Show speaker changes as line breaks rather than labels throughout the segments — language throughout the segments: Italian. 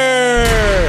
Eh!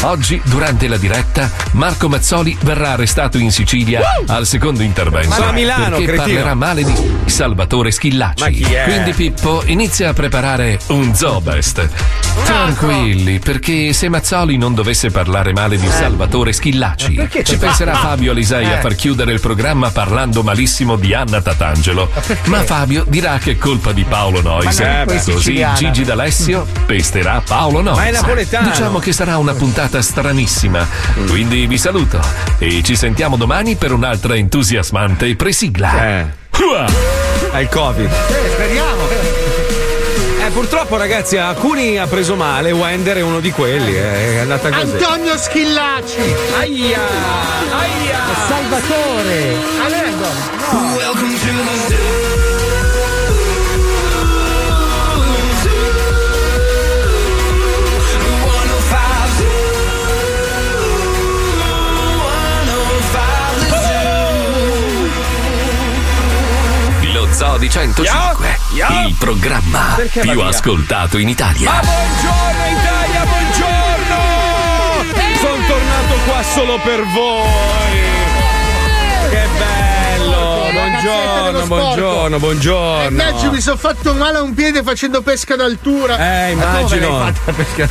Oggi, durante la diretta, Marco Mazzoli verrà arrestato in Sicilia al secondo intervento.
Ma no, a Milano,
perché
cretino.
parlerà male di Salvatore Schillaci.
Ma chi è?
Quindi Pippo inizia a preparare un Zobest. Tranquilli, perché se Mazzoli non dovesse parlare male
Eh.
di Salvatore Schillaci,
perché
Ah, ci
ci fa?
penserà
Ma-
Fabio Alisei a
Eh.
far chiudere il programma parlando malissimo di Anna Tatangelo. Ma Fabio dirà che è colpa di Paolo Nois.
Ma non è poi
Così
siciliana. Mm.
Gigi D'Alessio pesterà Paolo Nois.
Ma è napoletano. Mm.
Diciamo che sarà una puntata stranissima. Quindi vi saluto e ci sentiamo domani per un'altra entusiasmante presigla.
Eh.
È il Covid. speriamo. Eh, purtroppo, ragazzi, a Cuni ha preso male. Wender è uno di quelli. eh, È andata così.
Antonio Schillaci.
Aia, aia.
Salvatore. Alego. Welcome to the
Lo Zoo di 105, il programma
Perché va
più
via?
ascoltato in Italia.
Ma buongiorno Italia, buongiorno! Sono tornato qua solo per voi. Che bello! Buongiorno, buongiorno, buongiorno.
E oggi Eh, mi sono fatto male a un piede facendo pesca d'altura.
Eh, immagino.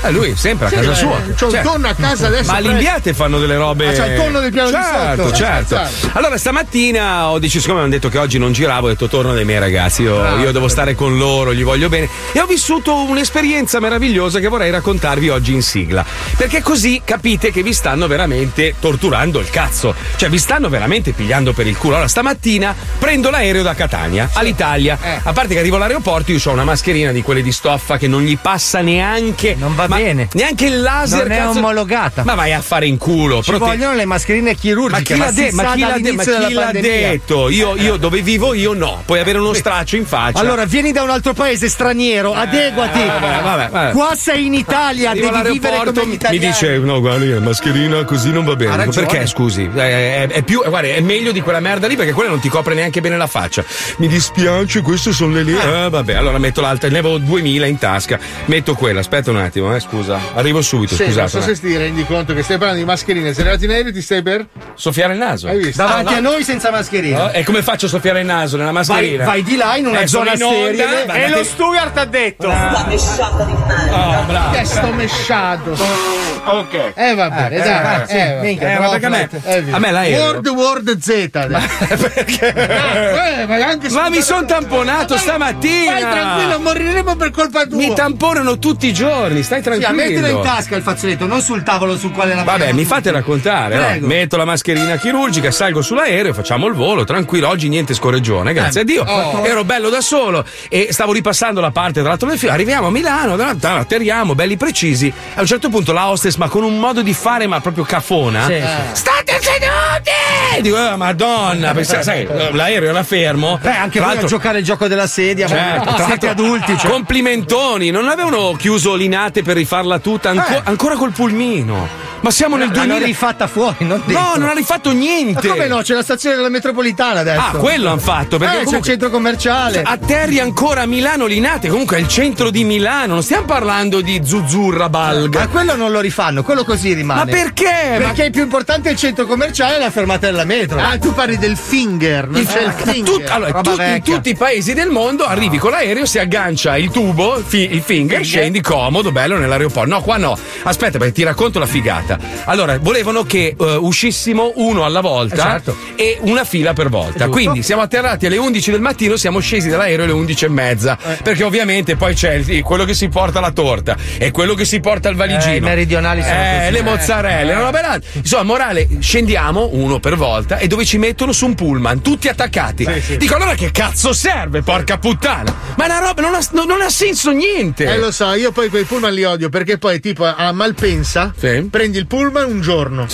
Eh, lui sempre a
Sì,
casa
eh,
sua. Cioè,
c'ho un tonno a casa adesso,
Ma
presto.
all'inviate fanno delle robe.
Ah, c'è il tonno del piano di Esatto.
certo,
sotto.
Certo,
Cazzo.
Allora, stamattina ho deciso, siccome mi hanno detto che oggi non giravo, ho detto torno dai miei ragazzi. Io,
Ah,
io devo stare con loro, gli voglio bene. E ho vissuto un'esperienza meravigliosa che vorrei raccontarvi oggi in sigla. Perché così capite che vi stanno veramente torturando il cazzo. Cioè, vi stanno veramente pigliando per il culo. Allora, stamattina prendo l'aereo da Catania all'Italia.
Eh.
A parte che arrivo all'aeroporto, io ho una mascherina di quelle di stoffa che non gli passa neanche. Non va bene. Neanche il laser.
Non è
cazzo.
omologata.
Ma vai a fare in culo.
Ci
prote-
vogliono le mascherine
ma
chirurgiche.
chi l'ha, de-
si
ma
sa
chi l'ha de-
dall'inizio
ma chi
della
l'ha
pandemia. Eh.
detto? Io, io dove vivo io no. Puoi avere uno straccio in faccia.
Allora, vieni da un altro paese straniero, adeguati.
Eh, vabbè, vabbè, vabbè.
Qua sei in Italia,
Arrivo
devi vivere
all'aeroporto,
come gli
mi
italiani.
dice no guarda che la mascherina così non va bene
Ha
Dico,
ragione.
perché scusi Eh, è, è più eh, guarda è meglio di quella merda lì perché quella non ti copre neanche bene la faccia mi dispiace queste sono le lì ah. vabbè allora metto l'altra ne avevo 2000 in tasca metto quella aspetta un attimo eh, scusa arrivo subito
Sì, non
scusate eh.
so
un
se ti rendi conto che stai parlando di mascherine. Se arrivati in aereo ti stai per.
attimo. soffiare il naso
Hai visto?
Davanti
Ah,
a
no.
noi senza mascherina.
No? E come faccio a soffiare il naso nella mascherina?
vai di là in una
Eh, sono
zona
in onda,
sterile.
guardate-
E lo
Stuart ha detto.
Ah,
bravo.
Che sto mesciato.
Ok. Ah,
Eh va bene, dai.
eh, sì,
eh, va bene.
minchia,
Eh, ma perché a me-
Eh, via.
a me l'aereo-
World World Z. adesso. Eh, ma anche
Ma
se-
mi sono tamponato stamattina.
Vai tranquillo, moriremo per colpa tua.
Mi tamponano tutti i giorni, stai
Sì,
tranquillo.
mettila in tasca il fazzoletto, non sul tavolo sul quale la
Vabbè, mi fate raccontare. no?
Prego.
Metto la mascherina chirurgica, salgo sull'aereo, facciamo il volo, tranquillo. Oggi niente scorreggione, grazie
Eh.
a Dio.
oh.
Ero bello da solo e stavo ripassando la parte tra l'altro del fiume. Arriviamo a Milano, da- da- atterriamo, belli precisi. A un certo punto la hostess, ma con un modo di fare, ma proprio
Ah.
cafona.
Eh.
Sì,
State seduti! Dico, "Ah,
Eh,
madonna, perché, sai, l'aereo era fermo.
Beh, Eh, anche
Tra
voi a
l'altro-
giocare il gioco della sedia,
Certo,
ma
tra
siete
l'altro-
adulti. Cioè.
Complimentoni, non avevano chiuso l'inate per rifarla tutta, anco-
Eh.
ancora col pulmino. Ma siamo nel
L'hanno
2000.
rifatta fuori, non dentro.
No, non ha rifatto
Ma
niente.
come no? C'è la stazione della metropolitana adesso.
Ah, quello hanno fatto.
Eh,
Perché
c'è il
comunque
centro commerciale.
atterri ancora a Milano l'inate, comunque è il centro di Milano, non stiamo parlando di Zuzzurra Balga.
Ma quello non lo rifanno, quello così
Ma
rimane.
perché? Ma-
Perché è più importante il centro commerciale e la fermata della metro.
Ah, tu parli del finger, non c'è il
Ma
finger.
tut- allora,
roba
tu- in
vecchia.
tutti i paesi del mondo arrivi con l'aereo, si aggancia il tubo, fi- il finger, scendi comodo, bello nell'aeroporto. No, qua no. Aspetta, perché ti racconto la figata. Allora, volevano che eh, uscissimo uno alla volta
Esatto.
e una fila per volta. Quindi siamo atterrati alle 11 del mattino, siamo scesi dall'aereo alle 11 e mezza. Perché ovviamente poi c'è il- quello che si porta la torta e quello che si porta il valigino.
Eh, i meridionali sono
Eh,
così.
le mozzarelle, una roba e l'altra. Insomma, morale, scendiamo uno per volta e dove ci mettono su un pullman, tutti attaccati. Dico allora che cazzo serve, porca puttana! Ma la roba non ha, non- non ha senso niente.
Eh lo so, io poi quei pullman li odio perché poi tipo a Malpensa
Sì.
prendi il il pullman un giorno.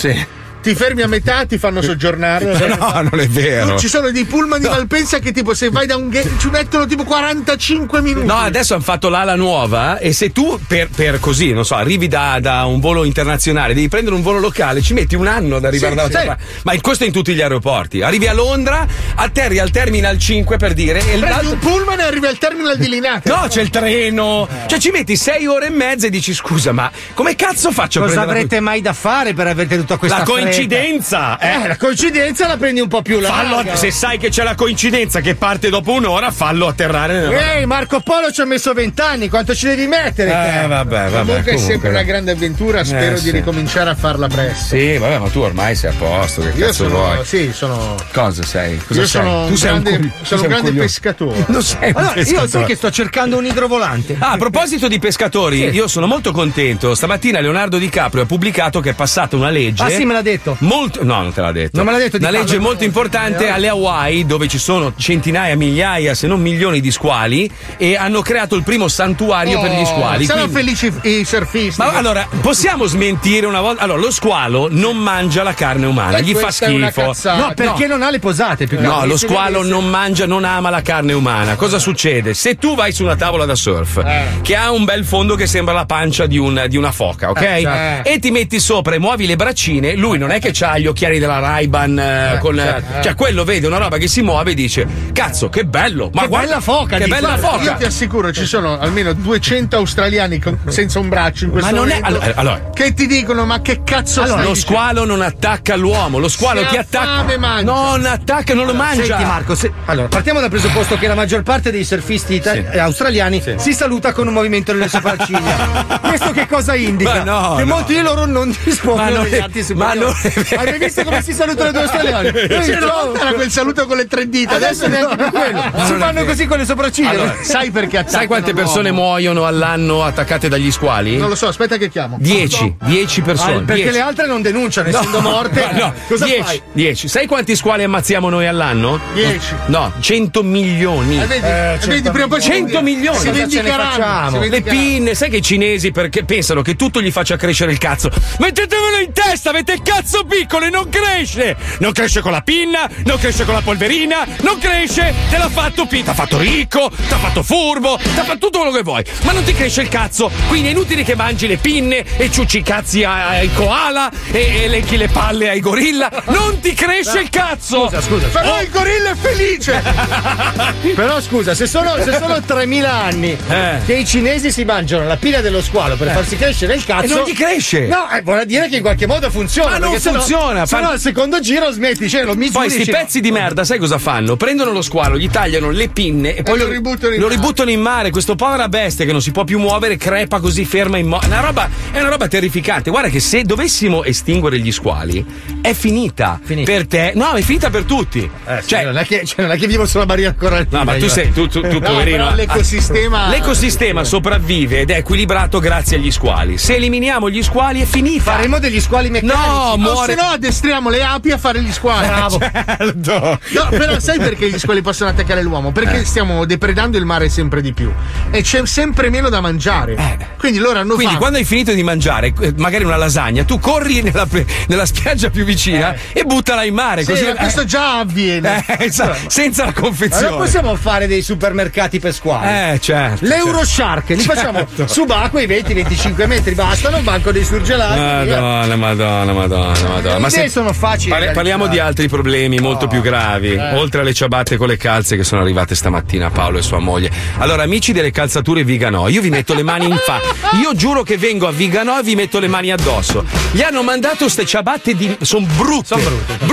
Ti fermi a metà, ti fanno soggiornare.
No, non è vero.
Ci sono dei pullman di Malpensa che tipo se vai da un gate ci mettono tipo 45 minuti.
No, adesso hanno fatto l'ala nuova e se tu per, per così, non so, arrivi da, da un volo internazionale, devi prendere un volo locale, ci metti un anno ad arrivare
Sì,
dall'altra
sì.
parte. Ma il- questo è in tutti gli aeroporti. Arrivi a Londra, atterri al terminal 5 per dire e
Prendi
l'altro-
un pullman e arrivi al terminal di Linate.
No, c'è il treno. Cioè, ci metti sei ore e mezza e dici scusa, ma come cazzo faccio a
Cosa
prendere la-
avrete mai da fare per avere tutta questa
la
fretta?
coincidenza?
Eh, la coincidenza la prendi un po' più
Fallo
larga.
a- se sai che c'è la coincidenza che parte dopo un'ora, fallo atterrare
Eh,
nella.
Ehi, Marco Polo ci ha messo vent'anni, quanto ci devi mettere? te?
Eh, vabbè, vabbè.
comunque è sempre
comunque.
una grande avventura, spero
Eh, sì.
di ricominciare a farla presto.
Sì, vabbè, ma tu ormai sei a posto, che
Io
cazzo
sono,
vuoi?
sì, sono,
Cosa sei? Cosa
io
sei?
sono un
tu sei
grande,
un cugli- tu
sono
sei
un
un
grande
coglione.
pescatore.
Non sei un
Allora, io so
pescatore.
che sto cercando un idrovolante.
Ah, a proposito di pescatori, io sono molto contento. Stamattina Leonardo DiCaprio ha pubblicato che è passata una legge.
Ah, sì, me l'ha detto.
Molto, no, non te l'ha detto.
Non me l'ha detto,
Una
di Eh.
legge
farlo.
molto importante alle Hawaii, dove ci sono centinaia, migliaia, se non milioni di squali, e hanno creato il primo santuario per
Oh,
gli squali.
Sono
quindi-
felici i surfisti.
Ma allora, possiamo smentire una volta? Allora, lo squalo non mangia la carne umana,
Beh,
Ah, gli fa
questa è una
schifo.
cazzata.
No, perché non ha le posate più che
No,
altro.
lo squalo non mangia, non ama la carne umana. Cosa
Eh.
succede? Se tu vai su una tavola da surf che ha un bel fondo che sembra la pancia di, un- di una foca, ok?
Eh, certo.
E ti metti sopra e muovi le braccine, lui non è che ha gli occhiali della Ray-Ban eh, con. eh,
certo.
certo,
Cioè, quello vede una roba che si muove e dice: Cazzo, che bello! Ma
Che
guarda,
bella foca,
Che
dici,
bella
guarda,
foca!
Io ti assicuro, ci sono almeno 200 australiani con- senza un braccio in questo
Ma non è-
momento
allora- allora-
che ti dicono: Ma che cazzo
Allora,
stai
lo
dicendo?"
squalo non attacca l'uomo, lo squalo
Se
ti
ha
attacca.
fame, mangia.
Non attacca, non lo mangia.
Senti Marco, se- allora partiamo dal presupposto che la maggior parte dei surfisti ita- eh, australiani si saluta con un movimento delle sopracciglia. Questo che cosa
Ma
indica?
no,
che
no.
molti di loro non
Ma
rispondono
non
agli
è-
atti
ma non
superiori.
è vero.
Avete visto come si salutano i due australiani? Ehi,
Sì, una
ciao.
volta era quel saluto con le tre dita,
Adesso neanche più quello. Si fanno così con le sopracciglia.
Allora,
eh, Sai perché attaccano?
Sai quante persone
l'uomo?
muoiono all'anno attaccate dagli squali?
Non lo so, aspetta che chiamo.
10, 10 persone.
Ah, perché
dieci.
le altre non denunciano, essendo morte.
Ma no,
cosa
10,
fai?
10. Sai quanti squali ammazziamo noi all'anno?
10.
No, 100 milioni.
Eh, vedi,
Eh,
eh,
cento
vedi, prima o poi ci
100
vendi-
milioni.
Si
Cosa
ce ne
vendicheranno.
facciamo?
si
Le
vendicheranno.
pinne, sai che i cinesi perché pensano che tutto gli faccia crescere il cazzo? Mettetevelo in testa, avete il cazzo piccolo e non cresce! Non cresce con la pinna, non cresce con la polverina, non cresce, te l'ha fatto pi- t'ha fatto ricco, t'ha fatto furbo, t'ha fatto tutto quello che vuoi, ma non ti cresce il cazzo, quindi è inutile che mangi le pinne e ciucci i cazzi a- ai koala e, e lecchi le palle ai gorilla, non ti cresce il cazzo!
Scusa, scusa.
Però il gorilla è felice.
Però scusa, se sono, se sono 3.000 anni
Cioè, Eh.
che i cinesi si mangiano la pila dello squalo per farsi crescere il cazzo.
E non gli cresce.
No, eh, vuol dire che in qualche modo funziona.
Ma non
perché se no-
funziona,
Se no,
fan-
al secondo giro smetti, cioè lo misuri.
Poi sti
dici,
pezzi di merda, sai cosa fanno? Prendono lo squalo, gli tagliano le pinne e poi
lo ributtano in
lo
mare.
ributtano in mare. Questo povera bestia che non si può più muovere crepa così ferma in mare. È una roba terrificante. Guarda che se dovessimo estinguere gli squali, è finita.
Finita.
Per te, no, è finita per tutti.
Eh, sì,
cioè,
non, è che, cioè, non è che vivo sulla barriera corretta.
no, ma tu sei, tu, tu- tu,
No,
poverino. eh.
però l'ecosistema.
L'ecosistema sopravvive ed è equilibrato grazie agli squali. Se eliminiamo gli squali, è finita.
Faremo degli squali meccanici.
No,
o se
muore.
no addestriamo le api a fare gli
Eh,
squali.
Bravo.
certo.
No, però sai perché gli squali possono attaccare l'uomo?
Eh.
Perché stiamo depredando il mare sempre di più e c'è sempre meno da mangiare.
Eh.
Quindi loro hanno
Quindi
fame.
quando hai finito di mangiare, eh, magari una lasagna, tu corri nella, pe- nella spiaggia più vicina
Eh.
e buttala in mare.
Sì,
così,
ma questo già avviene.
eh, eh, sa- senza la
Ma non
confezione.
possiamo fare dei supermercati per squali.
Eh, certo. certo.
L'Euroshark, li facciamo subacquei 20-25 metri, bastano, banco dei surgelati. via.
Madonna, madonna, madonna, madonna.
Le
Ah, Ma
idee
se-
sono facili. eh.
Parli-
da
parliamo di
realizzare.
altri problemi molto più gravi, oltre alle ciabatte con le calze che sono arrivate stamattina a Paolo e sua moglie. Allora, amici delle calzature Viganò, io vi metto le mani in fa. Io giuro che vengo a Viganò e vi metto le mani addosso. Gli hanno mandato queste ciabatte di. Sono brutte. Sono brutte.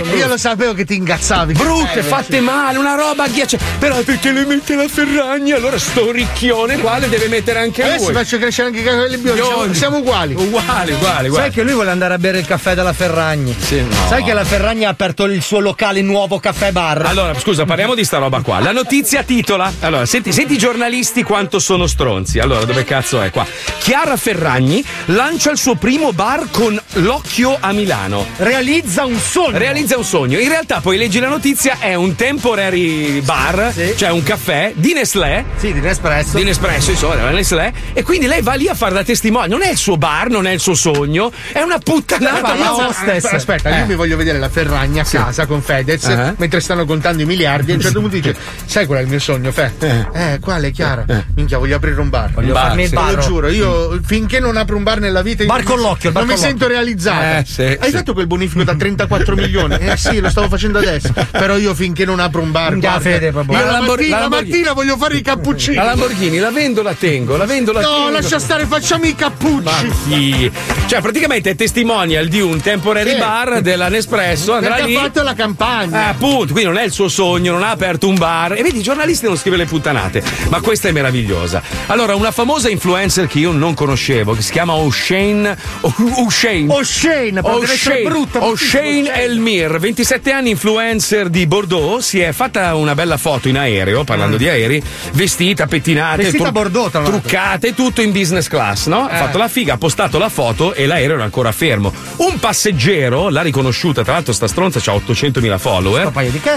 Brutte.
Io lo sapevo che ti ingazzavi.
brutte, fatte male, una roba agghiacciata. Però perché le mette la Ferragni? Allora sto ricchione qua le deve mettere anche
Adesso
lui.
faccio crescere anche i capelli biondi.
Biondi.
Siamo, siamo uguali.
Uguale, uguale,
Sai
uguale.
che lui vuole andare a bere il caffè dalla Ferragni.
Sì, no.
Sai che la Ferragni ha aperto il suo locale nuovo caffè bar.
Allora, scusa, parliamo di sta roba qua. La notizia titola. Allora, senti, senti i giornalisti quanto sono stronzi. Allora, dove cazzo è qua? Chiara Ferragni lancia il suo primo bar con l'occhio a Milano.
Realizza un sogno.
Realizza un sogno. In realtà poi leggi la notizia, è un temporary bar, cioè un caffè di Nestlé.
Sì, di Nespresso.
Di Nespresso, insomma, Nestlé. E quindi lei va lì a fare la testimone. Non è il suo bar, non è il suo sogno, è una puttanata.
Ma io- aspe- Aspetta, io mi voglio vedere la Ferragna a casa con Fedez
Ah.
mentre stanno contando i miliardi. E a un certo punto dice: Sai qual è il mio sogno, Fe? Eh, quale, Chiara? Minchia, voglio aprire un bar.
Voglio Un bar, farmi il
Te
bar.
Lo giuro, io finché non apro un bar nella vita. io
Bar
non
con
mi-
l'occhio, il bar
Non mi
con
sento
l'occhio.
realizzata.
Eh, sì,
Hai
sì.
fatto quel bonifico da 34 milioni? Eh sì, lo stavo facendo adesso. Però io finché non apro un bar.
Minchia,
guarda,
Fede, proprio.
io
La
la,
Lambor-
mattina,
la
la
Lamborghini.
mattina voglio fare i cappuccini.
La Lamborghini, la vendo, la tengo, la vendo, la tengo.
No, lascia stare, facciamo i cappucci.
Ma chi? Cioè, praticamente è testimonial di un temporary
Sì.
bar della Nespresso. Andrà
Perché
lì.
ha fatto la campagna.
Eh, appunto, quindi non è il suo sogno, non ha aperto un bar. E vedi, i giornalisti non scrivono le puttanate. Ma questa è meravigliosa. Allora, una famosa influencer che io non conoscevo, che si chiama O'Shane. O- O'Shane.
O'Shane, però deve essere brutta, bruttissimo,
O'Shane Elmir, 27 anni, influencer di Bordeaux, si è fatta una bella foto in aereo, parlando di aerei, vestita, pettinata,
Mm. Vestita a Bordeaux, tra l'altro. Eh.
truccate, tutto in business class, no? Ha fatto la figa, ha postato la foto e l'aereo era ancora fermo. Un passeggero l'ha riconosciuta, tra l'altro sta stronza ha 800.000 follower.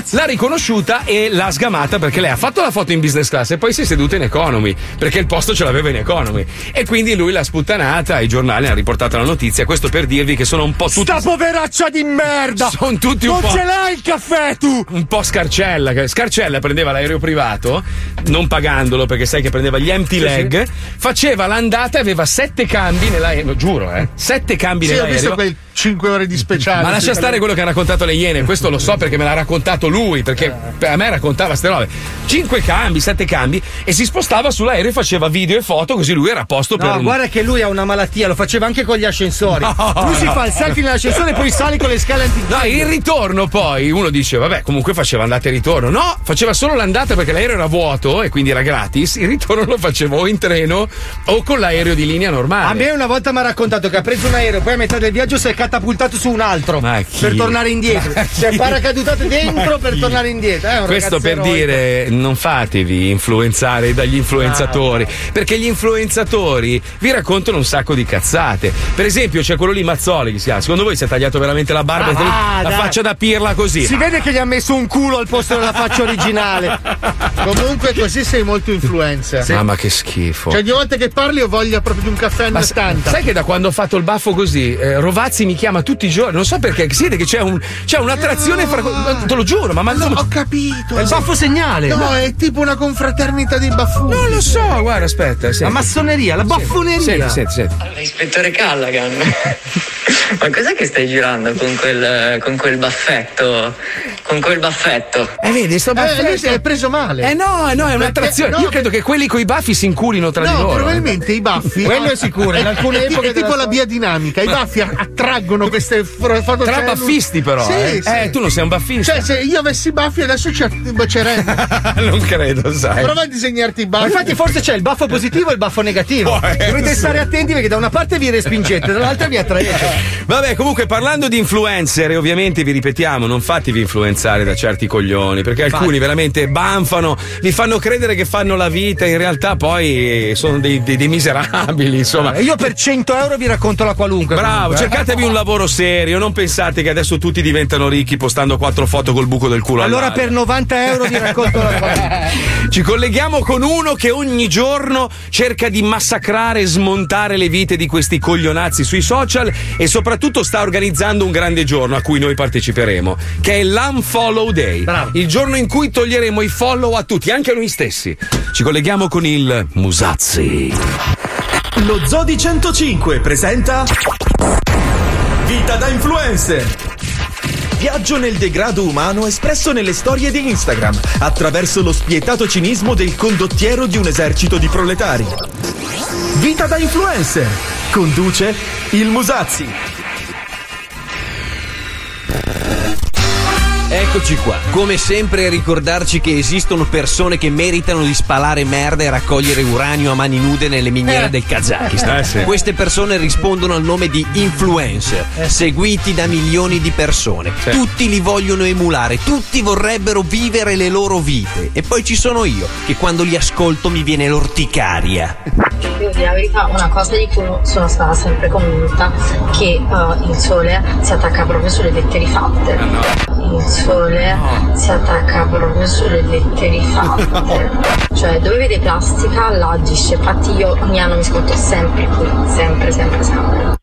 L'ha riconosciuta e l'ha sgamata perché lei ha fatto la foto in business class e poi si è seduta in economy, perché il posto ce l'aveva in economy. E quindi lui l'ha sputtanata, i giornali hanno riportato la notizia, questo per dirvi che sono un po' tutti
Sta poveraccia di merda!
Sono tutti un
non
po'.
ce l'hai il caffè tu!
un po' scarcella. che- Scarcella prendeva l'aereo privato, non pagandolo perché sai che prendeva gli empty leg, faceva l'andata e aveva sette cambi nell'aereo, lo giuro, eh. Sette cambi
Sì, ho
nell'aereo.
visto quel 5 ore di speciale.
Ma lascia
Sì,
stare
allora.
quello che ha raccontato le Iene, questo lo so perché me l'ha raccontato lui,
Eh.
perché per- a me raccontava ste robe. Cinque cambi, sette cambi e si spostava sull'aereo e faceva video e foto così lui era a posto per
No,
un-
guarda che lui ha una malattia, lo faceva anche con gli ascensori.
No,
lui si
no.
fa il selfie nell'ascensore e poi sale con le scale antiche.
No, il ritorno poi uno dice, vabbè, comunque faceva andata e ritorno. No, faceva solo l'andata perché l'aereo era vuoto e quindi era gratis. Il ritorno lo facevo o in treno o con l'aereo di linea
A
normale.
me una volta mi ha raccontato che ha preso un aereo, poi a metà del viaggio si è catapultato su un altro
Ma chi?
per tornare indietro.
Ma
Si è
chi?
paracadutato
Ma
dentro per
chi?
tornare indietro. Eh, un
Questo
ragazzo
per
eroico.
dire non fatevi influenzare dagli influenzatori, perché gli influenzatori vi raccontano un sacco di cazzate. Per esempio, c'è quello lì Mazzoli che si chiama. Secondo voi si è tagliato veramente la barba?
Ah,
la
dai.
faccia da pirla così.
Si vede che gli ha messo un culo al posto della faccia originale.
Comunque, così sei molto influencer.
Mamma Ah, che schifo.
Cioè, ogni volta che parli, ho voglia proprio di un caffè anni
Ma sa-
80.
sai che da quando ho fatto il baffo così, eh, Rovazzi mi chiama tutti i giorni, non so perché, siete che c'è, un- c'è un'attrazione fra. ma Te lo giuro, ma, ma
No, ho capito.
È il baffo segnale.
No, è tipo una confraternita dei baffoni.
Non lo so, guarda, aspetta.
La
senti.
massoneria, la baffoneria.
Senti, senti, senti.
Ispettore Callaghan, ma cos'è che stai girando con quel, con quel baffetto? Con quel baffetto?
Eh, vedi, sto
Eh, lui si
baffetto.
è preso male.
Eh no, no, è un'attrazione.
no.
Io credo che quelli coi baffi si inculino tra di
No,
loro. eh.
probabilmente i baffi.
Quello è sicuro, in alcune
è,
epoche della
è tipo la
storia-
biodinamica. I baffi attraggono queste fro-
Tra
fotocellule.
baffisti, però.
Sì,
eh.
sì.
Eh, tu non sei un baffista.
Cioè, se io avessi i baffi, adesso ci bacerei.
non credo, sai.
Prova a disegnarti i
Ma
baffi.
infatti forse c'è il baffo positivo e il baffo negativo.
Può essere.
Dovete stare attenti perché da una parte vi respingete, dall'altra vi attraete.
Vabbè, comunque parlando di influencer, e ovviamente vi ripetiamo, non fatevi influenzare da certi coglioni, perché alcuni veramente banfano, vi fanno credere che fanno la vita, in realtà poi sono dei, dei- dei miserabili, insomma.
E io per 100 euro vi racconto la qualunque.
Bravo,
comunque, eh.
cercatevi un lavoro serio, non pensate che adesso tutti diventano ricchi postando quattro foto col buco del culo.
Allora
all'altro.
per 90 euro vi racconto la qualunque.
Ci colleghiamo con uno che ogni giorno cerca di massacrare e smontare le vite di questi coglionazzi sui social e soprattutto sta organizzando un grande giorno a cui noi parteciperemo, che è l'Unfollow Day,
Bravo.
il giorno in cui toglieremo i follow a tutti, anche a noi stessi. Ci colleghiamo con il Musazzi.
Lo Zodi 105 presenta Vita da influencer. Viaggio nel degrado umano espresso nelle storie di Instagram, attraverso lo spietato cinismo del condottiero di un esercito di proletari. Vita da influencer. Conduce il Musazzi.
Eccoci qua. Come sempre ricordarci che esistono persone che meritano di spalare merda e raccogliere uranio a mani nude nelle miniere
Eh.
del Kazakistan.
Eh, sì.
Queste persone rispondono al nome di influencer, seguiti da milioni di persone. Tutti li vogliono emulare, tutti vorrebbero vivere le loro vite. E poi ci sono io, che quando li ascolto mi viene l'orticaria.
Devo dire la verità, una cosa di cui sono stata sempre convinta che eh, il sole si attacca proprio sulle lettere fatte. Il sole si attacca proprio sulle lettere fatte. Cioè dove vede plastica là agisce. Infatti io ogni anno mi scotto sempre qui, sempre, sempre, sempre.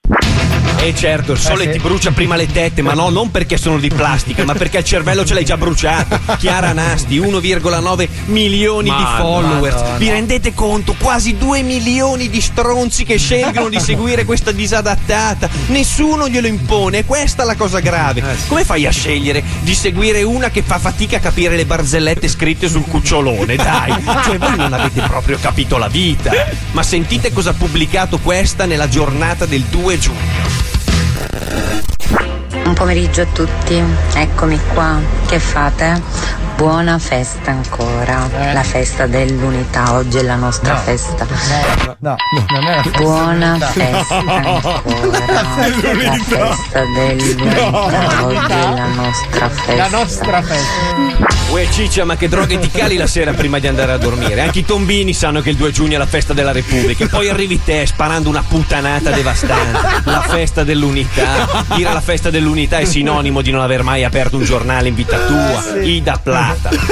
E certo, il
Eh,
sole ti brucia prima le tette, ma no, non perché sono di plastica, ma perché il cervello ce l'hai già bruciato. Chiara Nasti, 1,9 milioni di
Ma-
followers.
Madonna.
Vi rendete conto? Quasi 2 milioni di stronzi che scelgono di seguire questa disadattata. Nessuno glielo impone, è questa la cosa grave.
Eh,
Come fai a scegliere di seguire una che fa fatica a capire le barzellette scritte sul cucciolone? Dai, cioè voi non avete proprio capito la vita. Ma sentite cosa ha pubblicato questa nella giornata del 2 giugno.
Buon pomeriggio a tutti, eccomi qua. Che fate? Buona festa ancora.
Eh.
La festa dell'unità, oggi è la nostra festa.
No, non è la festa
Buona
dell'unità.
festa ancora. La festa
No.
dell'unità, oggi è la nostra
La
festa.
nostra festa.
Uè ciccia, ma che droghe ti cali la sera prima di andare a dormire? Anche i tombini sanno che il 2 giugno è la festa della Repubblica. E poi arrivi te sparando una puttanata devastante. La festa dell'unità. Dire la festa dell'unità è sinonimo di non aver mai aperto un giornale in vita tua. Ida Plata.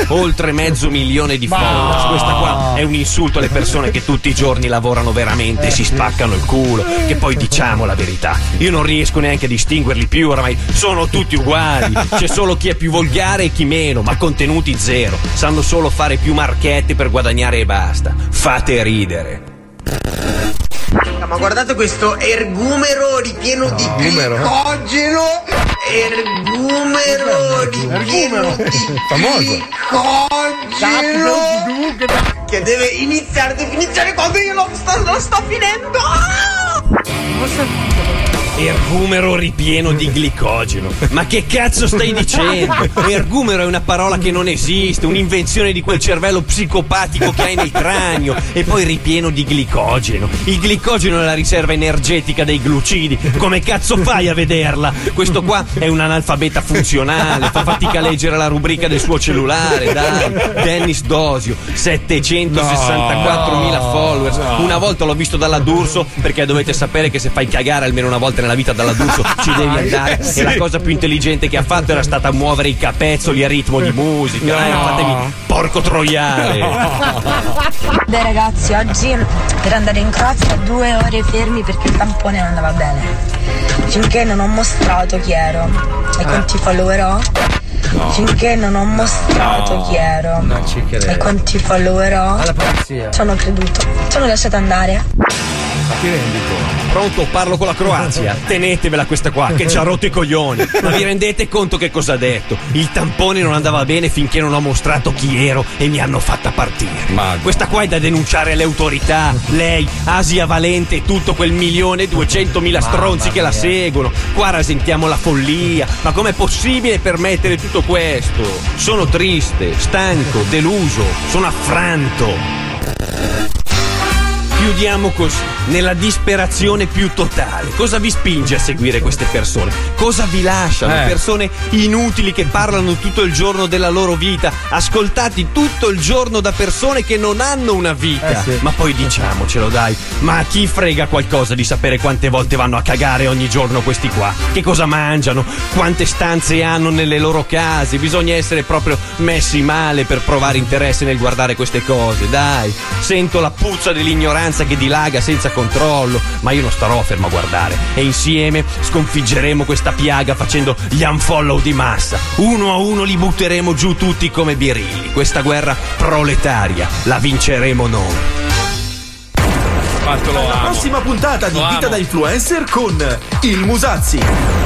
Oltre mezzo milione di followers. Questa qua è un insulto alle persone che tutti i giorni lavorano veramente e si spaccano il culo. Che poi diciamo la verità. Io non riesco neanche a distinguerli più ormai. Sono tutti uguali. C'è solo chi è più volgare e chi meno, ma contenuti zero. Sanno solo fare più marchette per guadagnare e basta. Fate ridere.
Ma guardate questo ergumero ripieno di
Ergumero?
glicogeno. Ergumero ripieno di glicogeno. Che deve iniziare, deve iniziare quando io lo sto, lo sto finendo. Ah!
Ergumero ripieno di glicogeno. Ma che cazzo stai dicendo? Ergumero è una parola che non esiste, un'invenzione di quel cervello psicopatico che hai nel cranio. E poi ripieno di glicogeno. Il glicogeno è la riserva energetica dei glucidi. Come cazzo fai a vederla? Questo qua è un analfabeta funzionale, fa fatica a leggere la rubrica del suo cellulare, dai. Dennis Dosio, 764.000 followers. Una volta l'ho visto dalla D'Urso perché dovete sapere che se fai cagare almeno una volta nella vita dalla D'Urso ci devi andare.
Eh, sì.
E la cosa più intelligente che ha fatto era stata muovere i capezzoli a ritmo di musica. Dai,
No.
fatemi porco troiale.
Beh ragazzi, oggi per andare in Croazia due ore fermi perché il tampone non andava bene. Finché non ho mostrato chi ero e quanti follower ho.
No.
Finché non ho mostrato
No.
chi ero
Non ci credo.
e quanti follower ho.
Alla polizia.
Sono creduto. Sono lasciato andare.
Pronto, parlo con la Croazia. Tenetevela questa qua, che ci ha rotto i coglioni. Ma vi rendete conto che cosa ha detto? Il tampone non andava bene finché non ho mostrato chi ero e mi hanno fatta partire. Questa qua è da denunciare alle autorità. Lei, Asia Valente e tutto quel milione e duecentomila stronzi che la seguono. Qua rasentiamo la follia. Ma com'è possibile permettere tutto questo? Sono triste, stanco, deluso, sono affranto. Chiudiamo così, nella disperazione più totale. Cosa vi spinge a seguire queste persone? Cosa vi lasciano?
Eh.
Persone inutili che parlano tutto il giorno della loro vita, ascoltati tutto il giorno da persone che non hanno una vita.
Eh, sì.
Ma poi diciamocelo, dai, ma a chi frega qualcosa di sapere quante volte vanno a cagare ogni giorno questi qua? Che cosa mangiano? Quante stanze hanno nelle loro case? Bisogna essere proprio messi male per provare interesse nel guardare queste cose, dai. Sento la puzza dell'ignoranza che dilaga senza controllo, ma io non starò fermo a guardare. E insieme sconfiggeremo questa piaga facendo gli unfollow di massa. Uno a uno li butteremo giù tutti come birilli. Questa guerra proletaria la vinceremo noi.
Alla prossima puntata di Vita da Influencer con il Musazzi,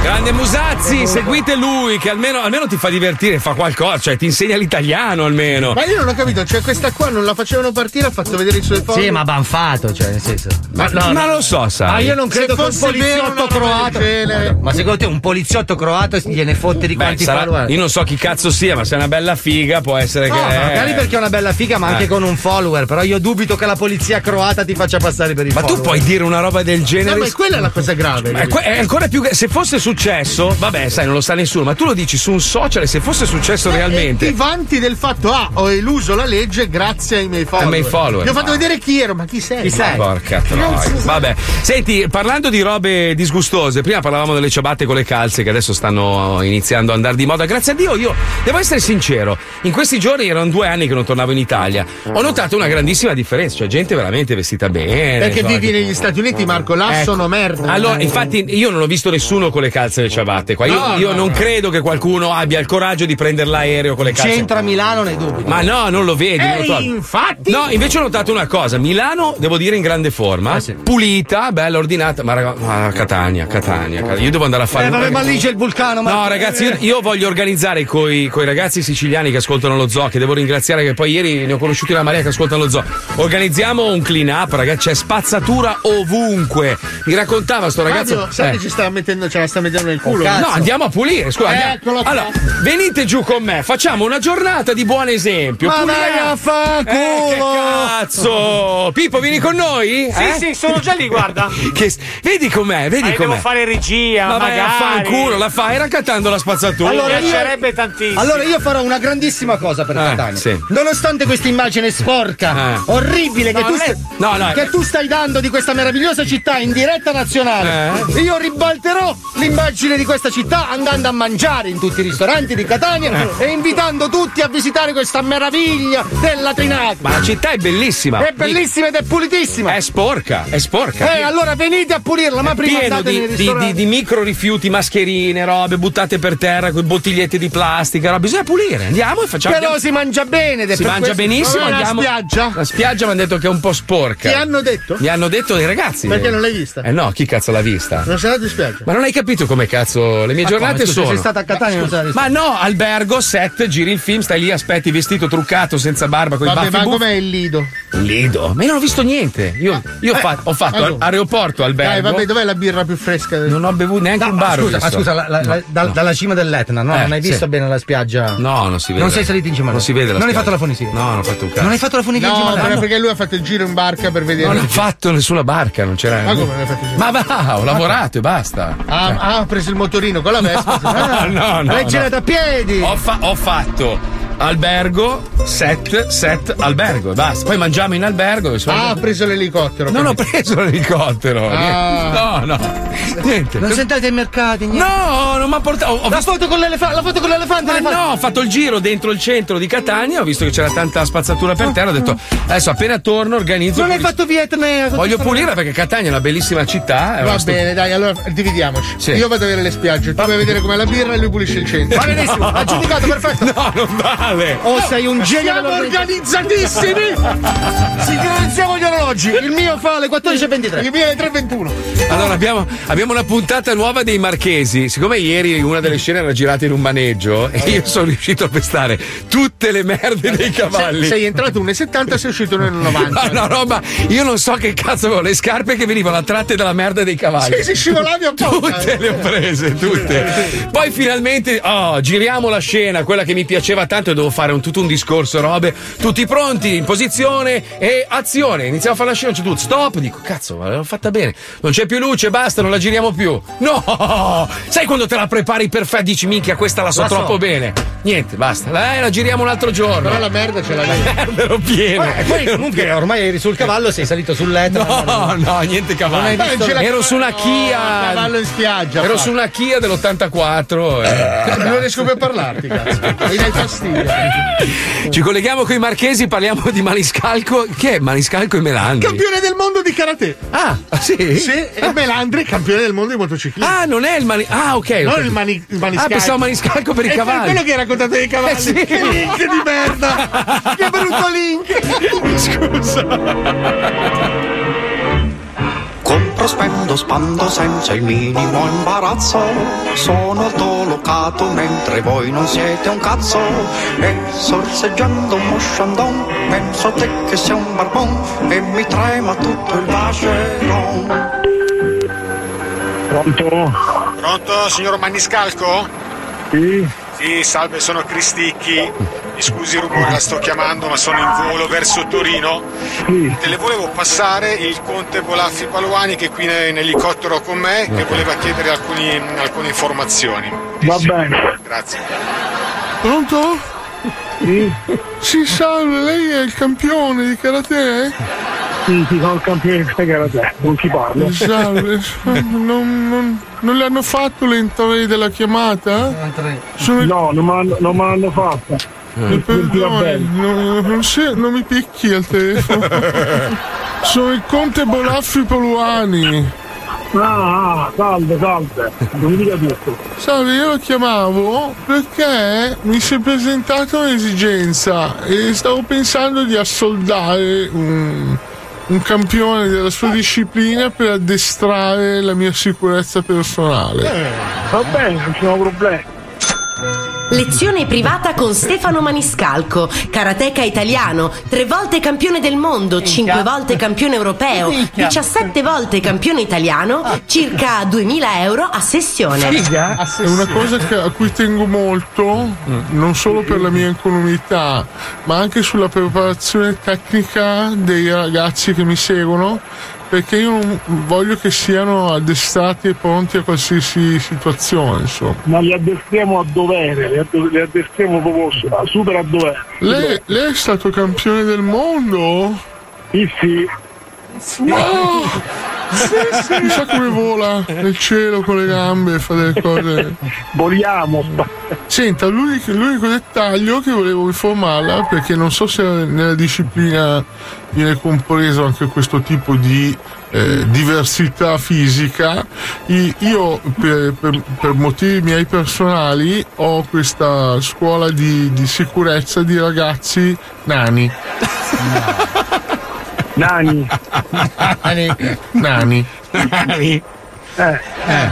Grande Musazzi, seguite lui che almeno, almeno ti fa divertire, fa qualcosa, cioè ti insegna l'italiano almeno.
Ma io non ho capito, cioè questa qua non la facevano partire, ha fatto vedere i suoi foto.
Sì, ma banfato, cioè, nel senso.
Ma, ma lo so, sai. Eh,
Ma io non
Se
credo che un
fosse vero,
poliziotto
una roba
croato.
del genere.
Madonna, Ma secondo te un poliziotto croato gliene fotte di
Beh,
quanti
sarà-
follower?
io non so chi cazzo sia, ma se è una bella figa può essere
No,
che.
ma
eh.
magari perché è una bella figa, ma anche
Eh.
con un follower. Però io dubito che la polizia croata ti faccia passare per il
Ma tu
follower.
puoi dire una roba del genere?
No, ma quella è la cosa grave.
Ma È, que- è ancora più. gra- Se fosse successo, vabbè, sai, non lo sa nessuno, ma tu lo dici su un social e se fosse
Eh,
successo realmente.
Ti vanti del fatto, ah, ho eluso la legge grazie ai miei follower.
miei follower.
Gli ho fatto
Ah.
vedere chi ero, ma chi sei?
Ma Eh, Porca
Non si
troia.
sa.
Vabbè, senti, parlando di robe disgustose, prima parlavamo delle ciabatte con le calze che adesso stanno iniziando a andare di moda. Grazie a Dio, io devo essere sincero, in questi giorni erano due anni che non tornavo in Italia. Ho notato una grandissima differenza, cioè gente veramente vestita bene.
Perché
insomma,
vivi negli Stati Uniti, Marco, là
Ecco.
sono merda.
Allora, infatti, io non ho visto nessuno con le calze e le ciabatte qua. Io,
No,
io
no,
non
no.
credo che qualcuno abbia il coraggio di prendere l'aereo con le calze.
C'entra a Milano nei dubbi.
Ma no, non lo vedi. non lo
Ehi,
trovi.
infatti.
No, invece ho notato una cosa: Milano, devo dire, in grande forma,
Ah,
pulita, bella, ordinata. Ma, raga, ma Catania, Catania, Catania. io devo andare a fare.
Ah, Eh,
un-
vabbè, ma lì c'è il vulcano. ma-
No, ragazzi, io, io voglio organizzare coi, coi ragazzi siciliani che ascoltano lo zoo, che devo ringraziare, che poi ieri ne ho conosciuti una marea che ascoltano lo zoo. Organizziamo un clean up, ragazzi, c'è spazzatura ovunque. Mi raccontava sto ragazzo.
Fabio, sai
Eh. Oh,
che ci sta mettendo, ce la sta mettendo nel culo?
No, andiamo a pulire, scusa. andiamo-
Eccolo qua.
Allora, venite giù con me, facciamo una giornata di buon esempio.
Ma
Puliamo.
vai a fa'
Eh, che cazzo! Pippo, vieni con noi? Eh?
Sì, sì, sono già lì, guarda.
Che- vedi com'è, vedi
Ma io
com'è.
devo fare regia,
Ma vai a
magari.
fanculo, la fai raccattando la spazzatura.
Allora, mi
io-
piacerebbe tantissimo.
Allora io farò una grandissima cosa per
Eh,
Catania.
sì.
Nonostante questa immagine sporca,
Eh.
orribile, che,
No,
tu
non è-
stai,
no, no,
che
eh.
tu stai dando di questa meravigliosa città in diretta nazionale,
Eh.
io ribalterò l'immagine di questa città andando a mangiare in tutti i ristoranti di Catania
Eh.
e invitando tutti a visitare questa meraviglia della Trinacria.
Ma la città è bellissima.
È bellissima ed è pulitissima.
È sporca, è sporca.
Eh, allora venite a pulirla, ma prima
pieno
andate nei
di, di,
ristoranti.
di- di micro rifiuti, mascherine, robe buttate per terra con bottigliette di plastica. robe. Bisogna pulire, andiamo e facciamo.
Però
andiamo-
si mangia bene ed è
si
per
mangia
questo-
benissimo.
Dov'è la
Andiamo.
spiaggia?
La spiaggia mi hanno detto che è un po' sporca.
Ti hanno detto?
Mi hanno detto i ragazzi.
Perché non l'hai vista?
Eh no, chi cazzo l'ha vista?
Non sarà dispiace.
Ma non hai capito come cazzo le mie
Ma
giornate
come, scusa,
sono.
sei stata a Catania,
ma,
non sarei
ma no, albergo, set, giri il film, stai lì, aspetti vestito truccato, senza barba, con i
Vabbè,
baffi
ma
buffi.
com'è il lido?
Lido, ma io non ho visto niente. Io, io ho
eh,
fatto- ho fatto
allora.
aeroporto, albergo.
Dai, vabbè, dov'è la birra più fresca?
Non ho bevuto neanche
un
Ma scusa, ma scusa, la- la- la- dal- dalla cima dell'Etna, no?
Eh,
non hai visto
sì.
bene la spiaggia?
No, non si vede.
Non sei salito in cima.
Non si vede la
Non hai
spiaggia.
fatto la funivia.
No, non ho fatto un cazzo.
Non hai fatto la funivia in
No,
cima
però
dell'Etna?
perché lui ha fatto il giro in barca per vedere.
Non ho fatto nessuna barca, non c'era.
Ma come non hai fatto il giro?
Ma va, ho lavorato e basta.
Ah, ah, ha preso il motorino con la Vespa.
Ah, no, no.
L'hai girato
no.
a piedi.
Ho, fa- ho fatto albergo, set, set, albergo e basta. Poi mangiamo in albergo. e sono-
Ah, ha preso l'elicottero.
non ho preso l'elicottero.
Ah.
niente. No, no. Niente.
Non sentate ai mercati, niente.
No, non mi ha portato. Ho
la,
visto-
foto con l'elefa- la foto con l'elefante
Ma
l'hai fatta?
no, ho fatto il giro dentro il centro di Catania, ho visto che c'era tanta spazzatura per terra, ho detto adesso appena torno organizzo.
Ah, Non hai
pulisco.
fatto Vietnam.
Voglio pulire perché Catania è una bellissima città. eh, è
Eh, Va
una stup-
bene, dai, allora dividiamoci.
Sì.
Io vado a vedere le spiagge, tu vai a vedere com'è la birra e lui pulisce il centro.
No.
Va benissimo, ha giudicato, perfetto.
No, non vale.
Oh, sei un genio.
Siamo organizzatissimi!
Sincronizziamo gli orologi. Il mio fa alle 14.23.
Il mio è 321.
Allora abbiamo, abbiamo una puntata nuova dei Marchesi. Siccome ieri una delle scene era girata in un maneggio e io sono riuscito a pestare tutte le merde dei cavalli.
Sei, sei entrato 1,70 sei uscito 1,90.
Ma no, roba, io non so che cazzo avevo le scarpe che venivano attratte dalla merda dei cavalli.
Sì, sì, scivolavi a poco.
Tutte le ho prese, tutte. Poi finalmente, oh, giriamo la scena, quella che mi piaceva tanto e devo fare un, tutto un discorso, robe. Tutti pronti, in posizione e azione. Iniziamo a fare la scena, c'è tutto. Stop, dico, cazzo, ma l'ho fatta bene. Non c'è più luce, basta, non la giriamo più. No! Sai quando te la prepari perfetta, dici, minchia, questa la so
La so.
troppo bene. Niente, basta. Eh, la giriamo un altro giorno.
Però la merda ce
Eh,
l'hai.
merda ero pieno.
E Eh, poi comunque ormai eri sul cavallo, sei salito sull'Etna.
No, no, niente cavallo.
Non hai visto-
Ero su una
Oh,
Kia.
cavallo in spiaggia.
Ero
fa. Eh,
su una Kia eh. dell'84.
Non riesco più a parlarti, cazzo. Mi dai fastidio.
Ci colleghiamo con i marchesi, parliamo di Maniscalco. Che è Maniscalco e Melandri?
Campione del mondo di karate.
Ah, sì?
Sì, e Melandri, campione del mondo di motociclismo.
Ah, non è il mani... Ah, ok. ho
non
capito.
il, mani- il maniscalco.
Ah, pensavo Maniscalco per i
È
cavalli.
quello che hai raccontato dei cavalli.
Eh, sì.
Che link di merda! che brutto link! Scusa.
Compra sempre spendo, spando senza il minimo imbarazzo. Sono altolocato mentre voi non siete un cazzo. E sorseggiando un mosciandon, penso a te che sei un barbon e mi trema tutto il vacheron.
Pronto?
Pronto, signor Maniscalco?
Sì?
Sì, salve, sono Cristicchi. Mi scusi il rumore, la sto chiamando, ma sono in volo verso Torino.
Sì.
Te le volevo passare il conte Bolaffi Paluani che è qui in elicottero con me, che voleva chiedere alcuni- alcune informazioni.
Va bene.
Grazie.
Pronto?
Sì?
Sì, salve, lei è il campione di karate?
Sì, sì, sono il campione di karate, non ti parlo.
Salve, non, non- non le hanno fatto l'entry della chiamata?
No, non m'hanno- non mi hanno fatta.
Mi
Mm.
Non ti va
perdoni,
bene.
non, non si- non mi picchi al telefono. Sono il conte Bolaffi Poluani.
Ah, ah, salve, salve. Non mi dica tutto.
Salve, io lo chiamavo perché mi si è presentata un'esigenza e stavo pensando di assoldare un, un campione della sua disciplina per addestrare la mia sicurezza personale.
Va bene, non ci sono problemi.
Lezione privata con Stefano Maniscalco, karateca italiano, tre volte campione del mondo, cinque volte campione europeo,
Minchia.
17 volte campione italiano,
Ah.
circa 2000 euro a sessione.
Ah,
È una cosa che- a cui tengo molto, non solo per la mia incolumità, ma anche sulla preparazione tecnica dei ragazzi che mi seguono, perché io non voglio che siano addestrati e pronti a qualsiasi situazione, insomma.
Ma li addestriamo a dovere, li, add- li addestriamo proprio su- a- super a dovere.
Lei, lei è stato campione del mondo?
Sì, sì.
Wow! Sì, sì. Mi sa come vola nel cielo con le gambe e fa delle cose.
Voliamo!
Senta, l'unico, l'unico dettaglio che volevo informarla, perché non so se nella disciplina viene compreso anche questo tipo di eh, diversità fisica, I- io per, per- per motivi miei personali ho questa scuola di, di sicurezza di ragazzi nani.
Nani.
Nani. Nani.
Eh.
Eh.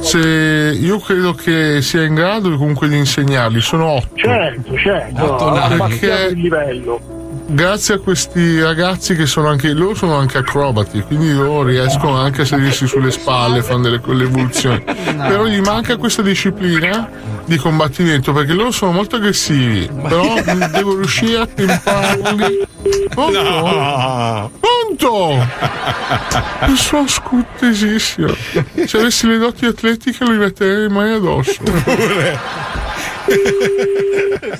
Se io credo che sia in grado comunque di insegnarli, sono otto.
Certo, certo.
Otto nani.
Abbassato
Perché-
il livello.
Grazie a questi ragazzi che sono anche loro sono anche acrobati, quindi loro riescono anche a sedersi sulle spalle, fanno delle quelle evoluzioni. Però gli manca questa disciplina di combattimento perché loro sono molto aggressivi, però devo riuscire a temparli. Pronto? Pronto? Il suo scuttesissimo. Se avessi le doti atletiche lo metterei mai addosso.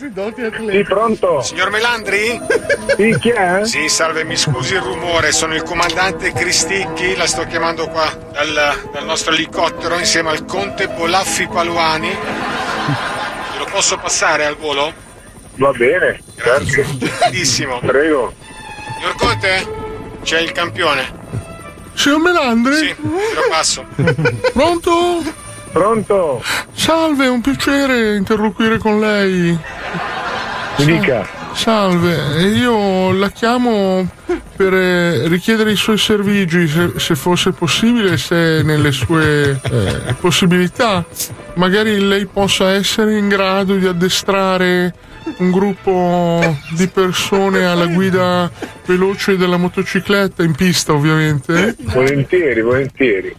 Sì, pronto?
Signor Melandri?
Sì, chi è?
Sì, salve, mi scusi il rumore, sono il comandante Cristicchi, la sto chiamando qua dal, dal nostro elicottero insieme al conte Bolaffi Paluani. Glielo posso passare al volo?
Va bene, certo.
Benissimo.
Prego.
Signor Conte? C'è il campione.
Signor Melandri?
Sì, glielo passo.
Pronto?
Pronto?
Salve, è un piacere interloquire con lei.
Mi dica.
Salve, eh, io la chiamo per eh, richiedere i suoi servigi, se, se fosse possibile, se nelle sue eh, possibilità. Magari lei possa essere in grado di addestrare un gruppo di persone alla guida veloce della motocicletta, in pista ovviamente.
Volentieri, volentieri.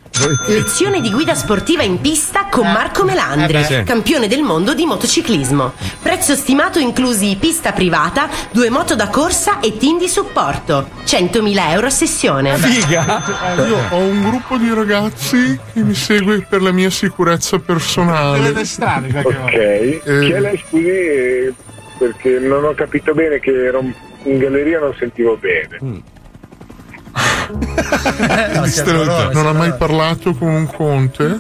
Lezione di guida sportiva in pista con Marco Melandri,
eh beh. Sì.
campione del mondo di motociclismo. Prezzo stimato inclusi pista privata, due moto da corsa e team di supporto. 100.000 euro a sessione.
Eh, Io ho un gruppo di ragazzi che mi segue per la mia sicurezza personale.
Ok.
Eh.
Chi è lei, scusi? eh, Perché non ho capito bene che ero in galleria non sentivo bene.
Distratto. eh, non ha mai parlato con un conte?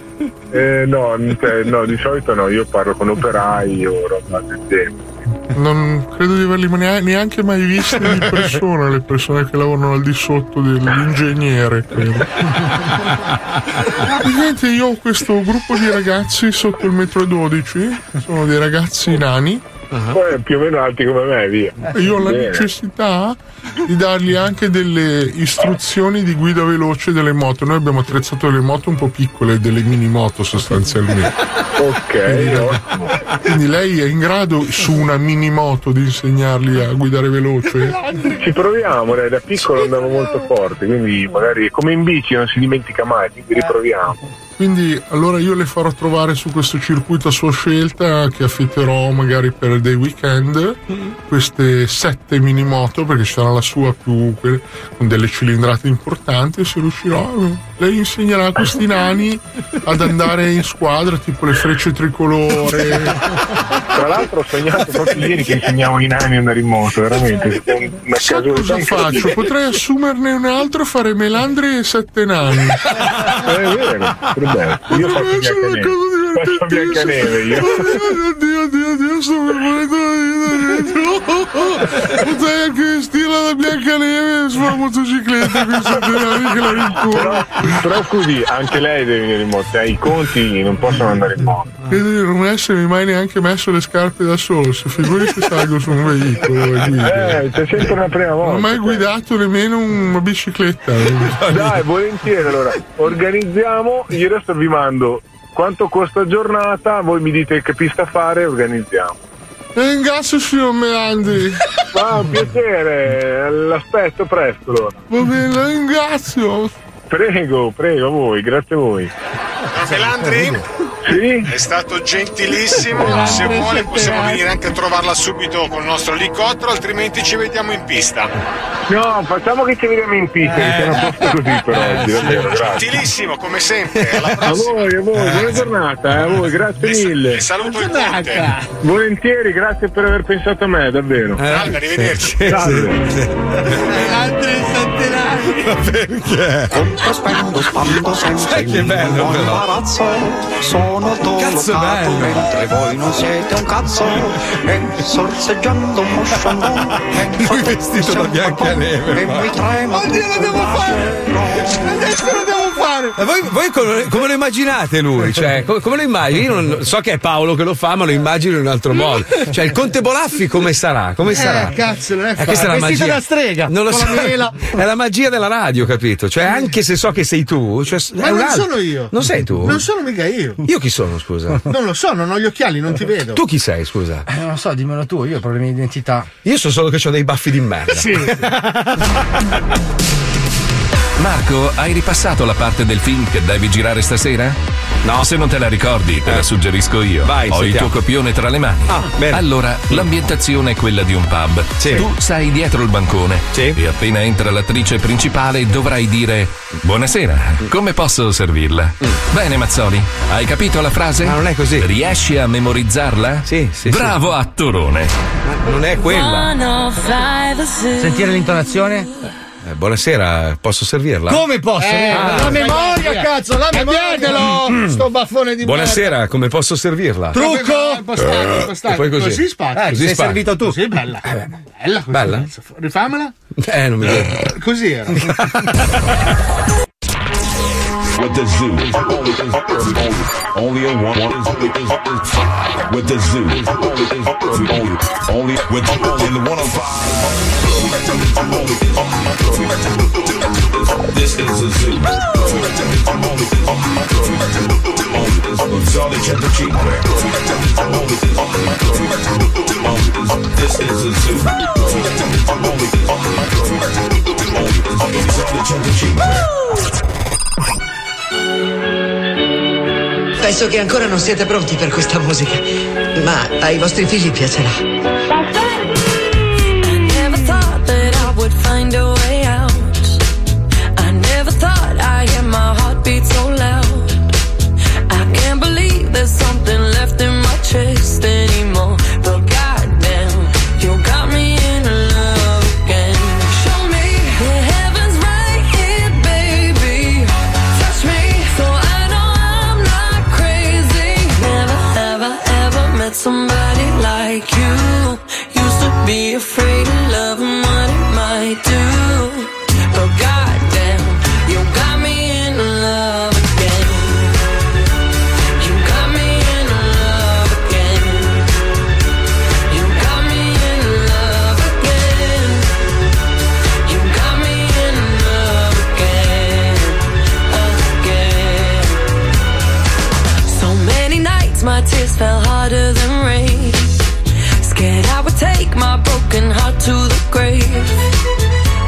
Eh, no, n-
cioè,
te- no, di solito no, io parlo con operai o roba del genere.
Non credo di averli nea- neanche mai visti di persona, le persone che lavorano al di sotto dell'ingegnere. credo. Praticamente io ho questo gruppo di ragazzi sotto il metro 12, sono dei ragazzi nani.
Poi è più o meno alti come me, via.
Ah. Eh, Io ho la
Bene.
necessità di dargli anche delle istruzioni di guida veloce delle moto. Noi abbiamo attrezzato delle moto un po' piccole, delle mini moto sostanzialmente.
Ok, ottimo.
Quindi lei è in grado su una mini moto di insegnargli a guidare veloce?
Ci proviamo, dai, da piccolo andavo molto forte, quindi magari come in bici non si dimentica mai,
Eh.
quindi riproviamo.
Quindi allora io le farò trovare su questo circuito a sua scelta che affitterò magari per dei weekend
Mm-hmm.
queste sette mini moto perché ci sarà la sua più que- con delle cilindrate importanti e se riuscirò eh, lei insegnerà a questi nani ad andare in squadra tipo le frecce tricolore
Tra l'altro ho sognato proprio ieri che insegnavo i nani a andare in moto, veramente. è Una casualità
cosa faccio?
incredibile.
Potrei assumerne un altro e fare melandri e sette nani
Eh, È vero, pure bello. Io faccio Biancaneve. Faccio Biancaneve io.
Oddio, oddio, oddio, sto per morire Potrei anche vestire la Biancaneve sulla motocicletta con i satellari che la rincorrono.
Però scusi, anche lei deve venire in moto, eh, i conti non possono andare in moto.
Credo di non essermi mai neanche messo le scarpe da solo, se figuri se salgo su un veicolo e guido.
Eh, c'è sempre una prima volta.
Non ho mai guidato nemmeno una bicicletta.
Dai, volentieri allora. Organizziamo, io adesso vi mando quanto costa giornata, voi mi dite che pista fare, organizziamo.
Ringrazio signor Melandri.
Ma un piacere, l'aspetto presto allora.
Va bene, la ringrazio.
Prego, prego a voi, grazie a voi.
Melandri?
Sì?
È stato gentilissimo. Se vuole possiamo venire anche a trovarla subito col nostro elicottero, altrimenti ci vediamo in pista.
No, facciamo che ci vediamo in pista, che sono a posto così per oggi, davvero, grazie.
Gentilissimo, come sempre. Eh, Alla
A
prossima.
voi, a voi, buona giornata, eh, a voi, grazie mille.
Saluto il conte.
Ah.
Volentieri, grazie per aver pensato a me, davvero.
Eh. Salve, arrivederci.
Salve.
Ma perché? Compro, spendo, spando senza
Sai che
il
bello,
minimo
però?
imbarazzo. Sono
Cazzo
dolocato
bello.
mentre voi non siete un cazzo. E sorseggiando un mosciandone. Lui vestito da biancaneve. E mi trema. Oddio, lo devo fare! Adesso lo devo fare!
Ma Eh, voi, voi come, come lo immaginate lui? Cioè, co- come, lo immagini? Io non, so che è Paolo che lo fa, ma lo immagino in un altro modo. Cioè, il Conte Bolaffi come sarà? Come
Eh,
sarà?
cazzo, non è
Eh, questa è la
facile. Vestito
magia.
da strega.
Non lo
con
so.
la mela.
È la magia della radio, capito? Cioè, anche se so che sei tu, cioè,
Ma
è un
non
altro.
sono io.
Non sei tu?
Non sono mica io.
Io chi sono, scusa?
Non lo so, non ho gli occhiali, non ti vedo.
Tu chi sei, scusa?
Eh, Non lo so, dimmelo tu, io ho problemi di identità.
Io so solo che ho dei baffi di merda.
Marco, hai ripassato la parte del film che devi girare stasera? No, Eh. se non te la ricordi, te la suggerisco io.
Vai,
Ho il
sentiamo.
tuo copione tra le mani.
Ah, bene.
Allora, l'ambientazione è quella di un pub. Tu stai dietro il bancone. E appena entra l'attrice principale dovrai dire Buonasera, come posso servirla? Bene, Mazzoli, hai capito la frase? Mm. Ma non è così. Riesci a memorizzarla? Sì, sì. Bravo attorone.
Non è quella.
Sentire l'intonazione?
Eh, buonasera, posso servirla?
Come posso?
Eh,
Ah,
la
memoria,
cazzo, la memoria. mm.
Cambiatelo, Sto baffone di
Mm. Buonasera, come posso servirla?
Trucco!
Eh, e poi così.
Così spacca.
Eh, così spacca.
tu. Sì, bella. Bella. questa
Bella?
cazzo. Rifamela.
Eh, non mi vedo.
Così era.
With the zoo. Only a one with the zoo. Only with only the one on five. This is a zoo. Jolly cheddar cheek. This is a zoo. Jolly cheddar
Penso che ancora non siete pronti per questa musica, ma ai vostri figli piacerà.
I never thought that I would find a way out. I never thought I hear my heartbeat so loud. I can't believe there's something left in my chest anymore. But goddamn, you got me in love again. Show me the heavens right here, baby. Touch me so I know I'm not crazy. Never, ever, ever met somebody like you. fell harder than rain. Scared I would take my broken heart to the grave.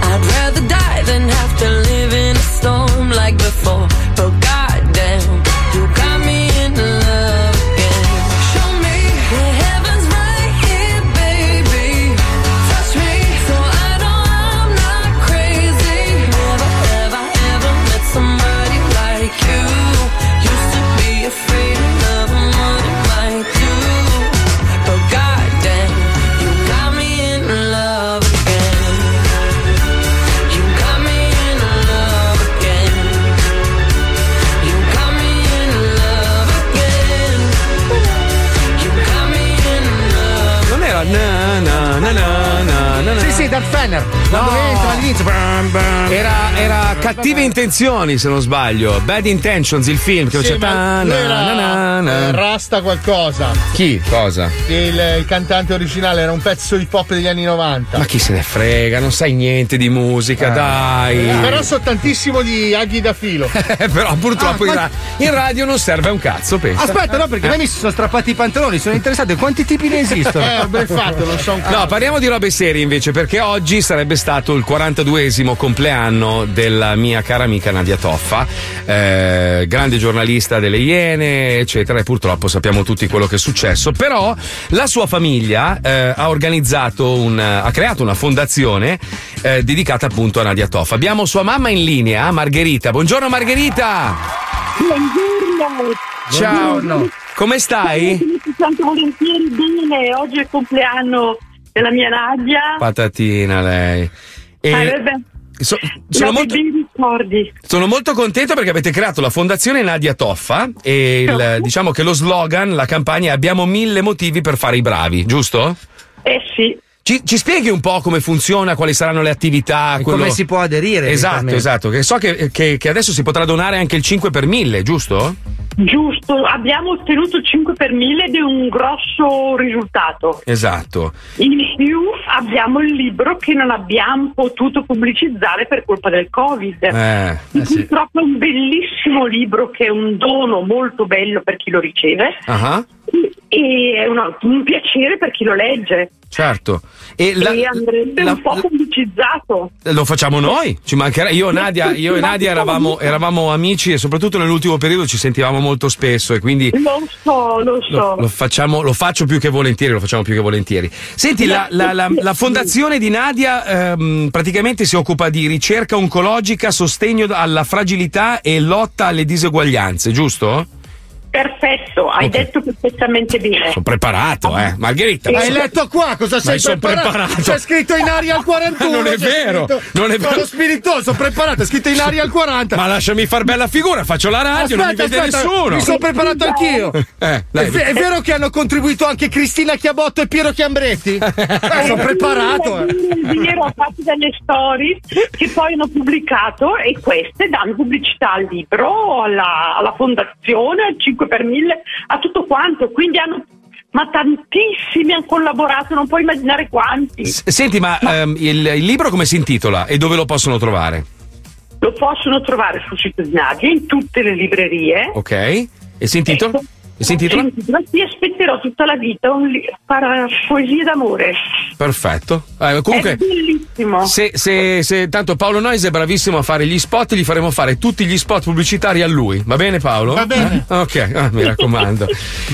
I'd rather die than have to live in a storm like before. But goddamn, you got me in love again. Show me the heavens right here, baby. Touch me so I know I'm not crazy. Never have I ever met somebody like you. Used to be afraid of love and what it might do. But Oh, goddamn, you got me in love again. You got me in love again. You got me in love again. You got me in love.
Non era na na na na na na na.
Sì, sì, Dark Fenner. Quando entra all'inizio. bam, bam.
Era, era Ah, Cattive intenzioni, se non sbaglio. Bad Intentions, il film che
Sì,
c'è.
ma
ta-
lui
na-
era,
na- na- na.
eh, Rasta qualcosa.
Chi? Cosa?
Il, il cantante originale era un pezzo hip hop degli anni 90.
Ma chi se ne frega? Non sai niente di musica, dai.
Però so tantissimo di aghi da filo.
Eh, però purtroppo
Ah,
in,
ma-
ra- in radio non serve un cazzo, pensa. Eh.
Aspetta, no, perché a me mi si sono strappati i pantaloni. Sono interessato a quanti tipi ne esistono.
Eh, No, parliamo di robe serie invece, perché oggi sarebbe stato il 42esimo compleanno della mia cara amica Nadia Toffa, eh, grande giornalista delle Iene, eccetera, e purtroppo sappiamo tutti quello che è successo, però la sua famiglia eh, ha organizzato un ha creato una fondazione eh, dedicata appunto a Nadia Toffa. Abbiamo sua mamma in linea, Margherita. Buongiorno Margherita.
Buongiorno.
Ciao. Come stai?
Tanto volentieri bene, oggi è il compleanno della mia Nadia.
Patatina lei. E-
Ah, vabbè.
So- sono,
Ma
molto,
dei bei ricordi.
sono molto contento perché avete creato la fondazione Nadia Toffa e il- diciamo che lo slogan, la campagna è abbiamo mille motivi per fare i bravi, giusto?
Eh sì.
Ci, ci spieghi un po' come funziona, quali saranno le attività?
come si può aderire,
Esatto,
eventualmente.
esatto. Che so che, che- che adesso si potrà donare anche il 5 per 1000, giusto?
Giusto, abbiamo ottenuto il 5 per 1000 ed è un grosso risultato.
Esatto.
In più abbiamo il libro che non abbiamo potuto pubblicizzare per colpa del Covid.
Eh,
Purtroppo è un bellissimo libro che è un dono molto bello per chi lo riceve
Ah,
e è una- un piacere per chi lo legge.
certo. E la-
E andrebbe un po' pubblicizzato.
Lo facciamo noi, ci mancherà. Io, Nadia, io e Nadia eravamo, eravamo amici e soprattutto nell'ultimo periodo ci sentivamo molto spesso e quindi
Lo so, lo so.
lo, lo facciamo, lo faccio più che volentieri, lo facciamo più che volentieri. Senti, la, la- la- la fondazione di Nadia ehm, praticamente si occupa di ricerca oncologica, sostegno alla fragilità e lotta alle diseguaglianze, giusto?
Perfetto, hai detto perfettamente bene.
Sono preparato, eh. Margherita.
Hai
ma sono-
letto
qua cosa
Ma
sei
sono
preparato?
preparato.
C'è scritto in aria al 41.
Cioè, Non è
c'è
vero,
scritto-
non è vero.
Sono spiritoso, preparato, è scritto in aria al 40.
Ma lasciami far bella figura, faccio la radio, non mi
Aspetta,
vede
aspetta,
nessuno.
mi sono preparato anch'io.
Eh,
È,
dai,
ve- è vero che hanno contribuito anche Cristina Chiabotto e Piero Chiambretti? Eh, sono preparato. eh.
Il vero ha fatto delle stories che poi hanno pubblicato e queste danno pubblicità al libro, alla, alla fondazione, al 5 per 1000, a tutto quanto. Quindi hanno, ma tantissimi hanno collaborato, non puoi immaginare quanti.
S- Senti, ma ehm, il, il libro come si intitola e dove lo possono trovare?
Lo possono trovare sul sito di Nadia, in tutte le librerie.
Ok? E si intitola? E si intitola?
Ma ti aspetterò tutta la vita un li- para- poesie d'amore.
Perfetto. Eh, comunque,
È bellissimo.
se, se- se- tanto Paolo Noyes è bravissimo a fare gli spot, gli faremo fare tutti gli spot pubblicitari a lui. Va bene, Paolo? Va bene. Ok, ah, mi raccomando.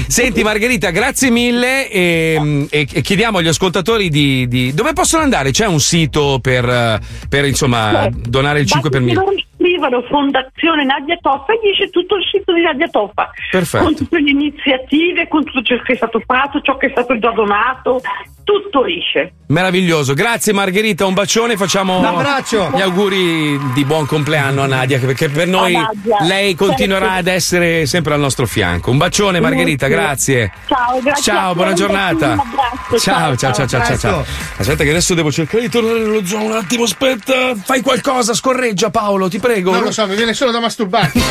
Senti, Margherita, grazie mille. E, e- e chiediamo agli ascoltatori di, di- dove possono andare. C'è un sito per, eh, per, insomma, donare il 5 per 1000.
Loro scrivono Fondazione Nadia Toffa e gli esce tutto il sito di Nadia Toffa.
Perfetto.
Con tutte le iniziative, con tutto ciò che è stato fatto, ciò che è stato già donato, tutto esce.
Meraviglioso, grazie Margherita, un bacione, facciamo
Un abbraccio.
gli auguri di buon compleanno a Nadia, che- perché per noi
A Nadia.
lei continuerà ad
Certo.
essere sempre al nostro fianco. Un bacione Margherita,
Molto.
grazie.
Ciao, grazie.
Ciao,
a
buona
tutti,
giornata.
Un abbraccio.
Ciao, ciao, ciao, ciao, ciao, ciao. Aspetta che adesso devo cercare di tornare nello zoo un attimo, aspetta, fai qualcosa, scorreggia Paolo, ti prego.
Non lo so, mi viene solo da masturbare.
No,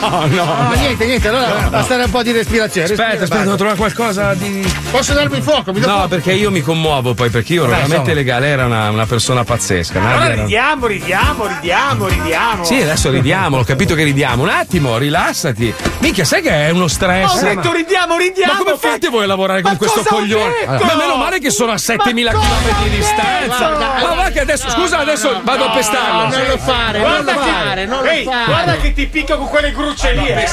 Ah, no,
No, niente, niente, allora
No, no.
basta un po' di respirazione.
Aspetta, aspetta, devo trovare qualcosa di.
Posso darmi fuoco? Mi do
No,
fuoco.
perché io mi mi commuovo poi perché io ero
Vabbè,
veramente
insomma.
legale, era una, una persona pazzesca. Nadia
Allora
era-
ridiamo, ridiamo, ridiamo, ridiamo.
Sì, adesso ridiamo, ho capito che ridiamo. Un attimo, rilassati. Minchia, sai che è uno stress?
Ho detto ridiamo, ridiamo.
Ma come fate voi a lavorare con questo
cosa ho
coglione?
detto?
Ma meno male che sono a 7000
cosa
km di distanza.
detto?
Ma va che adesso, scusa, adesso vado a pestarlo.
no, non lo fare,
Guarda
non lo
che-
fare, non lo
Ehi,
fare.
Guarda che ti picco con quelle grucce lì. eh.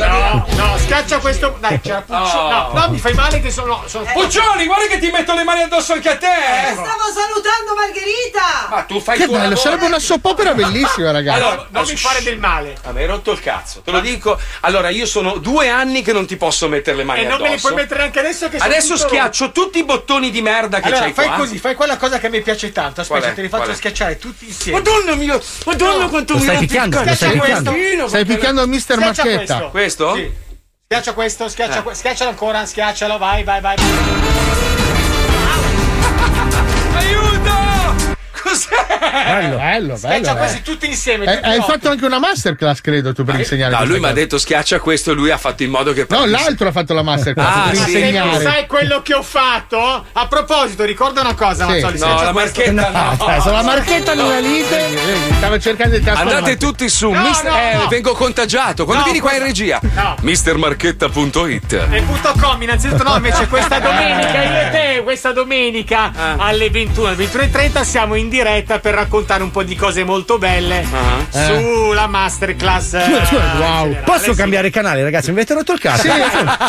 No, no, schiaccia questo. Dai, c'era Puccio. No, no, mi fai male che sono. sono...
Eh, Puccioni, guarda che ti metto le mani addosso anche a te. eh.
Stavo salutando Margherita!
Ma tu fai
Che
il tuo
bello,
lavoro.
Eh, sarebbe una soap opera bellissima, ragazzi.
Allora, non Ah, mi fare del male. A me hai rotto il cazzo, te lo dico. Allora, io sono due anni che non ti posso mettere le mani
E non me li
addosso.
puoi mettere anche adesso che sono
Adesso
tutto-
schiaccio tutti i bottoni di merda che
Allora,
c'hai
fai
qua. eh.
così, fai quella cosa che mi piace tanto. Aspetta,
Qual è?
te li
Qual
faccio
è?
schiacciare tutti insieme.
Madonna mio, madonna quanto
Lo
mi
stai
rompi il
picchiando, lo
cazzo.
stai
Schiaccia
picchiando.
questo.
Stai picchiando il mister
Schiaccia
Marchetta.
Questo?
Sì. Schiaccia questo, schiaccia
Eh.
questo, schiaccialo ancora, schiaccialo, vai, vai, vai. Aiuto! Cos'è?
Bello, bello,
Schiaccia
bello,
quasi
eh.
tutti insieme.
Eh,
tutti
hai
no.
fatto anche una masterclass, credo, tu per insegnare.
No, lui mi
questa
ha detto schiaccia questo e lui ha fatto in modo che...
cosa. No, l'altro ha fatto la masterclass
Ah,
per
sì.
Ma
insegnare.
sai quello che ho fatto? A proposito, ricorda una cosa,
Sì.
Mazzoli,
No,
schiaccia
la
questo.
marchetta no. No, adesso la marchetta non la lite. Stavo cercando il tasto.
Andate
davanti.
tutti su
No,
mister...
no,
eh,
no.
vengo contagiato. Quando
No,
vieni qua in
questo-
regia.
No.
Mistermarchetta.it
Eh,
E punto com, innanzitutto no, invece questa domenica, io e te, questa domenica
Eh.
alle 21, alle 21.30 siamo in diretta per raccontare un po' di cose molto belle
Eh.
sulla masterclass. eh,
Ah. Wow. Posso cambiare canale, ragazzi? Mi avete rotto il cazzo.
Sì,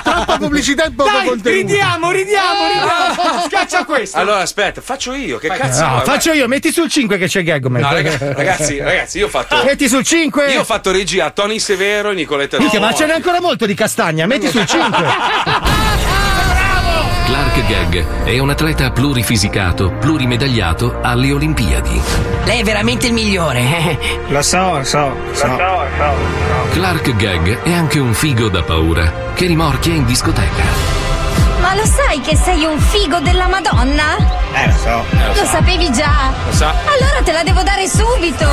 troppa pubblicità e poco
Dai, ridiamo, ridiamo, ridiamo. Schiaccia questo.
Allora aspetta, faccio io. Che cazzo?
No,
vuoi?
faccio io, metti sul 5 che c'è Gaggoman.
No, raga- ragazzi, ragazzi, io ho fatto.
Metti sul 5.
Io ho fatto regia a Tony Severo e Nicoletta
Minchia, ma
Romano.
ce n'è ancora molto di castagna, metti sul 5.
Clark Gag è un atleta plurifisicato, plurimedagliato alle Olimpiadi.
Lei è veramente il migliore. Lo so, so, so.
Clark Gag è anche un figo da paura che rimorchia in discoteca.
Ma lo sai che sei un figo della Madonna?
Eh, lo so.
Lo sapevi già?
Lo sa. Ah,
Allora te la devo dare subito!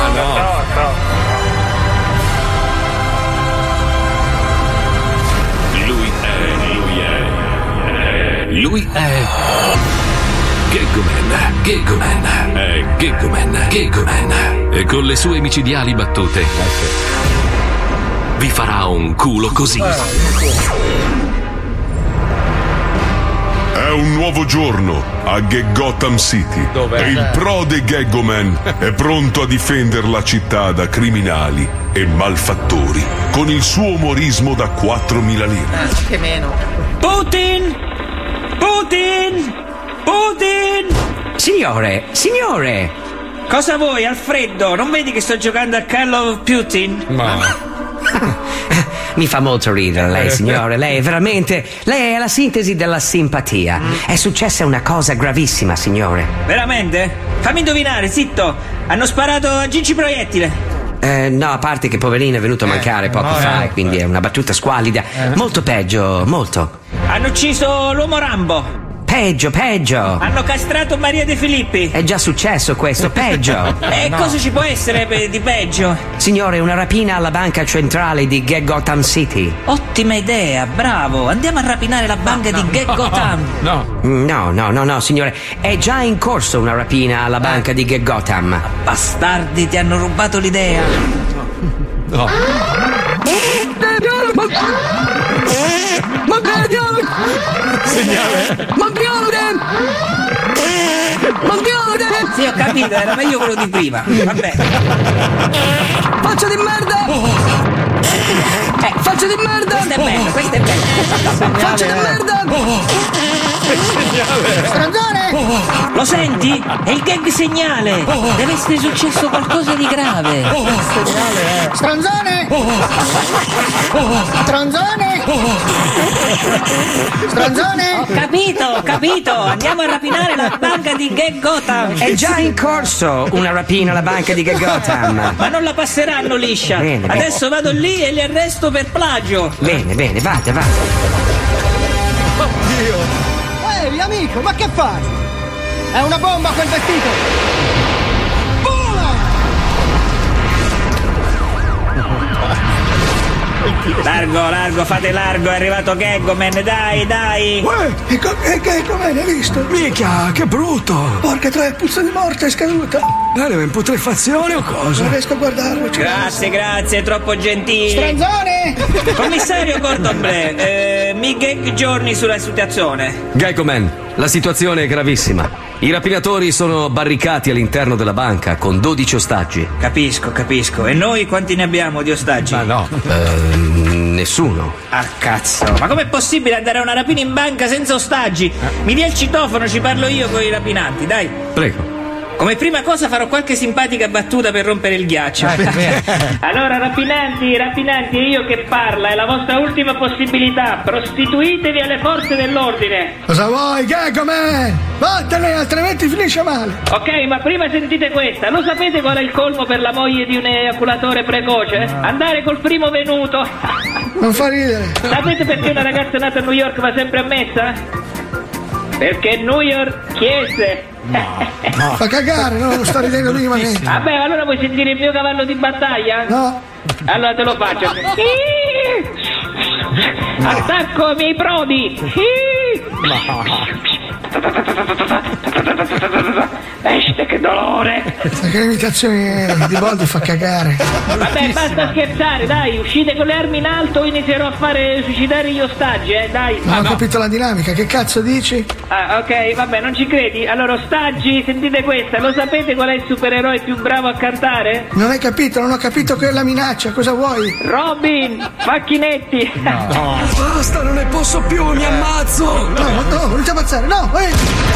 Lui è. Lui è. Lui è. Gaggoman, Gaggoman, è Gaggoman, Gaggoman. E Eh, con le sue micidiali battute vi farà un culo così.
È un nuovo giorno a Gag Gotham City e il prode Gaggoman è pronto a difendere la città da criminali e malfattori con il suo umorismo da 4.000 lire.
Eh, Che meno. Putin! Putin! Putin!
Signore, signore! Cosa vuoi, Alfredo? Non vedi che sto giocando a Call of Putin? Mi fa molto ridere
Eh.
lei, signore. Lei è veramente. Lei è la sintesi della simpatia.
Mm.
È successa una cosa gravissima, signore.
Veramente? Fammi indovinare, zitto! Hanno sparato a Gigi Proiettile!
Eh, no, a parte che poverino è venuto a mancare poco
no,
fa,
eh.
quindi è una battuta squallida. Molto peggio, molto.
Hanno ucciso l'uomo Rambo!
Peggio, peggio.
Hanno castrato Maria De Filippi!
È già successo questo, peggio.
E cosa ci può essere pe- di peggio?
Signore, una rapina alla banca centrale di Gag Gotham City.
Ottima idea, bravo! Andiamo a rapinare la banca di Gecko Gotham!
No. No, no, no, no, signore. È già in corso una rapina alla banca di Gag Gotham.
Bastardi, ti hanno rubato l'idea!
No.
Signore! Sì, ho capito, era meglio quello di prima. Vabbè.
Faccio di merda! Eh, faccio di merda! Questo è bello, questo è bello! Faccio di merda!
Oh, Stronzone! oh. Lo senti? È il gag
Oh,
segnale! Deve essere successo qualcosa di grave! Oh,
Stronzone! Oh, Stronzone! oh.
Stronzone! Ho capito, ho capito! Andiamo a rapinare la banca di Gag Gotham!
È già in corso una rapina alla banca di Gag Gotham.
Ma non la passeranno liscia!
Bene, bene.
Adesso vado lì e li arresto per plagio!
Bene, bene, vada, vada.
Oddio!
Ehi, amico, ma che fai? È una bomba quel vestito!
Vola!
Il
Largo, largo, fate largo, è arrivato Gaggoman, dai, dai!
Uè, e, co- e che com'è, l'hai visto? Micchia, che brutto! Porca troia, puzza di morte, è scaduta! Dai, in putrefazione o cosa? Non riesco a guardarlo, cioè. ci
Grazie, grazie, troppo gentili. Commissario Gordon Bleu, eh, mi gag giorni sulla situazione.
Geicoman, la situazione è gravissima. I rapinatori sono barricati all'interno della banca con 12 ostaggi.
Capisco, capisco. E noi quanti ne abbiamo di ostaggi? Ma no.
Eh,
nessuno.
Ah, cazzo. Ma com'è possibile andare a una rapina in banca senza ostaggi? Mi dia il citofono, ci parlo io con i rapinanti, dai.
Prego.
Come prima cosa farò qualche simpatica battuta per rompere il ghiaccio.
Certo.
allora, rapinanti, rapinanti, è io che parla, è la vostra ultima possibilità. Prostituitevi alle forze dell'ordine.
Cosa vuoi, Gagoman? Vattene, altrimenti finisce male!
Ok, ma prima sentite questa. Lo sapete qual è il colmo per la moglie di un eiaculatore precoce?
Ah.
Andare col primo venuto.
Non fa ridere!
Sapete perché una ragazza nata a New York va sempre a messa? Perché New York chiese.
Fa cagare, no? Non sta ridendo minimamente!
Vabbè, allora vuoi sentire il mio cavallo di battaglia?
No.
Allora te lo faccio. Attacco i miei prodi. Esce che dolore.
Ma Che imitazione di Bondi fa cagare!
Vabbè, basta scherzare, dai, uscite con le armi in alto o inizierò a fare suicidare gli ostaggi, eh, dai.
Non ho capito la dinamica, che cazzo dici?
Ah, ok, vabbè, non ci credi. Allora, ostaggi, sentite questa, lo sapete qual è il supereroe più bravo a cantare?
Non hai capito, non ho capito che è la minaccia, cosa vuoi?
Robin, macchinetti.
Basta, non ne posso più, mi ammazzo! Eh. No, no, non ti ammazzare, no!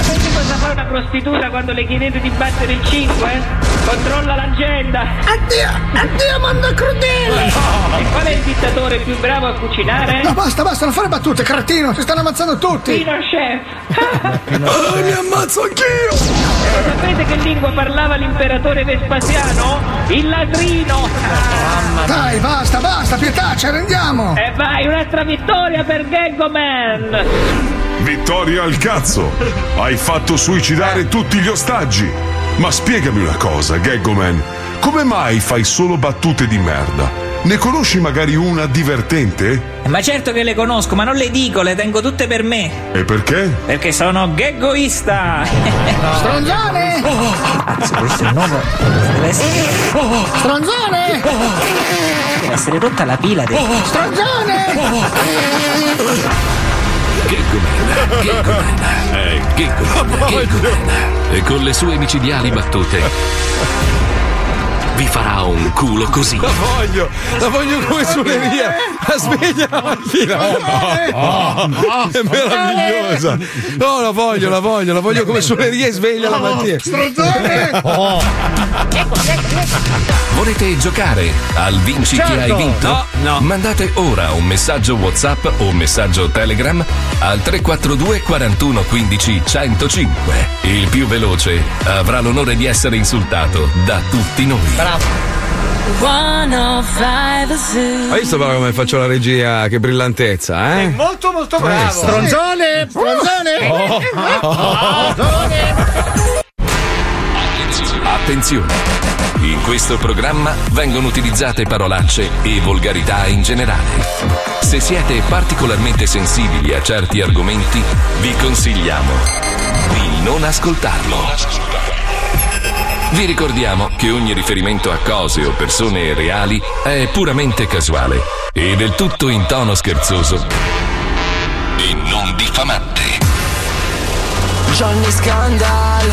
Sapete cosa fa una prostituta quando le chiedete di battere il 5? Controlla l'agenda! Addio! Addio mondo crudele! E qual è il dittatore più bravo a cucinare?
No, basta, basta, non fare battute, cretino, si stanno ammazzando tutti!
Pino Chef!
Ah, mi ammazzo anch'io!
Lo Eh, sapete che lingua parlava l'imperatore Vespasiano? Il latrino!
Dai, basta, basta, pietà, ci rendiamo!
E vai, un'altra vittoria per Gaggoman!
Vittoria al cazzo! Hai fatto suicidare tutti gli ostaggi! Ma spiegami una cosa, Gaggoman, come mai fai solo battute di merda? Ne conosci magari una divertente?
Ma certo che le conosco, ma non le dico, le tengo tutte per me.
E perché?
Perché sono gaggoista!
Stronzone!
Cazzo, questo è il nome. Deve essere.
Stronzone!
Deve essere rotta la pila del.
Oh,
Stronzone!
Gaggoman, Gaggoman, eh, Gaggoman, Gaggoman. E con le sue micidiali battute vi farà un culo così.
La voglio, la voglio come sulle vie. La sveglia la mattina. Oh, oh, oh, è meravigliosa. No, la voglio, la voglio, la voglio come sulle vie sveglia la mattina.
Oh. Volete giocare al Vinci chi hai
Certo.
vinto?
No,
Mandate ora un messaggio WhatsApp o un messaggio Telegram al 342 41 15 105. Il più veloce avrà l'onore di essere insultato da tutti noi.
oh
Hai visto però come faccio la regia? Che brillantezza, eh?
Molto, molto bravo.
Stronzone! Stronzone!
Oh.
Attenzione! In questo programma vengono utilizzate parolacce e volgarità in generale. Se siete particolarmente sensibili a certi argomenti, vi consigliamo di non ascoltarlo. Vi ricordiamo che ogni riferimento a cose o persone reali è puramente casuale e del tutto in tono scherzoso e non diffamante.
Johnny Scandal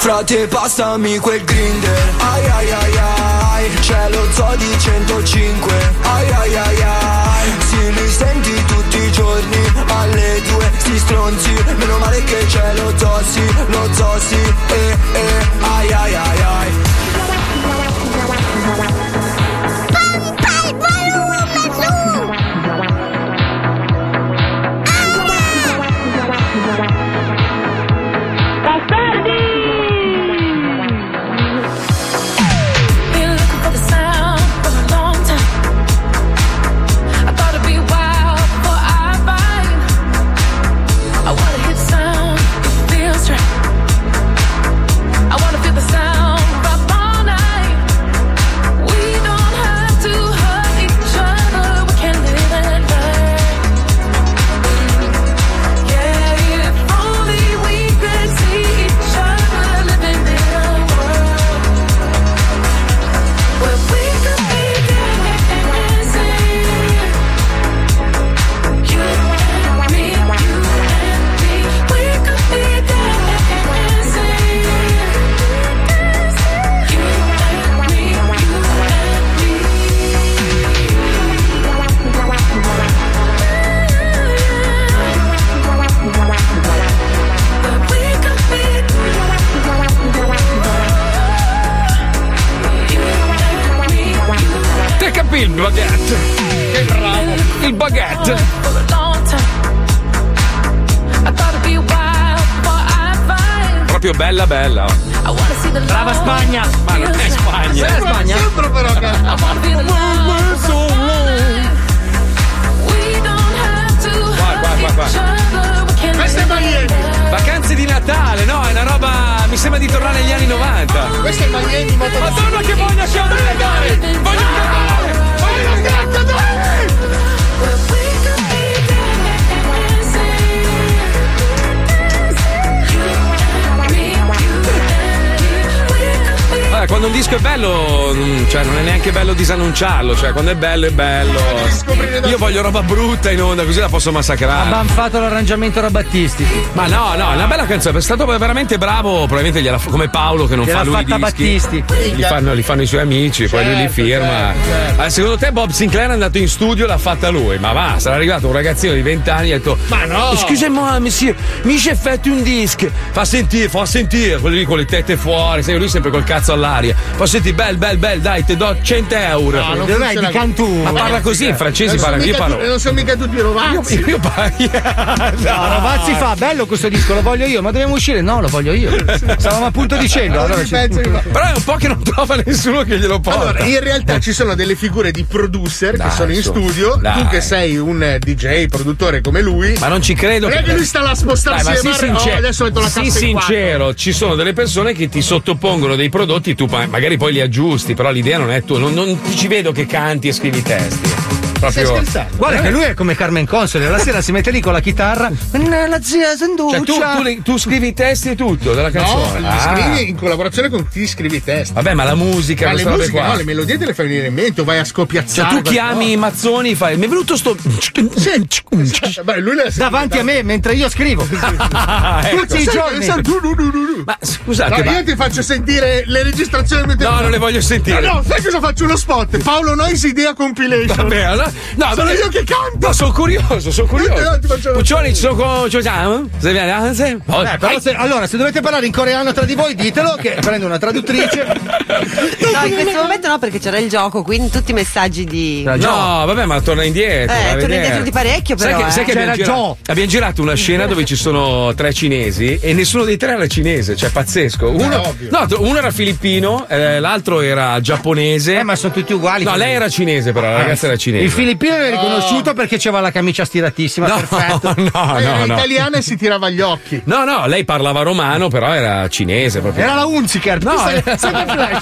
Frate passami quel grinder Ai ai ai ai C'è lo zoo di 105 Ai ai ai ai Si li senti tutti i giorni Alle due si stronzi Meno male che c'è lo zoo sì Lo zoo sì eh, eh, Ai ai ai ai
Been looking for the sound for a long time.
baguette. Che bravo. Il baguette. Proprio bella bella.
Brava Spagna!
Ma non è Spagna.
Sembra- sembra però che-
Qua, qua, qua.
Questa è Miami.
Vacanze di Natale, no? È una roba. Mi sembra di tornare agli anni 90.
Questa è Miami Madonna
che voglia che ho da cantare! Voglio
cantare! Voglio cantare!
Guarda, quando un disco è bello, mm, cioè non è neanche bello disannunciarlo, cioè quando è bello è bello. Io voglio roba brutta in onda, così la posso
Ha
massacrare.
banfato l'arrangiamento Rabattisti.
Ma no, no, è una bella canzone, è stato veramente bravo, probabilmente gliela, fa- come Paolo che non
Gliel'ha
fa lui i
fatta
dischi.
Battisti.
Li fanno, li fanno i suoi amici, poi
Certo,
lui li firma. Ah, secondo te Bob Sinclair è andato in studio e l'ha fatta lui, ma va, sarà arrivato un ragazzino di 20 anni e ha detto
Ma no!
Scusa, monsieur, mi c'è fatto un disc. Fa sentire, fa sentire, quelli lì con le tette fuori, sai, lui sempre col cazzo all'aria. Fa sentire, bel, bel, bel, dai, te do 100 euro.
No, non funziona così.
Ma parla così, in francese
Non sono
parla, io
mica
parlo.
tu- Non sono mica tutti i rovazzi. Io,
No, Rovazzi fa bello questo disco, lo voglio io, ma dobbiamo uscire? No, lo voglio io. Stavamo appunto dicendo. Allora ci-
Però è un po' che non trova nessuno che glielo porta. Eh.
Allora, in realtà ci sono delle figure di producer
Dai,
che sono in
su,
studio.
dai.
Tu che sei un eh, DJ, produttore come lui.
Ma non ci credo.
Non è che lui sta là a
Dai,
spostarsi
ma
e
sii
fare-
sincero,
oh, adesso metto la
sii
cassa in
sincero, ci sono delle persone che ti sottopongono dei prodotti, tu pa- magari poi li aggiusti, però l'idea non è tua. Non, non ci vedo che canti e scrivi testi. eh. Proprio.
Guarda che lui è come Carmen Console, la sera si mette lì con la chitarra. Cioè, La zia Sanduccia.
Cioè, tu, tu le- tu scrivi i testi e tutto della
No,
canzone.
li
Ah.
scrivi in collaborazione con chi scrive i testi.
Vabbè, ma la musica,
Ma le
queste robe
musiche,
qua.
no, le melodie te le fai venire in mente, o vai a
Cioè,
scopiazzare.
tu
qualcosa.
chiami Mazzoni, fai. Mi è venuto sto.
Cioè,
Davanti a me mentre io scrivo.
Ah, ecco.
Tutti i giorni.
Ma scusate,
No,
ma-
io ti faccio sentire le registrazioni mentre-
No, non le voglio sentire.
No, no, sai cosa faccio? Uno spot. Paolo Nois Idea Compilation.
Vabbè, allora- no,
Sono
vabbè.
io che canto.
No, sono curioso, sono
No, ti faccio-
curioso. Puccioni, ci sono con. ci siamo? Se viene, ah, anzi?
Eh, però se- allora, se dovete parlare in coreano tra di voi, ditelo che prendo una traduttrice.
No, in questo momento no, perché c'era il gioco, quindi tutti i messaggi di.
No, vabbè, ma torna indietro.
Eh,
va a
torna
vedere.
indietro di parecchio,
Sai
però,
che,
eh.
sai che
C'era
abbiamo, girato,
Joe.
abbiamo girato una scena dove ci sono tre cinesi e nessuno dei tre era cinese, cioè pazzesco. Uno, no, t- uno era filippino, eh, l'altro era giapponese. Eh, ma
sono tutti uguali.
No, lei era cinese,
Ah.
però la ragazza era cinese.
Il filippino l'hai riconosciuto perché c'aveva la camicia stiratissima.
No,
perfetto.
no,
Era
no, no.
italiana e Eh, si tirava gli occhi.
No, no, lei parlava romano, però era cinese proprio.
Era la Unziker.
No, eh.
No, sai,
era-
sai che flash?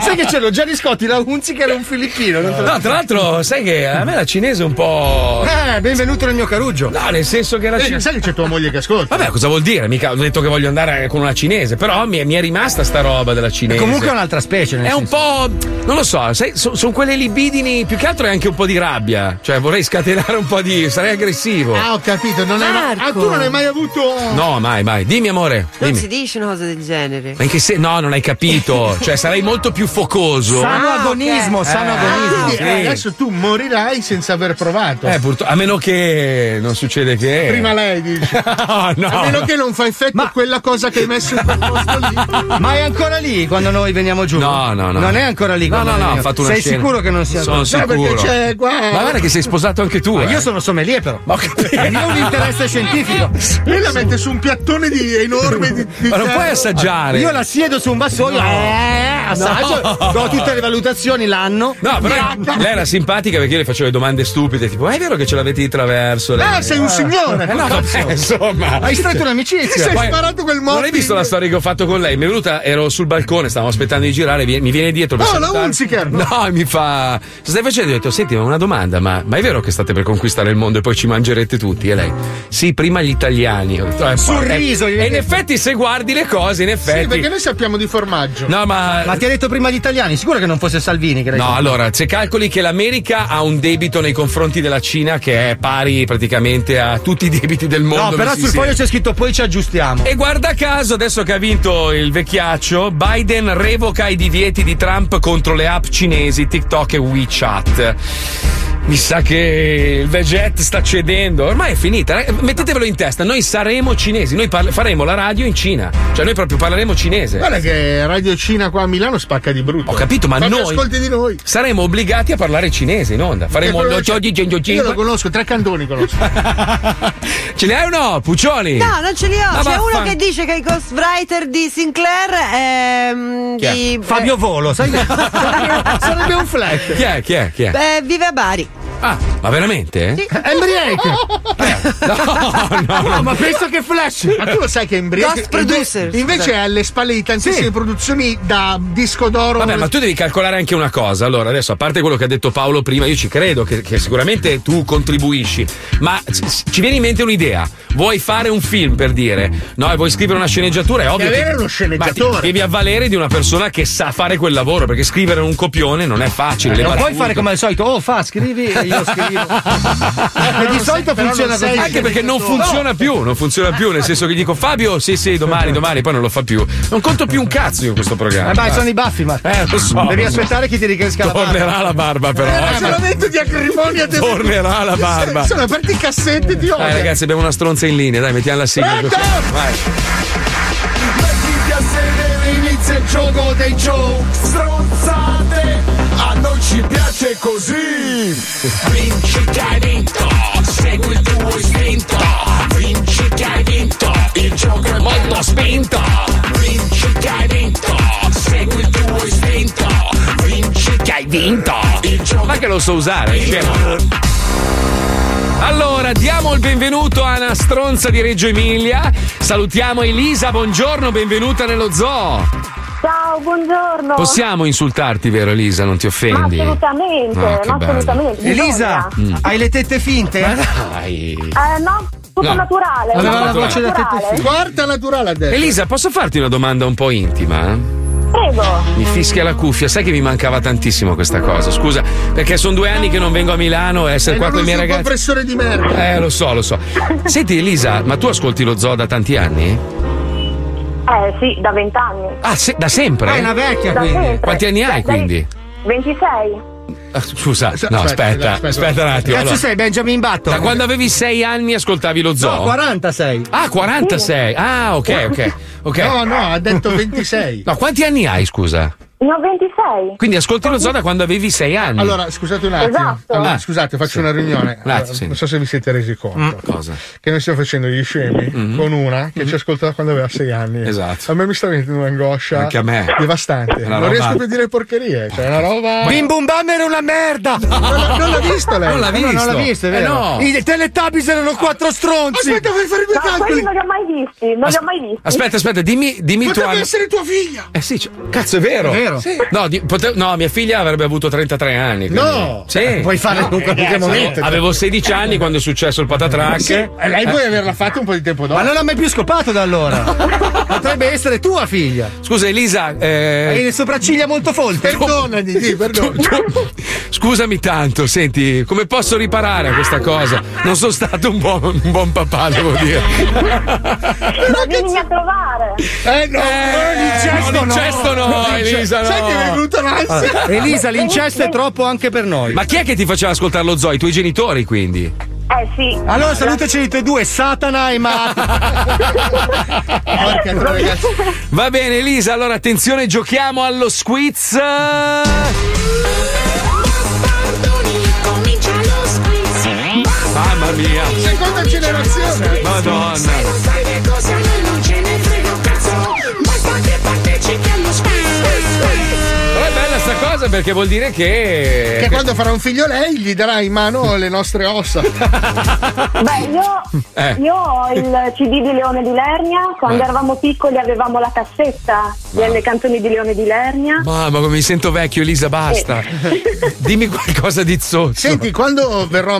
sai che c'è lo Gianni Scotti, la Unziker è un filippino. non te la-
No, tra l'altro, sai che a me la cinese è un po'.
Eh, benvenuto nel mio caruggio.
No, nel senso che era
Eh,
cinese.
sai che c'è tua moglie che ascolta.
Vabbè, Eh, cosa vuol dire? Mica ho detto che voglio andare con una cinese, però mi è, mi è rimasta sta roba della cinese.
Comunque è un'altra specie. nel
È un po'. non lo so, sono quelle libidini, più che altro è anche un po' di rabbia. Cioè, vorrei scatenare un po' di. sarei aggressivo.
Ah, ho capito. Non hai mai- ah, tu non hai mai avuto.
No, mai, mai. Dimmi, amore.
Non
Dimmi.
si dice una cosa del genere.
Ma in che se. No, non hai capito. Cioè, sarei molto più focoso.
Sano agonismo,
sano
Ah,
agonismo.
quindi, eh, adesso tu morirai senza aver provato.
Eh, purtroppo. A meno che non succede che.
Prima lei dice.
No, no.
A meno che non fa effetto quella cosa che hai messo in quel posto lì.
Ma è ancora lì quando noi veniamo giù?
No, no, no.
Non è ancora lì.
No,
quando
no, no,
noi
ha
veniamo-
fatto una
Sei
scena.
sicuro che non sia
Sono
No, perché
sicuro.
c'è- guarda.
Ma guarda che sei sposato anche tu.
Ma
eh.
io sono sommelier però.
Ma ho capito.
Io ho un interesse scientifico.
Lei la mette su un piattone di enorme di, di
Ma non
ferro.
puoi assaggiare.
Io la siedo su un vassoio,
No.
eh, assaggio,
No.
do tutte le valutazioni l'anno.
No, però
Miracolo.
lei era simpatica perché io le facevo le domande stupide, tipo, "Ma è vero che ce l'avete di traverso?
Ah, sei un signore,
Eh, no,
cazzo.
vabbè, insomma.
Hai stretto un'amicizia.
Ti
Ti sei sparato quel
Non hai
morphing.
visto la storia che ho fatto con lei? Mi è venuta, ero sul balcone, stavamo aspettando di girare, vie- mi viene dietro. per
No, la
salutarmi.
Hunziker.
No, e mi fa. Cosa stai facendo? Io Ho detto, senti, ma una domanda, ma, ma è vero che state per conquistare il mondo e poi ci mangerete tutti? E lei, sì, prima gli italiani. Ho detto, "Eh,
Sorriso,
porca-"
gli-
E in effetti, se guardi le cose, in effetti.
Sì, perché noi sappiamo di formaggio.
No, ma.
Ma ti ha detto prima gli italiani, sicuro che non fosse Salvini che l'hai
No,
detto?
allora, se calcoli che l'America ha un debito nei confronti della Cina che è pari praticamente a tutti i debiti del mondo.
No, però
messi
sul foglio
insieme.
c'è scritto poi ci aggiustiamo.
E guarda caso, adesso che ha vinto il vecchiaccio, Biden revoca i divieti di Trump contro le app cinesi TikTok e WeChat.
Mi sa che il Veget sta cedendo.
Ormai è finita, rag- mettetevelo in testa, noi saremo cinesi, noi parla- faremo la radio in Cina, cioè noi proprio parleremo cinese.
Guarda che Radio Cina qua a Milano spacca di brutto. Ho
eh. capito, ma noi-
ascolti di noi.
Saremo obbligati a parlare cinese in onda. Faremo
Perché
lo
quello- Io lo conosco, tre cantoni conosco.
Ce li hai o no, Puccioli?
No, non ce li ho.
Ma
C'è
vaffan-
uno che dice che i ghostwriter di Sinclair ehm,
Chi è?
di-
Fabio Volo, sai?
Sarebbe un
flash.
Chi è? Chi è? Chi è? Ah.
Eh, vive a Bari.
Ma veramente?
No,
no, no.
ma penso che Flash. Ma tu lo sai che Embriaco
Ghost producer.
Invece è alle spalle di tantissime
Sì.
produzioni da disco d'oro.
Vabbè, ma tu devi calcolare anche una cosa. Allora, adesso, a parte quello che ha detto Paolo prima, io ci credo che, che sicuramente tu contribuisci, ma c- c- ci viene in mente un'idea. Vuoi fare un film, per dire, no? E vuoi scrivere una sceneggiatura, è ovvio.
Devi
che-
avere uno
Ma
sceneggiatore.
ti- devi avvalere di una persona che sa fare quel lavoro, perché scrivere un copione non è facile. le
Eh, non puoi
battute.
fare come al solito, oh fa, scrivi e io scrivo. e di solito funziona così.
Anche perché non funziona più, non funziona più, nel senso che dico Fabio, sì, sì, domani, domani, poi non lo fa più. Non conto più un cazzo io in questo programma.
Eh, dai, sono i baffi, ma
Eh, lo so.
devi aspettare che ti ricresca la barba.
Tornerà la barba, però.
Era
eh, ma-
solamente di acrimonia te-
Tornerà la barba. Eh,
Sono aperti i cassetti di
Dai,
odio.
ragazzi, abbiamo una stronza in linea, dai, mettiamo la sigla.
Pronto?
Vai.
Mettiti a sedere, inizia il gioco dei show. Stronzate, a noi ci piace così. Vinci che hai vinto, segui il tuo istinto. Vinci che hai vinto, il gioco è molto spinto. Vinci che hai vinto, segui il tuo istinto. Vinci che hai vinto, il gioco
Ma che lo so usare, scemo. Allora, diamo il benvenuto a una stronza di Reggio Emilia. Salutiamo Elisa, buongiorno, benvenuta nello zoo.
Ciao, buongiorno.
Possiamo insultarti, vero Elisa? Non ti
Ma
offendi?
assolutamente,
Ah, che
ma
bello.
assolutamente.
Elisa,
bisogna.
hai le tette finte?
Dai.
Eh, no, tutto
No.
naturale.
Aveva
una
la
cosa
voce da
naturale.
Quarta naturale adesso.
Elisa, posso farti una domanda un po' intima?
Prego.
Mi fischia la cuffia, sai che mi mancava tantissimo questa cosa. Scusa, perché sono due anni che non vengo a Milano e essere
E
qua
non
con i miei
usi un
ragazzi.
compressore di merda.
Eh, lo so, lo so. Senti, Elisa, ma tu ascolti lo zoo da tanti anni?
Eh sì, da vent'anni.
Ah, se- da sempre?
Ah, è una vecchia, Da quindi. sempre.
Quanti anni hai,
Dai.
quindi?
26.
Ah, Scusa,
Aspetta,
no, aspetta,
aspetta,
aspetta, un attimo.
Cazzo
allora.
sei Benjamin Button?
Da quando avevi 6 anni ascoltavi lo zoo?
No, 46.
Ah, 46. Ah, ok, ok. ok.
No, no, ha detto 26.
No, quanti anni hai, scusa?
Ne ho 26.
Quindi ascolti lo zoo da quando avevi 6 anni.
Allora, scusate un attimo.
Esatto.
Allora,
Ah.
Scusate, faccio una riunione.
Grazie,
Allora,
Ah, sì. Mm,
non so se vi siete resi conto
Cosa? Mm-hmm.
che noi stiamo facendo gli scemi con una che ci ascoltava quando aveva 6 anni.
Esatto.
A me mi sta venendo un'angoscia
Anche a me.
devastante.
È una
Non
roba-
riesco più a dire porcherie. Cioè, è una roba.
Bim bum bam era una merda!
l'ha- non l'ha visto lei.
Non l'ha
Eh no,
visto!
non l'ha visto, è vero.
I Teletubbies erano quattro stronzi!
Aspetta, vuoi fare i miei
No, quelli
calcoli?
non li ho mai visti, non li ho mai visti.
Aspetta, aspetta, dimmi, dimmi tu.
Potrebbe
Anna.
essere
tua figlia.
Eh sì, c- cazzo, è vero.
È vero.
Sì. No, di- pote- no, mia figlia avrebbe avuto 33 anni. quindi-
No. Eh,
Sì.
Puoi fare in qualunque
Avevo-
momento.
Avevo 16 anni quando è successo il patatrack.
Sì, e Eh, lei puoi averla fatta un po' di tempo
Eh.
dopo.
Ma non l'ha mai più scopato da allora! Potrebbe essere tua figlia!
Eh, Scusa Elisa,
Hai
eh,
le sopracciglia molto folte!
Perdonami, sì, perdonami.
scusami tanto, senti, come posso riparare a questa cosa? Non sono stato un buon, un buon papà, devo dire.
Ma vieni a trovare.
Eh no,
l'incesto no, l'incesto no, Elisa, no.
Ah, Elisa, l'incesto è troppo anche per noi.
Ma chi è che ti faceva ascoltare lo zoo? I tuoi genitori, quindi?
Eh sì.
Allora salutaci i tuoi due, Satana e Matt.
Porca troia, ragazzi.
Va bene, Elisa, allora attenzione, giochiamo allo squiz. Mamma mia.
Seconda generazione.
Madonna.
Sai le cose a noi non ce ne frega un cazzo Basta che partecipi allo spazio
Però è bella sta cosa perché vuol dire che.
Che quando farà un figlio lei gli darà in mano le nostre ossa.
Beh, io,
Eh.
io ho il CD di Leone di Lernia.
Eh.
Quando
Ah.
eravamo piccoli avevamo la cassetta delle canzoni di Leone di Lernia.
Mamma, come mi sento vecchio, Elisa, basta.
Eh.
Dimmi qualcosa di zozzo.
Senti, quando verrò a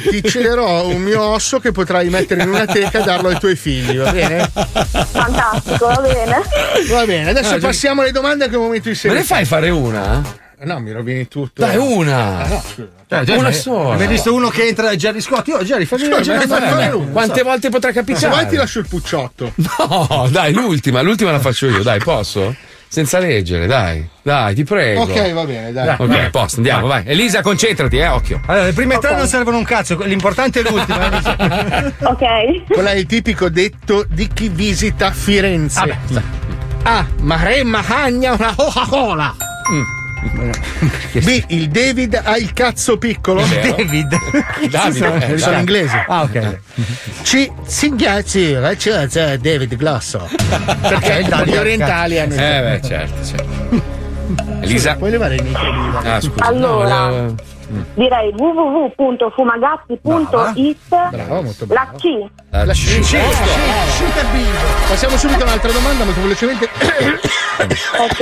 ti celerò un mio osso che potrai mettere in una teca e darlo ai tuoi figli, va bene?
Fantastico, va bene.
Va bene, adesso
No,
passiamo alle domande che momento di
Me
serie.
ne fai fare una?
No, mi rovini tutto.
Dai, una.
Ah, no, scusa.
una
eh,
sola.
Hai visto uno che entra Jerry Scott? Io Jerry faccio
Scusa,
Jerry,
me ne fai
fai-
fare
fai-
una.
Quante volte potrà
Se
capitare?
vuoi ti lascio il pucciotto.
No, dai, l'ultima, l'ultima la faccio io, dai, posso? senza leggere, dai. Dai, ti prego.
Ok, va bene, dai.
Ok, a posto, andiamo, vai. Elisa, concentrati, eh, occhio.
Allora, le prime tre non servono un cazzo, l'importante è l'ultima.
ok. Quello eh. è il tipico detto di chi visita Firenze. A. Maremma cagna una Coca-Cola.
Mm.
B. Il David ha il cazzo piccolo.
È vero. David.
Davide,
Sono-
eh,
sono
dai.
inglese.
Ah, ok. C. Singhiazzi, c'è c'è eh, David Glosso. Perché gli orientali hanno.
Eh, beh, certo, certo. Elisa.
Puoi levare il micro di-
Ah, scusa.
Allora.
No, volevo-
Direi www.fumagazzi.it
Brava, Oh, molto
La C.
La sci-
sci-
Eh, sci-
sci-
sci- Passiamo subito a un'altra domanda molto velocemente.
ok.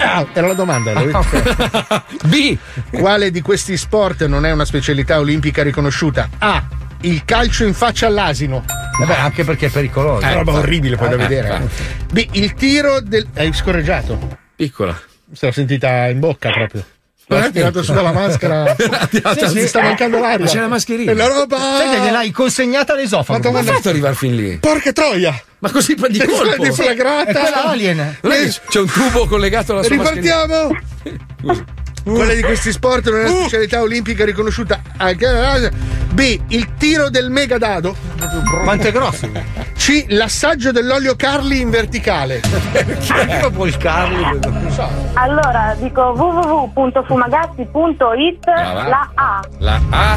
Ah, era la domanda. era-
B.
Quale di questi sport non è una specialità olimpica riconosciuta? A. Il calcio in faccia all'asino.
Vabbè, anche perché è pericoloso.
Una roba
Eh,
orribile poi da
eh,
vedere. B. Il tiro del. Hai scorreggiato?
Piccola.
Se l'ho sentita in bocca proprio. Non hai tirato su dalla maschera.
Sì, sì.
Mi sta mancando l'aria.
Eh, C'è la mascherina.
E la roba.
Sai che gliel'hai consegnata all'esofago.
Madonna. Come ha fatto ad
arrivare fin lì?
Porca troia!
Ma così di colpo?
deflagrata.
È quella alien.
Non è che c'è un tubo collegato alla sua
Ripartiamo! Quale
Uh.
di questi sport non è una specialità olimpica riconosciuta? A- B. Il tiro del megadado.
Quanto è grosso?
C. L'assaggio dell'olio Carli in verticale. Perché
proprio il Carli? Non
Ah, so.
Allora dico www.fumagazzi.it
Brava.
La A.
La A.
Brava,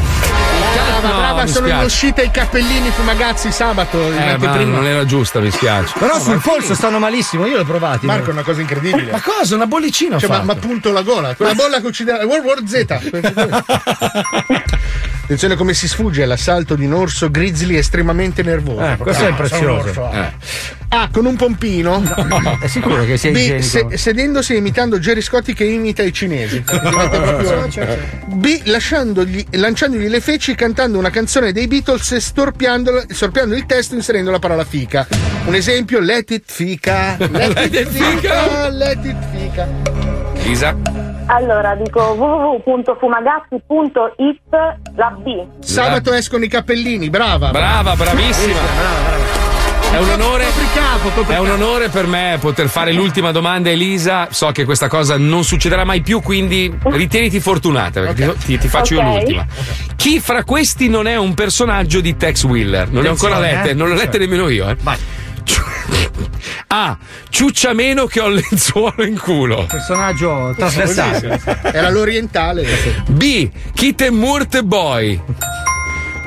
No,
brava,
mi
sono in
spiace.
uscita i cappellini fumagazzi sabato. in
Eh, ma
anteprima.
non era giusta, mi spiace.
Però
No,
sul
ma-
polso stanno malissimo, io l'ho provato.
Marco è una cosa incredibile.
Ma cosa? Una bollicina?
Cioè,
ho
ma,
fatto.
ma punto la gola, quella bolla che ucciderà World War Z. Attenzione come si sfugge all'assalto di un orso grizzly estremamente nervoso.
Eh, questo è
Ah,
prezioso. Eh.
sono un orso. A. Ah, Con un pompino.
è sicuro che sia
B.
igienico?
se- sedendosi e imitando Jerry Scotti che imita i cinesi. Diventa proprio- B. Lasciandogli, lanciandogli le feci cantando una canzone dei Beatles e storpiandola- storpiando il testo inserendo la parola fica. Un esempio, let it fica. Let it fica. Let it fica.
Elisa.
Allora dico www.fumagazzi.it La B.
Sabato escono i cappellini, brava.
Brava, bravissima. È un onore. È un onore per me poter fare l'ultima domanda, Elisa. So che questa cosa non succederà mai più, quindi ritieniti fortunata. Perché ti- ti, ti faccio
Ok.
io l'ultima. Chi fra questi non è un personaggio di Tex Willer? Non le ho ancora
Attenzione,
lette,
eh.
non le ho lette nemmeno io. Eh. A. Ciuccia meno che ho il lenzuolo in culo.
Personaggio trasversale.
Era l'orientale.
B. Kitemurte Boy.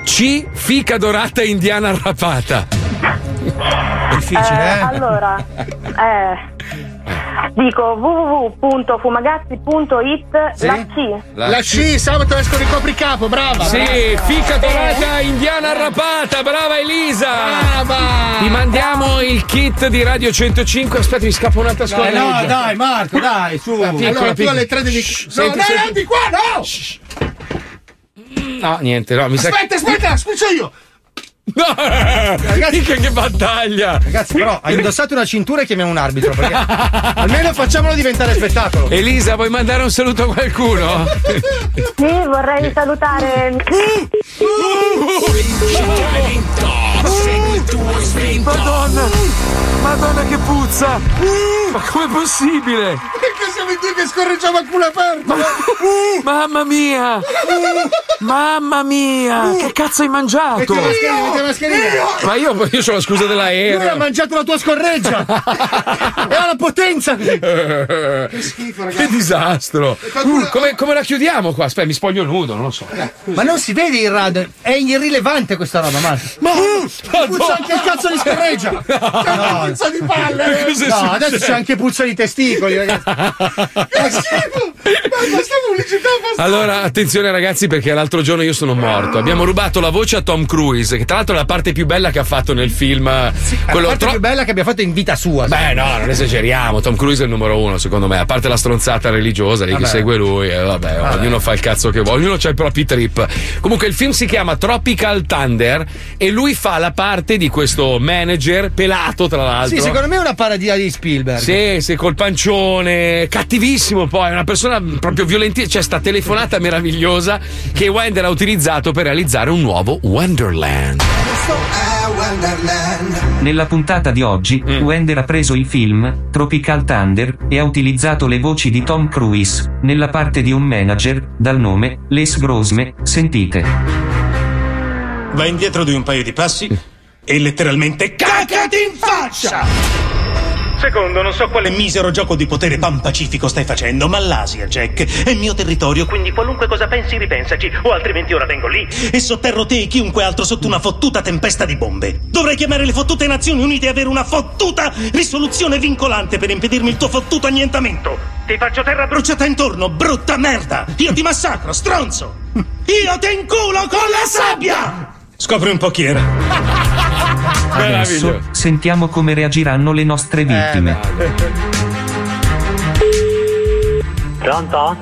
C. Fica dorata indiana arrapata.
Eh, Allora, eh, dico www.fumagazzi.it
Sì?
La C.
La
La C, sabato escono i copricapo, brava.
Sì,
brava.
fica dorata indiana arrapata, brava Elisa!
Brava!
Ti mandiamo il kit di Radio 105. Aspetta, mi scappa un'altra
No,
scuola.
Eh, no, dai, Marco, dai, su.
allora tu alle 3 devi. no,
senti,
no,
senti.
no, di qua, no!
No, niente, no, mi sa
aspetta, aspetta, aspetta io!
No! Ragazzi, che, battaglia!
Ragazzi, però hai indossato una cintura e chiamiamo un arbitro. Perché almeno facciamolo diventare spettacolo.
Elisa, vuoi mandare un saluto a qualcuno?
Sì, vorrei salutare.
Madonna! Madonna che puzza! Ma com'è possibile?
Perché siamo i due che scorreggiamo a culo aperto?
Mamma mia! Mamma mia! Che cazzo hai mangiato?
Metti la mascherina, metti la mascherina!
Ma io, io sono la scusa
Lui ha
dell'aereo.
mangiato la tua scorreggia! e ha la potenza!
Che
schifo,
Che disastro! Uh, come, come la chiudiamo qua? Aspetta, mi spoglio nudo, non lo so.
Ma non si vede il radio, è irrilevante questa roba, Marco. Ma puzza anche il cazzo di scorreggia!
Che puzza di palle!
No, adesso c'è anche puzza di testicoli, ragazzi.
Che schifo! Ma questa pubblicità fa
Allora, attenzione ragazzi, perché l'altro giorno io sono morto. Abbiamo rubato la voce a Tom Cruise, che tra l'altro è la parte più bella che ha fatto nel film. eh,
Quello
Quello
la parte
tro-
più bella che abbia fatto in vita sua.
Beh, no, non esageriamo. Tom Cruise è il numero uno, secondo me. A parte la stronzata religiosa lì che
Vabbè.
segue lui, eh, vabbè, ognuno fa il cazzo che vuole, ognuno ha i propri trip. Comunque, il film si chiama Tropical Thunder e lui fa la parte di questo manager pelato, tra l'altro.
Sì, secondo me è una parodia di Spielberg.
Sì, sì, col pancione, cattivissimo poi, è una persona cosa proprio violentissima, c'è sta telefonata meravigliosa che Wender ha utilizzato per realizzare un nuovo Wonderland.
Nella puntata di oggi,
Mm.
Wender ha preso il film Tropical Thunder e ha utilizzato le voci di Tom Cruise nella parte di un manager dal nome Les Grosme. Sentite.
Vai indietro di un paio di passi e letteralmente cacati in faccia! Secondo, non so quale misero gioco di potere panpacifico stai facendo, ma l'Asia, Jack, è mio territorio, quindi qualunque cosa pensi ripensaci, o altrimenti ora vengo lì e sotterro te e chiunque altro sotto una fottuta tempesta di bombe. Dovrei chiamare le fottute Nazioni Unite e avere una fottuta risoluzione vincolante per impedirmi il tuo fottuto annientamento. Ti faccio terra bruciata intorno, brutta merda! Io ti massacro, stronzo! Io ti inculo con la sabbia! Scopri un po' chi era.
Adesso sentiamo come reagiranno le nostre
Eh,
vittime.
Pronto?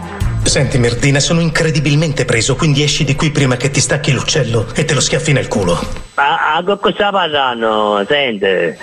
Senti, Merdina, sono incredibilmente preso, quindi esci di qui prima che ti stacchi l'uccello e te lo schiaffi nel culo.
Ma a con cosa parlando? Senti.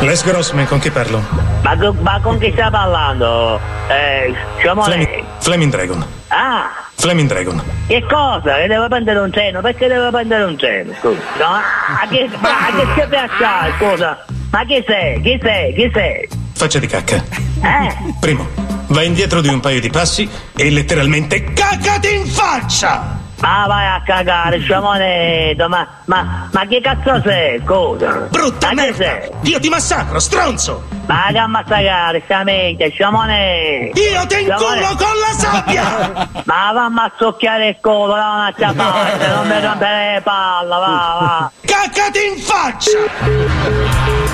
Les Grossman, con chi parlo?
Ma, co- ma con chi sta parlando? Eh, siamo
Flaming,
lei.
Flaming Dragon.
Ah,
Flaming Dragon.
che cosa? Che devo prendere un treno? Perché devo prendere un treno? Scusa. No, a che, ma a che si piaccia, scusa? Ma chi sei? Chi sei? Chi sei?
Faccia di cacca.
Eh?
Primo, vai indietro di un paio di passi e letteralmente cacati in faccia!
Ma vai a cagare, sciamoneto, ma, ma, ma che cazzo sei, scusa?
Brutta
ma chi sei?
Io ti massacro, stronzo!
Ma che ammassacare, sciamente, sciamoneto!
Io ti inculo con la sabbia!
Ma va a succhiare il culo da un'altra parte, non mi rompere le palle, va, va!
Cacati in faccia!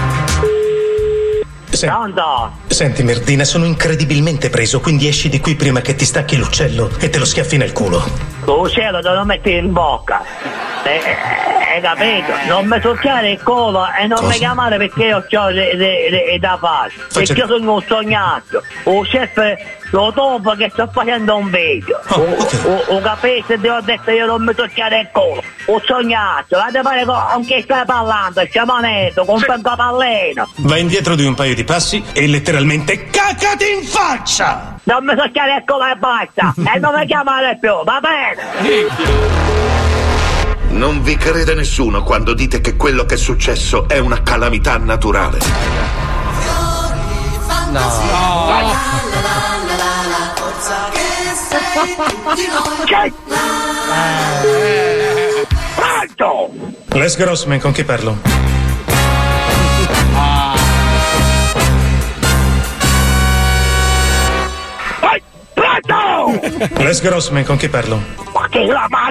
Pronto?
Senti, Merdina, sono incredibilmente preso, quindi esci di qui prima che ti stacchi l'uccello e te lo schiaffi nel culo.
L'uccello te lo metti in bocca. Eh, eh, Hai capito? Non mi succhiare il culo e non mi chiamare perché io ho le- le- le- da fare. Perché io sono un sognato. Un chef lo dopo che sto facendo un video.
Ah,
Ho capito? Ti ho detto io non mi succhiare il culo. Un sognato. Vado a fare co- con chi stai parlando. Siamo netto, con un pallino.
Vai indietro di un paio di passi e letteralmente cacati in faccia!
Non mi succhiare il culo e basta. e non mi chiamare più, va bene?
Non vi crede nessuno quando dite che quello che è successo è una calamità naturale.
Pronto! Les Grossman, con chi parlo?
Pronto!
Les Grossman, con chi parlo?
Ma che la ma...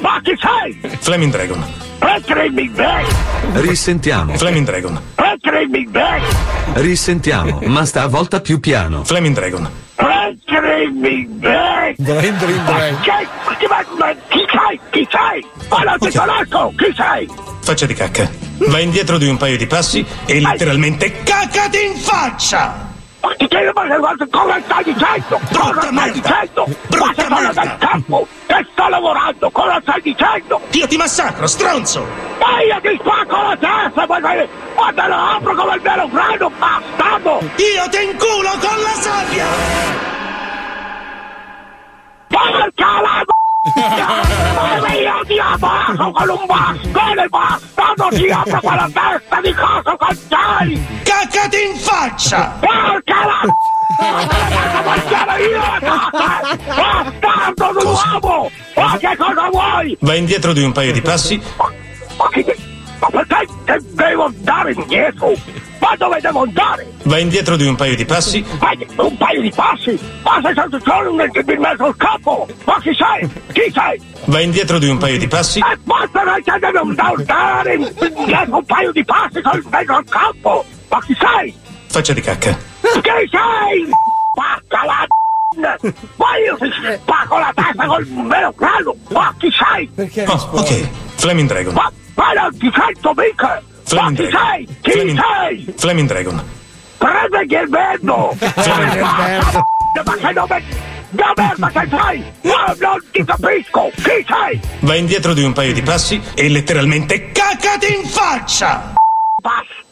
Ma chi sei?
Flaming Dragon.
Prendimi bene!
Risentiamo.
Flaming Dragon.
Prendimi bene!
Risentiamo, ma stavolta più piano.
Flaming Dragon.
Prendimi bene! Ma che... Ma, ma chi sei? Chi sei? Ma non ti conosco! Chi sei?
Faccia di cacca. Vai indietro di un paio di passi e letteralmente cacati in faccia!
Ma ti chiedo ma guarda cosa stai dicendo? Cosa stai dicendo? Ma sei quello del campo! E sto lavorando! Cosa stai dicendo?
Io ti massacro, stronzo!
Ma io ti spacco la testa! Ma, ma, ma te lo apro come il vero grano, bastardo!
Io ti inculo con la sabbia!
Porca la m***a! Ma io ti ammazzo con un bastone, bastardo! Ti apro con la testa di cosa che sei!
Cacati in faccia!
Porca la m***a! Io la testa! Bastardo d'uomo! Ma che cosa vuoi?
Vai indietro di un paio di passi
Ma perché te devo andare indietro? Ma dove devo andare?
Vai indietro di un paio di passi.
Fai un paio di passi? Ma sei stato solo un in mezzo al capo! Ma chi sei? Chi sei?
Vai indietro di un paio di passi.
E basta che devi andare indietro un paio di passi con il mezzo al capo! Ma chi sei?
Faccia di cacca.
Chi sei? Spacca la d***a! Ma io ti spacco la testa col vero crallo! Ma chi sei? Perché?
Oh, ok. Flaming Dragon.
Ma, ma non ti sento mica! Ma
Flaming
chi
Dragon.
sei? Chi sei?
Flaming Dragon.
Prende Gilberto!
Prende
Gilberto! Ma che nome... Da merda che sei! Ma non ti capisco! Chi sei?
Vai indietro di un paio di passi e letteralmente cacati in faccia!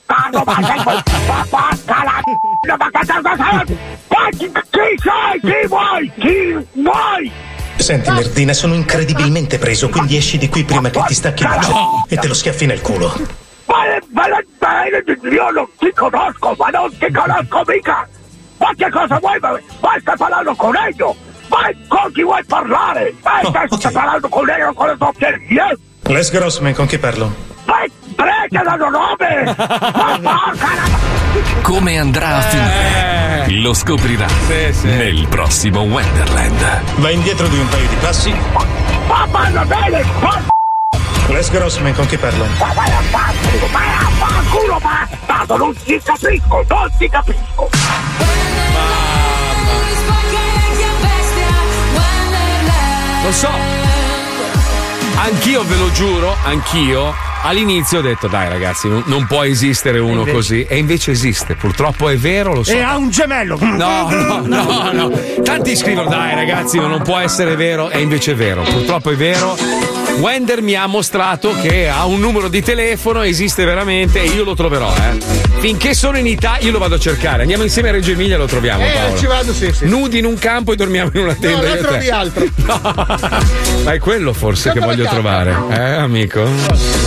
fanno, ma sei quel porca la no, ma che ma chi, chi sei? Chi vuoi? Chi vuoi?
Senti, Nerdina, sono incredibilmente preso, quindi esci di qui prima che ti stacchi l'occhio e te lo schiaffi nel culo.
Ma, ma, ma io non ti conosco, ma non ti conosco mica! Ma che cosa vuoi? Ma, ma stai parlando con Elio! Ma con chi vuoi parlare? Ma stai, stai parlando con Elio con le tue occhiere?
Les Grossman, con chi parlo?
Ma pregalo nome! Ma porca la...
Come andrà a finire? Lo scoprirà nel prossimo Wonderland.
Va indietro di un paio di passi.
Eh. Ma parla bene! Ma
Les Grossman, con chi parlo?
ma vai a fanculo! Ma vai a fanculo! Bastardo! Non ti capisco! Non ti capisco!
Lo so. Anch'io ve lo giuro, anch'io. All'inizio ho detto, dai ragazzi, non, non può esistere uno
invece-
così. E invece esiste, purtroppo è vero, lo so.
E ha un gemello.
No, no, no, no. Tanti scrivono, dai ragazzi, ma non può essere vero. E invece è vero, purtroppo è vero. Wender mi ha mostrato che ha un numero di telefono, esiste veramente e io lo troverò. Eh. Finché sono in Italia, io lo vado a cercare. Andiamo insieme a Reggio Emilia e lo troviamo.
Eh,
Paolo.
ci vado, sì, sì.
Nudi in un campo e dormiamo in una
No,
tenda.
ne
io e te.
trovi altro.
Ma è quello forse che voglio trovare, eh, amico?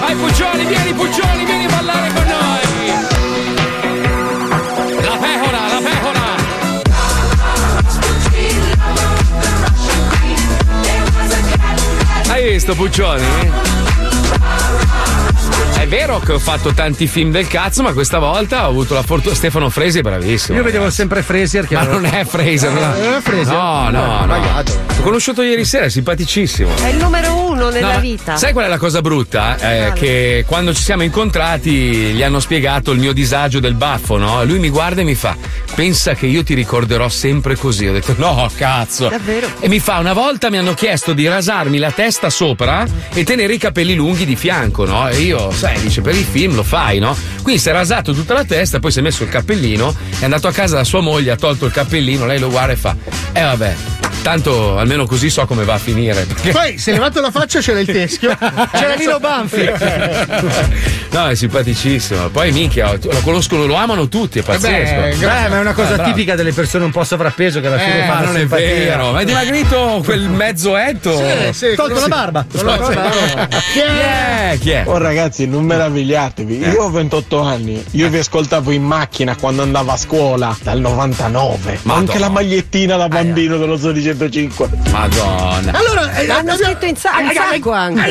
Vai Puccioni, vieni Puccioni, vieni a ballare con noi! La pecora, la pecora! Hai visto Puccioni? È vero che ho fatto tanti film del cazzo, ma questa volta ho avuto la fortuna. Stefano Fresi è bravissimo.
Io vedevo sempre Fraser che
Ma
era-
non è Fraser, no.
Ah, non è Fraser?
No, no,
Eh,
no.
sbagliato.
L'ho conosciuto ieri sera, è simpaticissimo.
È il numero uno nella
No,
vita. Ah,
Sai qual è la cosa brutta? Eh, che quando ci siamo incontrati gli hanno spiegato il mio disagio del baffo, no? Lui mi guarda e mi fa: Pensa che io ti ricorderò sempre così. Ho detto: No, cazzo.
Davvero?
E mi fa: Una volta mi hanno chiesto di rasarmi la testa sopra e tenere i capelli lunghi di fianco, no? E io, sai, dice: Per il film lo fai, no? Quindi si è rasato tutta la testa, poi si è messo il cappellino, è andato a casa da sua moglie, ha tolto il cappellino, lei lo guarda e fa: Eh, vabbè. Tanto almeno così so come va a finire. Perché...
Poi si è levato la faccia c'era il teschio.
Certo.
C'era Nino Banfi.
Ah, No, è simpaticissimo. Poi minchia, lo conoscono, lo amano tutti, è pazzesco.
Beh, ma è una cosa
Eh, bravo.
tipica delle persone un po' sovrappeso che alla fine
Eh,
fanno
ma non è
simpatia.
vero, ma è dimagrito quel mezzo etto.
Sì, sì, Tolto la barba.
Tolto la barba.
Chi è?
Chi è? Eh.
Oh ragazzi, non meravigliatevi. Io ho 28 anni. Io vi ascoltavo in macchina quando andavo a scuola dal 99. Ma
Madonna.
anche la magliettina da bambino dello zoo di 105.
Madonna.
Allora, eh,
L'hanno
abbiamo-
scritto in, sa- in
Eh, eh,
sacco anche.
eh, mi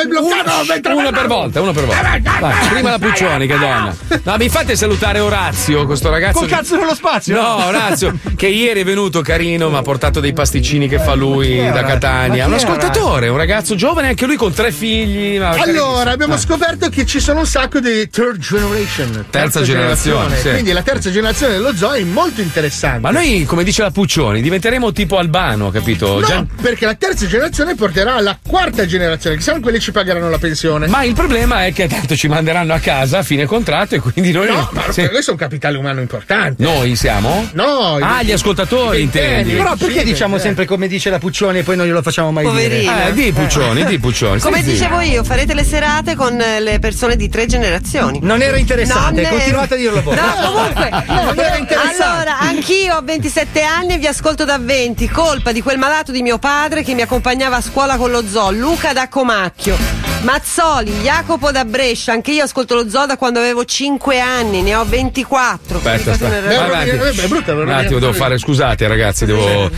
hai bloccato, mentre- Eh,
Una per volta, una per volta. Vai, prima la Puccioni, che donna. No, mi fate salutare Orazio, questo ragazzo.
Col
che-
cazzo nello spazio?
No, Orazio, che ieri è venuto carino, mi ha portato dei pasticcini che fa lui
è
da
Orazio? Ma chi
Catania. Un
è
ascoltatore,
Orazio?
un ragazzo giovane, anche lui con tre figli. ma-
Allora, abbiamo
Ah.
scoperto che ci sono un sacco di third generation.
Terza generazione, sì.
Quindi la terza generazione dello zoo è molto interessante.
Ma noi, come dice la Puccioni, diventeremo tipo Albano, capito?
No,
Gian-
perché la terza generazione porterà alla quarta generazione, che saranno quelli che ci pagheranno la pensione.
Ma il problema è che tanto ci manderanno a casa a fine contratto e quindi noi.
No, ma
Sì.
questo è un capitale umano importante.
Noi siamo?
No,
Ah,
i-
gli ascoltatori,
i ventenni.
intendi.
Però perché
Sì,
diciamo
perché-
sempre come dice la Puccioni e poi non glielo facciamo mai
Poverina.
dire?
Eh, di Puccioni, di Puccioni.
Come
stai
dicevo
zitta.
io, farete le serate con eh, le persone di tre generazioni.
Non ero interessante,
Nonne-
continuate a dirlo voi.
No, comunque.
Non era interessante.
Allora, anch'io ho 27 anni e vi ascolto da 20. Colpa di quel malato di mio padre che mi accompagnava a scuola con lo zoo, Luca da Comacchio. Mazzoli, Jacopo da Brescia, anche io ascolto lo zoo da quando avevo 5 anni, ne ho 24.
Aspetta,
Quindi
aspetta.
fate una-
Vai avanti. Un attimo, devo fare. Scusate, ragazzi, devo.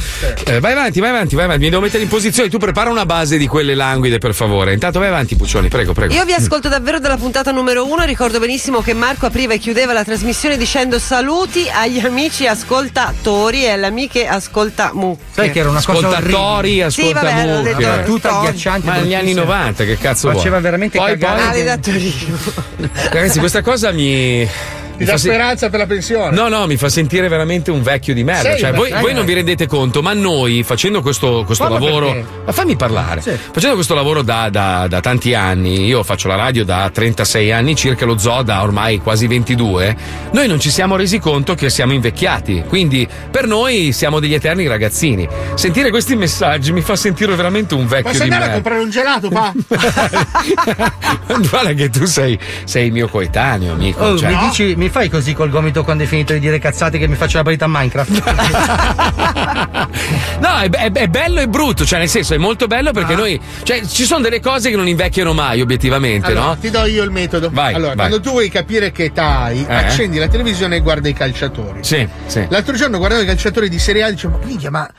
Eh, vai avanti, vai avanti, vai avanti. Mi devo mettere in posizione. Tu prepara una base di quelle languide, per favore. Intanto vai avanti, Puccioni, prego, prego.
Io vi ascolto davvero dalla puntata numero uno. Ricordo benissimo che Marco apriva e chiudeva la trasmissione dicendo saluti agli amici ascoltatori e alle amiche ascoltamucche.
Mm.
Sai che era una cosa
Ascoltatori,
orribile.
Sì, vabbè, hanno
ascoltamucche.
detto
Eh.
Tutta agghiacciante.
Ma negli anni
bruttissima.
90, che cazzo vuoi?
Faceva veramente
poi,
cagare.
poi,
Ale da Torino.
Ragazzi, questa cosa mi.
Ti
mi
dà
fa se-
speranza per la pensione.
No, no, mi fa sentire veramente un vecchio di merda.
Sei
Cioè,
una-
voi,
dai,
voi
dai.
non vi rendete conto, ma noi facendo questo, questo
Parla per
lavoro.
te.
Ma fammi parlare. Facendo questo lavoro da, da- da tanti anni, io faccio la radio da 36 anni circa, lo zoo da ormai quasi 22. Noi non ci siamo resi conto che siamo invecchiati. Quindi, per noi siamo degli eterni ragazzini. Sentire questi messaggi mi fa sentire veramente un vecchio
Posso
di
andare a
merda.
comprare un gelato, pa?
Guarda che tu sei, sei mio coetaneo, amico.
Oh,
cioè-
mi, dici, mi fai così col gomito quando hai finito di dire cazzate che mi faccio la partita a Minecraft?
No, è, be- è be- è bello e brutto, cioè nel senso è molto bello
Ah.
perché noi, cioè ci sono delle cose che non invecchiano mai obiettivamente,
Allora,
no?
Ti do io il metodo.
Vai,
allora,
vai.
quando tu vuoi capire che età hai,
Eh.
accendi la televisione e guarda i calciatori.
Sì, sì.
L'altro giorno guardavo i calciatori di Serie A e dicevo, minchia, ma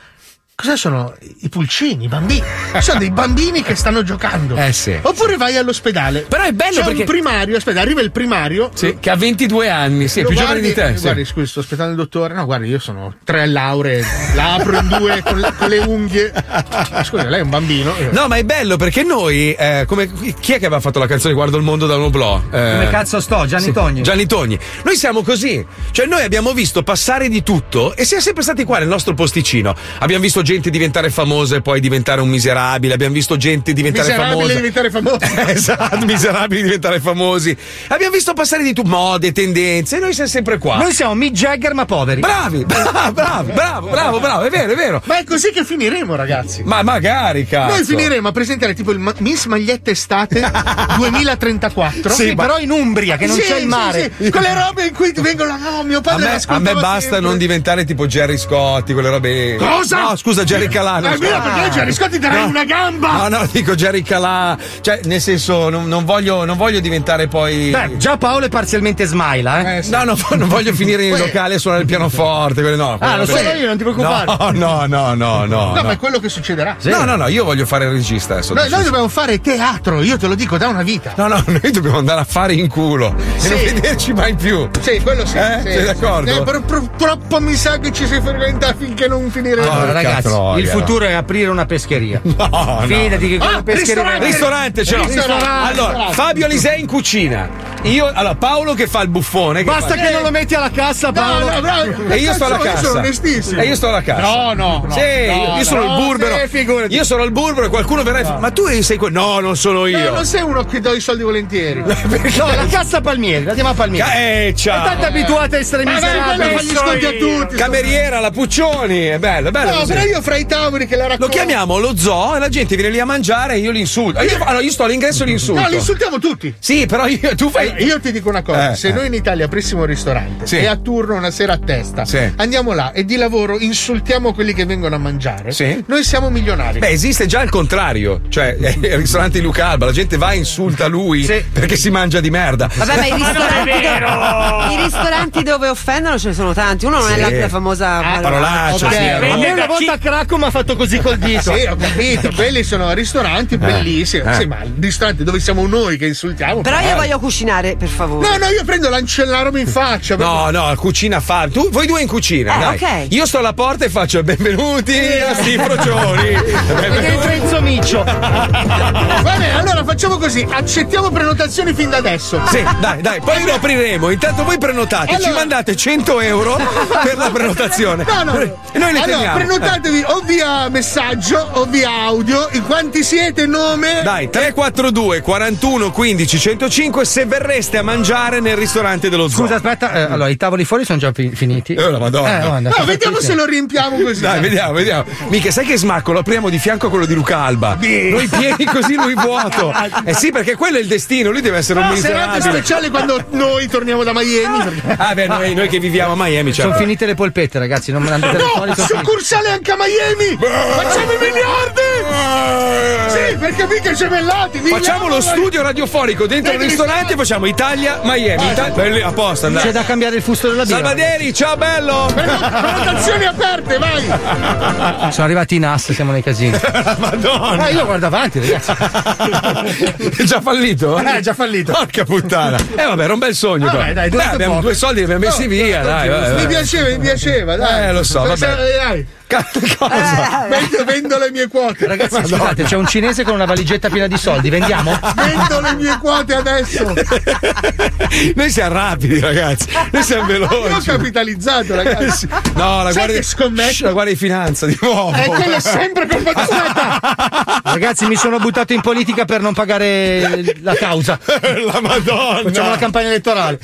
cosa sono i pulcini, i bambini? Sono dei bambini che stanno giocando.
Eh, sì.
Oppure vai all'ospedale.
Però è bello
C'è
perché-
un primario, aspetta, arriva il primario.
Sì, che ha 22 anni, sì, è
lo
più giovane di
guardi-
te. sì.
Guardi, scusi, sto aspettando il dottore. No, guardi, io sono tre lauree, la apro in due con le, con le unghie. Scusa, lei è un bambino.
Eh.
No, ma è bello perché noi, eh, come, chi è che aveva fatto la canzone Guardo il mondo da un oblò? Eh,
Come cazzo sto? Gianni
sì,
Togni.
Gianni Togni. Noi siamo così. Cioè, noi abbiamo visto passare di tutto e siamo sempre stati qua nel nostro posticino. Abbiamo visto gente diventare famosa e poi diventare un miserabile. Abbiamo visto gente diventare
Miserabile
famosa.
diventare famoso.
esatto, miserabili diventare famosi. Abbiamo visto passare di tutto, mode, tendenze, e noi siamo sempre qua.
Noi siamo Mick Jagger ma poveri.
Bravi, bravo, bravo, bravo, bravo, bravo, è vero, è vero.
Ma è così che finiremo, ragazzi.
Ma magari, cazzo.
Noi finiremo a presentare tipo il ma- Miss Maglietta Estate 2034.
Sì, ma-
però in Umbria,
che non c'è il mare.
Sì, Quelle robe in cui ti vengono. No, mio
A
padre
me, a
l'ascoltava
me basta
sempre."
non diventare tipo Jerry Scotti, quelle robe.
Cosa?
No, scusa, Jerry Calà. non
Eh, mira,
scusa.
perché io Jerry Scotti darai
No.
una gamba.
No, no, dico Jerry Calà. Cioè, nel senso, non, non voglio, non voglio diventare poi.
Beh, già Paolo è parzialmente smaila, eh.
No, no, non voglio finire in locale a suonare il pianoforte. quelle no, quelle
Ah, lo
robe-
suono io, non ti preoccupare.
No, no, no, no. No,
No, ma è quello che succederà.
No, no, no, io voglio fare il regista adesso.
Noi, noi dobbiamo fare teatro, io te lo dico da una vita.
No, no, noi dobbiamo andare a fare in culo
Sì.
e non vederci mai più.
Sì, quello sì.
Eh?
sì,
Sei
sì.
d'accordo?
Eh, però purtroppo mi sa che ci si fermenta finché non finiremo.
Allora, ragazzi,
troia,
il futuro è aprire una pescheria.
No,
Fidati che quella
Ah,
pescheria.
ristorante!
Ristorante, ce l'ho.
Ristorante.
Allora, Fabio Alisei in cucina. Io, allora, Paolo che fa il buffone. che
Basta
fa-
che non lo metti alla cassa,
No,
Paolo.
no, bravo.
E io sto alla
Io sono
cassa.
onestissimo.
E io sto alla cassa.
No, no, no,
Sì,
no,
io sono
no,
il burbero.
sì, figurati.
io sono il burbero e qualcuno verrà e fa: Ma tu sei quello. No, non sono
No,
io.
Eh, non sei uno che do i soldi volentieri.
No, la cassa Palmieri, la diamo a Palmieri.
Ca- eh, ciao.
È tanto abituata a essere
Ma dai, quello fa
miserabile.
gli sconti a tutti.
Cameriera, la Puccioni. È bello, è bello.
No,
così.
però io fra i tavoli che la racconto.
Lo chiamiamo lo zoo e la gente viene lì a mangiare e io li insulto. Io, allora, io sto all'ingresso e li insulto.
No, li insultiamo tutti.
Sì, però io, tu fai,
Io, io ti dico una cosa:
Eh,
se
eh.
noi in Italia aprissimo un ristorante
Sì.
e a turno una sera a testa
Sì.
andiamo là e di lavoro insultiamo quelli che vengono a mangiare,
Sì.
noi siamo milionari.
Beh, esiste già il contrario, cioè eh, il ristorante di Luca Alba, la gente va e insulta lui perché si mangia di merda.
Vabbè, ma i
Ma non è
ristoranti,
vero!
dove, i ristoranti dove offendono ce ne sono tanti. Uno non
Sì.
è la, la famosa
parolaccia, sì,
Ok,
roba.
a me una volta
a Cracco mi ha fatto così col dito.
Ah,
esatto.
sì, ho capito. Quelli sono ristoranti bellissimi.
eh.
Sì, ma ristoranti dove siamo noi che insultiamo.
Però io
eh.
voglio cucinare, per favore.
No, no, io prendo l'ancellaromi in faccia.
No, no, cucina fa. Tu, voi due in cucina,
Eh,
dai.
ok.
Io sto alla porta e faccio il benvenuti a sti frocioni.
entra Enzo Miccio. Va bene, allora facciamo così: accettiamo prenotazioni fin da adesso.
Sì, dai, dai, poi lo apriremo. Intanto voi prenotate, ci
Allora-
mandate 100 euro per la prenotazione.
No, no.
E Eh, noi le
allora,
teniamo.
prenotatevi o via messaggio o via audio. In quanti siete? Nome?
Dai, 342 41 15 105 se verreste a mangiare nel ristorante dello zoo.
Scusa, aspetta, eh, allora i tavoli fuori sono già fi- finiti.
Eh, la madonna.
Eh, guarda,
No, vediamo se lo riempiamo così. eh.
Dai, vediamo, vediamo. Mica, sai che smacco? Lo apriamo di fianco a quello di Luca Alba. Noi pieni così, lui vuoto. Eh sì, perché quello è il destino, lui deve essere un
No, Ah, serata
miserabile.
speciale quando noi torniamo da Miami.
Ah, beh, noi, noi che viviamo a Miami, certo.
Sono finite le polpette, ragazzi. Non me le
Ah!
andate
No,
fuori. sono finite.
succursale anche a Miami! Facciamo i miliardi! Sì, perché mica gemellati!
Facciamo lo studio radiofonico dentro il ristorante, facciamo Italia, Miami. Ita- belli, apposta, andate.
C'è da cambiare il fusto della birra.
Salvaderi, ciao bello!
Prenotazioni aperte, vai!
Oh,
Sono arrivati in ass, siamo nei casini.
Madonna!
Ma io guardo avanti, ragazzi.
È già fallito?
Eh, è già fallito.
Porca puttana. Eh vabbè, era un bel sogno.
Vabbè,
però.
dai, durate
Eh, abbiamo
poco.
due soldi che abbiamo messi via, dai. vabbè,
Mi
vabbè.
piaceva, mi piaceva, dai.
Eh, lo so, vabbè.
Dai.
cosa?
Vendo, vendo le mie quote.
Ragazzi, Scusate, c'è un cinese con una valigetta piena di soldi, vendiamo?
Vendo le mie quote adesso.
Noi siamo rapidi, ragazzi. Noi siamo
Io ho
veloci. Eh,
capitalizzato, ragazzi.
No, la
Sai
guardia,
che
Shh, la guardia di finanza di nuovo.
boh.
E quello è Eh, sempre per
Ragazzi, mi sono buttato in politica per non pagare la causa.
La Madonna.
Facciamo la campagna elettorale.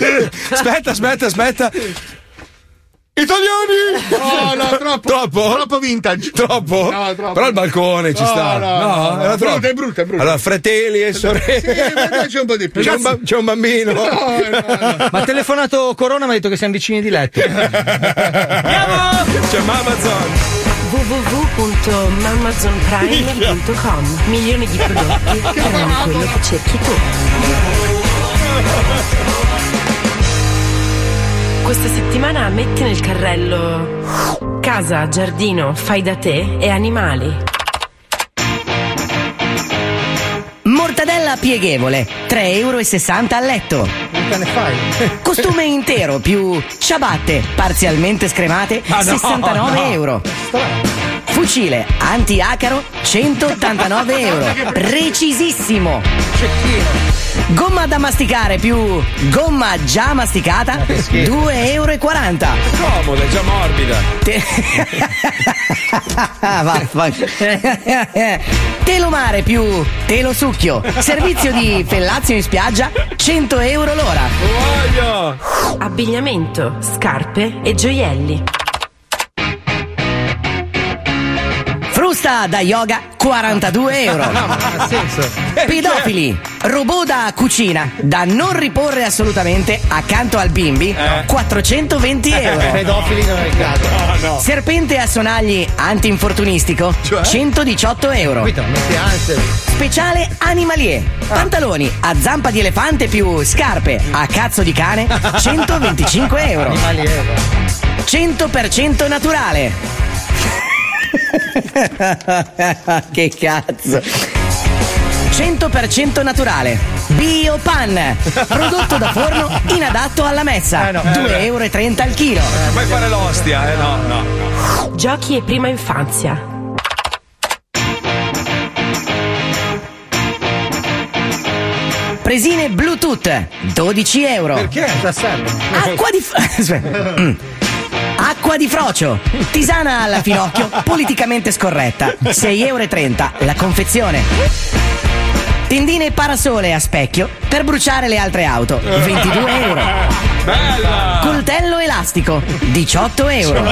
Aspetta, aspetta, aspetta. Eh, Italiani!
No, no, troppo.
Troppo?
Troppo vintage.
Troppo?
No, troppo.
Però il balcone ci
No,
sta.
no,
No,
no,
era troppo.
no. Brutto, è brutto, è brutto.
Allora, fratelli e
Sì, ma
sorelle.
c'è un po' di più.
C'è un, ba- c'è un bambino.
Ma ha telefonato Corona mi ha detto che siamo vicini di letto.
C'è Mamazon.
www.mamazonprime.com Milioni di prodotti tranne quello che cerchi tu. Questa settimana metti nel carrello casa, giardino, fai da te e animali.
Mortadella pieghevole, 3,60 euro a letto.
Che ne fai?
Costume intero più ciabatte parzialmente scremate,
Ah, no,
69
no.
euro. Fucile anti-acaro, 189 euro. Precisissimo. Gomma da masticare più gomma già masticata, 2,40 euro.
Comoda, è già morbida.
Vaffan- telo mare più telo succhio. Servizio di fellazio in spiaggia, 100 euro l'ora.
Abbigliamento, scarpe e gioielli.
Frusta da yoga, 42 euro. Pedofili, robot da cucina, da non riporre assolutamente accanto al bimbi, 420 euro.
Pedofili non è il caso.
Serpente a sonagli antinfortunistico, 118 euro.
Qui te la metti ansia.
Speciale Animalier. Pantaloni a zampa di elefante più scarpe a cazzo di cane, 125 euro.
Animalier.
100% naturale. che cazzo. 100% naturale. Biopan. Prodotto da forno inadatto alla messa. 2,30 euro al chilo.
Puoi fare l'ostia, eh? No, no, no.
Giochi e prima infanzia.
Presine Bluetooth, 12 euro. Perché?
Eh,
Acqua di. f- Aspetta. Mm. Acqua di frocio, tisana alla finocchio, politicamente scorretta, 6,30 euro la confezione. Tendine e parasole a specchio per bruciare le altre auto, 22 euro.
Bella!
Coltello elastico, 18 euro.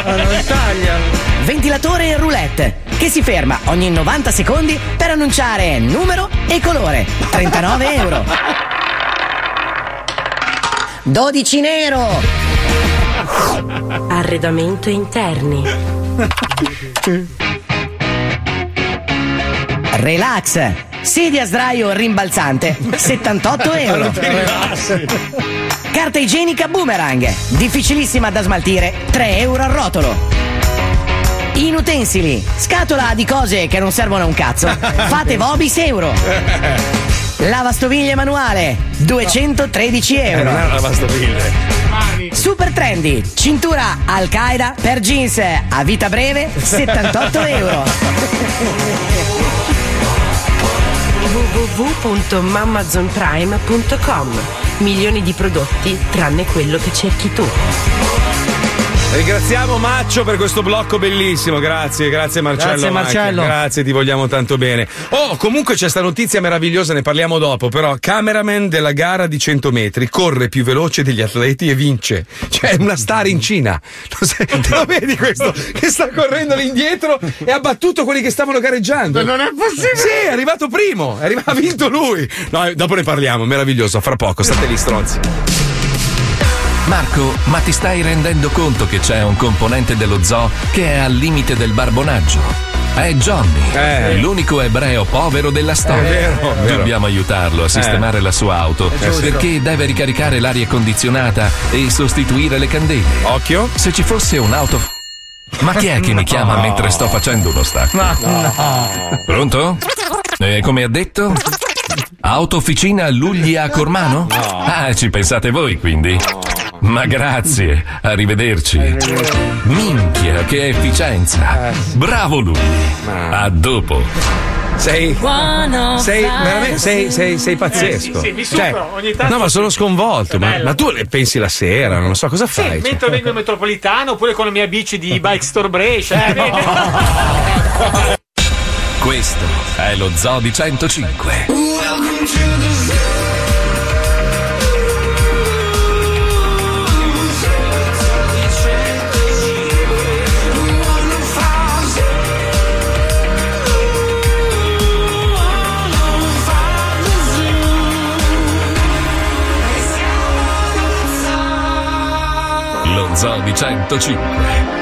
Ventilatore roulette, che si ferma ogni 90 secondi per annunciare numero e colore, 39 euro. 12 nero.
Arredamento interni.
Relax. Sedia a sdraio rimbalzante. 78 euro. Carta igienica boomerang. Difficilissima da smaltire. 3 euro al rotolo. Inutensili. Scatola di cose che non servono a un cazzo. Fate Vobis euro. Lavastoviglie manuale. 213
Eh, non
euro.
è una lavastoviglie.
Super trendy, cintura Al Qaeda per jeans a vita breve 78 euro.
www.mamazonprime.com Milioni di prodotti tranne quello che cerchi tu.
Ringraziamo Maccio per questo blocco bellissimo, grazie, grazie Marcello.
Grazie,
Macchia.
Marcello.
Grazie, ti vogliamo tanto bene. Oh, comunque c'è sta notizia meravigliosa, ne parliamo dopo, però cameraman della gara di 100 metri corre più veloce degli atleti e vince. Cioè è una star in Cina. Lo, sai- lo vedi questo? Che sta correndo lì indietro e ha battuto quelli che stavano gareggiando.
Ma non è possibile.
Sì, è arrivato primo, è arriva- ha vinto lui. No, eh, dopo ne parliamo, meraviglioso, fra poco, state lì stronzi.
Marco, ma ti stai rendendo conto che c'è un componente dello zoo che è al limite del barbonaggio? È Johnny, l'unico ebreo povero della storia.
vero, Eh. è vero. Eh.
Dobbiamo aiutarlo a sistemare la sua auto
È Eh, giusto.
perché deve ricaricare l'aria condizionata e sostituire le candele.
Occhio.
Se ci fosse un'auto. Ma chi è che mi chiama
No.
mentre sto facendo uno stacco?
Ma
Pronto? E come ha detto? Autofficina Lugli a Cormano? Ah, ci pensate voi quindi? Ma grazie, arrivederci. Minchia, che
Eh,
efficienza! Bravo Lugli! A dopo!
Sei. Sei, veramente, sei, sei, sei
Eh,
pazzesco. Cioè,
sì, sì, mi supero, ogni tanto-
no, ma sono sconvolto. Ma,
Bello.
ma tu le pensi la sera, non so cosa fai. cioè?
Mentre vengo in metropolitana oppure con la mia bici di Bike Store Brescia. eh,
Questo è lo Zoo di 105. Lo Zoo di 105,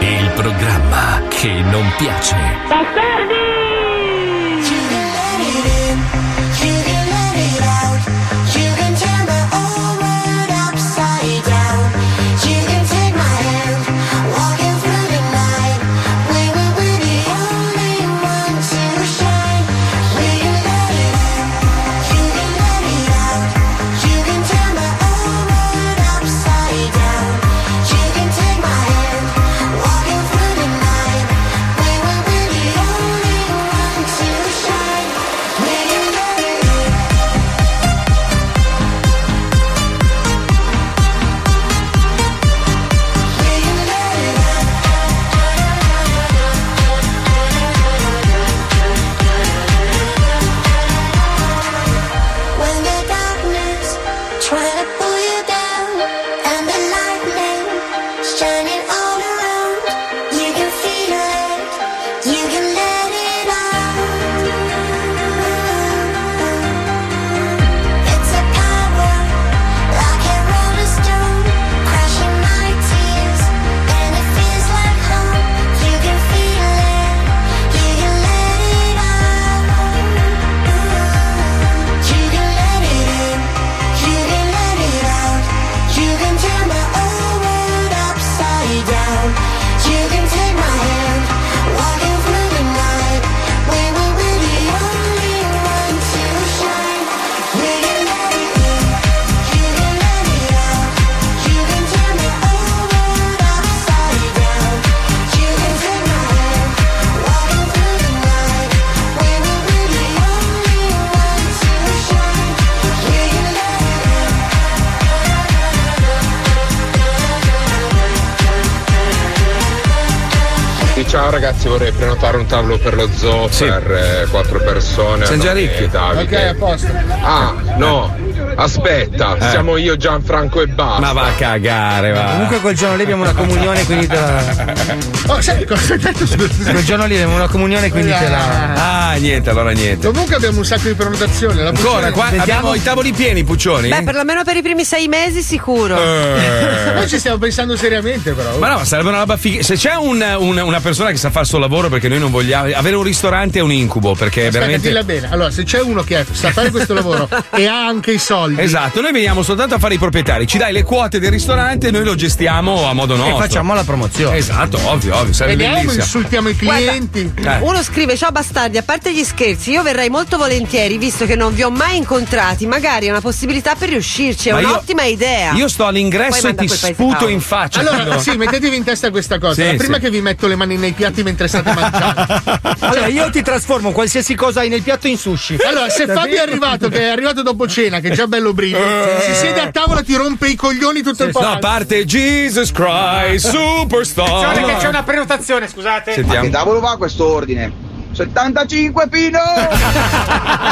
il programma che non piace.
Walking through the night, we were really only
Ciao ragazzi, vorrei prenotare un tavolo per lo zoo per eh, quattro persone.
Siamo
a
già
nome
ricchi.
di Davide.
Ok, a posto.
Ah, no. Aspetta,
Eh.
siamo io, Gianfranco e basta.
Ma va a cagare, va.
Comunque quel giorno lì abbiamo una comunione, quindi te la.
Oh, sai cosa hai detto? Scusa.
Quel giorno lì abbiamo una comunione, quindi te la.
Ah, niente, allora niente.
Comunque abbiamo un sacco di prenotazioni. La
Ancora,
Puccioni-
qua abbiamo i tavoli pieni, Puccioni.
Beh, perlomeno per i primi sei mesi sicuro.
Eh.
Noi ci stiamo pensando seriamente, però.
Ma no, ma sarebbe una roba figa. Se c'è un- un- una persona che sa fare il suo lavoro perché noi non vogliamo. Avere un ristorante è un incubo perché
Aspetta,
veramente.
dilla bene. Allora, se c'è uno che sa fare questo lavoro e ha anche i soldi.
Esatto, noi veniamo soltanto a fare i proprietari, ci dai le quote del ristorante e noi lo gestiamo a modo nostro.
facciamo la promozione.
Esatto, ovvio, ovvio, sarebbe
Vediamo,
bellissimo.
insultiamo i clienti.
Eh.
Uno scrive: Ciao bastardi, a parte gli scherzi, io verrei molto volentieri visto che non vi ho mai incontrati. Magari è una possibilità per riuscirci. È
Ma io-
un'ottima idea.
Io sto all'ingresso
Poi
e
manda
ti
quel paese
sputo
Paolo.
in faccia.
Allora,
Allora.
sì, mettetevi in testa questa cosa.
Sì,
la prima
sì.
che vi metto le mani nei piatti mentre state mangiando.
Allora, io ti trasformo qualsiasi cosa hai nel piatto in sushi.
Allora, se Fabio è arrivato, che è arrivato dopo cena, che è già bello brivido,
Eh.
si siede a tavola e ti rompe i coglioni tutto il
No, a
pomeriggio.
parte Jesus Christ, superstar.
Attenzione che c'è una prenotazione, scusate.
Sentiamo. Ma che
tavolo va questo ordine? 75 Pino!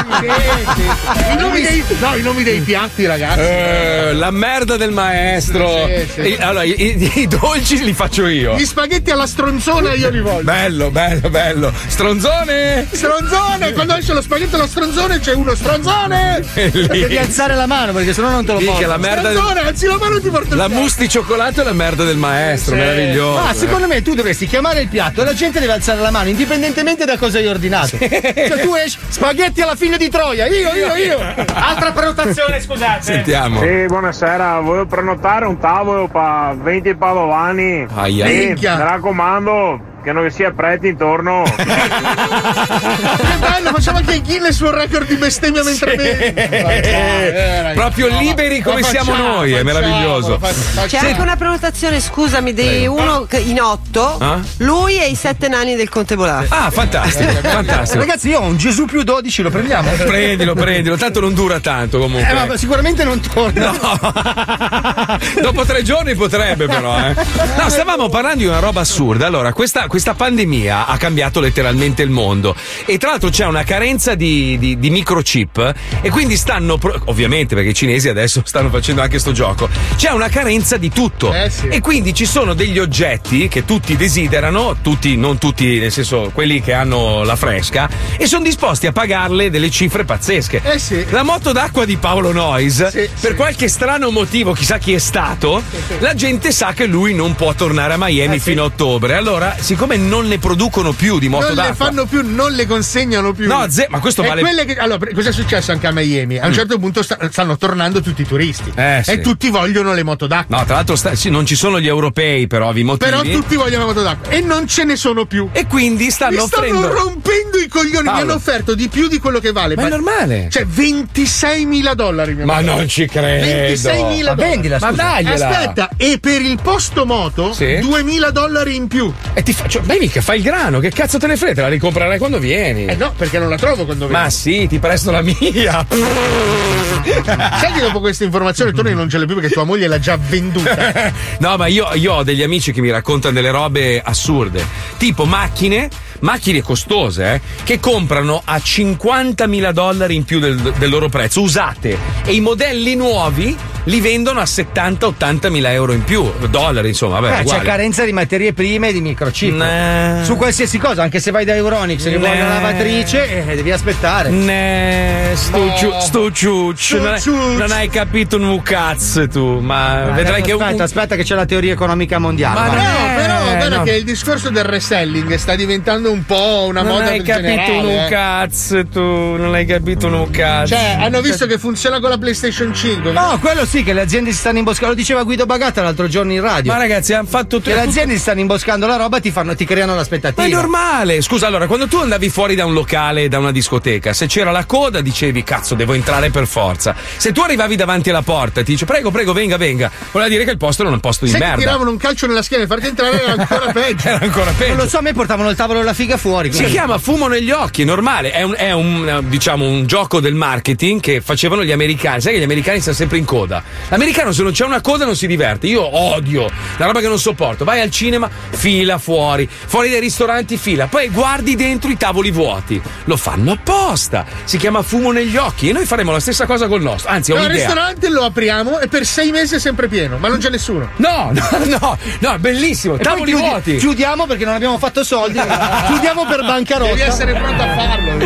I nomi dei, no, i nomi dei piatti, ragazzi.
Eh, la merda del maestro.
Sì, sì.
E- Allora, i, i- i dolci li faccio io.
Gli spaghetti alla stronzona io li voglio.
Bello, bello, bello. Stronzone!
Stronzone! Quando esce lo spaghetto allo stronzone c'è uno stronzone!
Bellissimo.
Devi alzare la mano perché sennò non te lo
Minchia,
porto.
la merda del-
Stronzone, alzi la mano e ti porto
La
il piatto.
mousse di cioccolato e la merda del maestro, meraviglioso. eh.
Ah, secondo me tu dovresti chiamare il piatto e la gente deve alzare la mano, indipendentemente da cosa hai ordinato. Cioè, tu esci spaghetti alla fine di Troia, io, io, io.
Altra prenotazione, scusate.
Sentiamo.
Sì, buonasera, volevo prenotare un tavolo per 20 padovani.
Aia.
Sì, mi
Minchia.
raccomando, che non vi sia preti intorno.
Che bello, facciamo anche il Guinness sul record di bestemmia mentre bevi.
Proprio liberi come siamo noi, è meraviglioso.
C'è anche una prenotazione, scusami, di uno che- in otto.
Ah?
Lui e i sette nani del Conte Bolà.
Ah, fantastico, fantastico.
Ragazzi, io ho un Gesù più 12, lo prendiamo.
Prendilo, prendilo, tanto non dura tanto comunque.
Eh, ma sicuramente non torna.
Dopo tre giorni potrebbe, però. eh. No, stavamo parlando di una roba assurda. Allora, questa, questa pandemia ha cambiato letteralmente il mondo. E tra l'altro c'è una carenza di, di- di microchip. E quindi stanno. pro- ovviamente, perché i cinesi adesso stanno facendo anche sto gioco. C'è una carenza di tutto.
Eh,
E quindi ci sono degli oggetti che tutti desiderano, tutti, non tutti, nel senso quelli che hanno la fresca, e sono disposti a pagarle delle cifre pazzesche.
Eh sì.
La moto d'acqua di Paolo Noyes, per qualche strano motivo, chissà chi è stato, la gente sa che lui non può tornare a
Eh
Miami fino a ottobre. Allora, siccome non ne producono più di moto
non le
d'acqua,
fanno più, non le consegnano più.
No, ze- ma questo
E
vale-
quelle che- allora, per- cosa è successo anche a Miami? A un
Mm.
certo punto sta- stanno tornando tutti i turisti.
Eh,
E
sì.
tutti vogliono le moto d'acqua.
No, tra l'altro sta- sì, non ci sono gli europei per ovvi motivi.
Però tutti vogliono le moto d'acqua. E non ce ne sono più.
E quindi stanno
Mi stanno
offrendo-
rompendo i coglioni. Mi
Paolo.
hanno offerto di più di quello che vale.
Ma è normale.
Cioè, 26 mila dollari. mio
Ma
padre.
non ci credo.
26 mila
Ma
dollari.
vendila,
Ma
scusa.
dagliela. Aspetta, e per il posto moto,
Sì.
2000 dollari in più.
E ti faccio. Beh, mica, fai il grano, che cazzo te ne frega? Te la ricomprerai quando vieni.
Eh no, perché non la trovo quando
Ma sì, ti presto la mia.
Sai che dopo questa informazione Tony non ce l'hai più perché tua moglie l'ha già venduta.
No, ma io, io ho degli amici che mi raccontano delle robe assurde, tipo macchine, macchine costose, eh, che comprano a 50.000 dollari in più del, del loro prezzo, usate, e i modelli nuovi li vendono a 70-80.000 euro in più, dollari insomma, vabbè,
Eh, c'è
uguale.
carenza di materie prime e di microchip.
Nah.
Su qualsiasi cosa, anche se vai da Euronics che vuole
Nah.
una lavatrice, eh, devi aspettare.
Eh, sto,
No.
ciu- sto ciuccio, non, hai-
ciuccio.
non hai capito un cazzo tu, ma
Adesso
Ah, vedrai che è un-
aspetta, aspetta, che c'è la teoria economica mondiale.
Ma
va.
no, però guarda
Eh, no.
che il discorso del reselling sta diventando un po' una
Non
moda
hai
del
capito
generale,
un
eh.
cazzo tu, non hai capito un cazzo.
Cioè, hanno visto che funziona con la PlayStation 5.
No, quello sì, che le aziende si stanno imboscando. Lo diceva Guido Bagata l'altro giorno in radio.
Ma ragazzi, hanno fatto
Che le aziende si stanno imboscando la roba e ti, fanno- ti creano l'aspettativa.
Ma è normale. Scusa, allora, quando tu andavi fuori da un locale, da una discoteca, se c'era la coda dicevi cazzo, devo entrare per forza. Se tu arrivavi davanti alla porta e ti dice prego, prego, venga, venga, voleva dire che il posto era un posto di
Se ti
merda.
tiravano un calcio nella schiena e farti entrare era ancora peggio.
Era ancora peggio.
Non lo so, a me portavano il tavolo e la figa fuori.
Si chiama fumo negli occhi, è normale, è un, è un, eh, diciamo un gioco del marketing che facevano gli americani. Sai che gli americani stanno sempre in coda. L'americano, se non c'è una coda, non si diverte. Io odio la roba che non sopporto. Vai al cinema, fila fuori, fuori dai ristoranti, fila. Poi guardi dentro i tavoli vuoti. Lo fanno apposta. Si chiama fumo negli occhi. E noi faremo la stessa cosa col nostro. Anzi, ho
No, il
un'idea.
ristorante lo apriamo e per sei mesi è sempre pieno, ma non c'è nessuno.
No, no, no, no, bellissimo.
E
tavoli
poi chiudi-
vuoti.
Chiudiamo perché non abbiamo fatto soldi. Chiudiamo per bancarotta.
Devi essere pronto a farlo.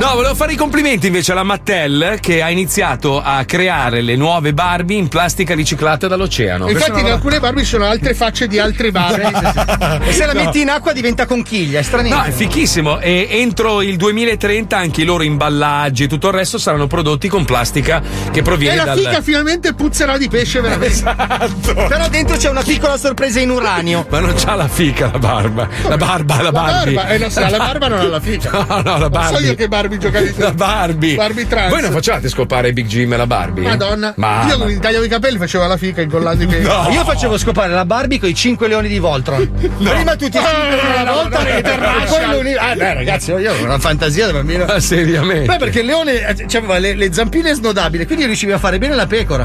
No, volevo fare i complimenti invece alla Mattel che ha iniziato a creare le nuove Barbie in plastica riciclata dall'oceano.
Infatti, in
Questa è una
alcune Barbie ci sono altre facce di altre Barbie.
E se la
No.
metti in acqua diventa conchiglia, è stranissimo.
No, è fichissimo. E entro il 2030 anche i loro imballaggi e tutto il resto saranno prodotti con plastica che
E
proviene
la
dal.
fica finalmente puzzerà di pesce veramente.
Esatto.
Però dentro c'è una piccola sorpresa in uranio.
Ma non c'ha la fica la barba. La barba, la Barbie.
barba, eh, non so, la barba non ha la fica.
No, no, la
Non
Barbie.
so io che Barbie giocate
La Barbie.
Barbie trans.
Voi non facevate scopare Big Jim e la Barbie?
Madonna.
Ma.
Io con il taglio i capelli facevo la fica incollando i capelli.
No. Io facevo scopare la Barbie con i 5 leoni di Voltron. Prima tutti i
Eh,
cinque leoni alla
no,
volta
no,
e
no,
poi
no.
l'uni- Ah, beh, ragazzi, io ho una fantasia da bambino.
Ma Ah, seriamente?
Beh, perché il leone eh, cioè, aveva le, le zampine snodabili, quindi riuscivi a fare bene la pecora.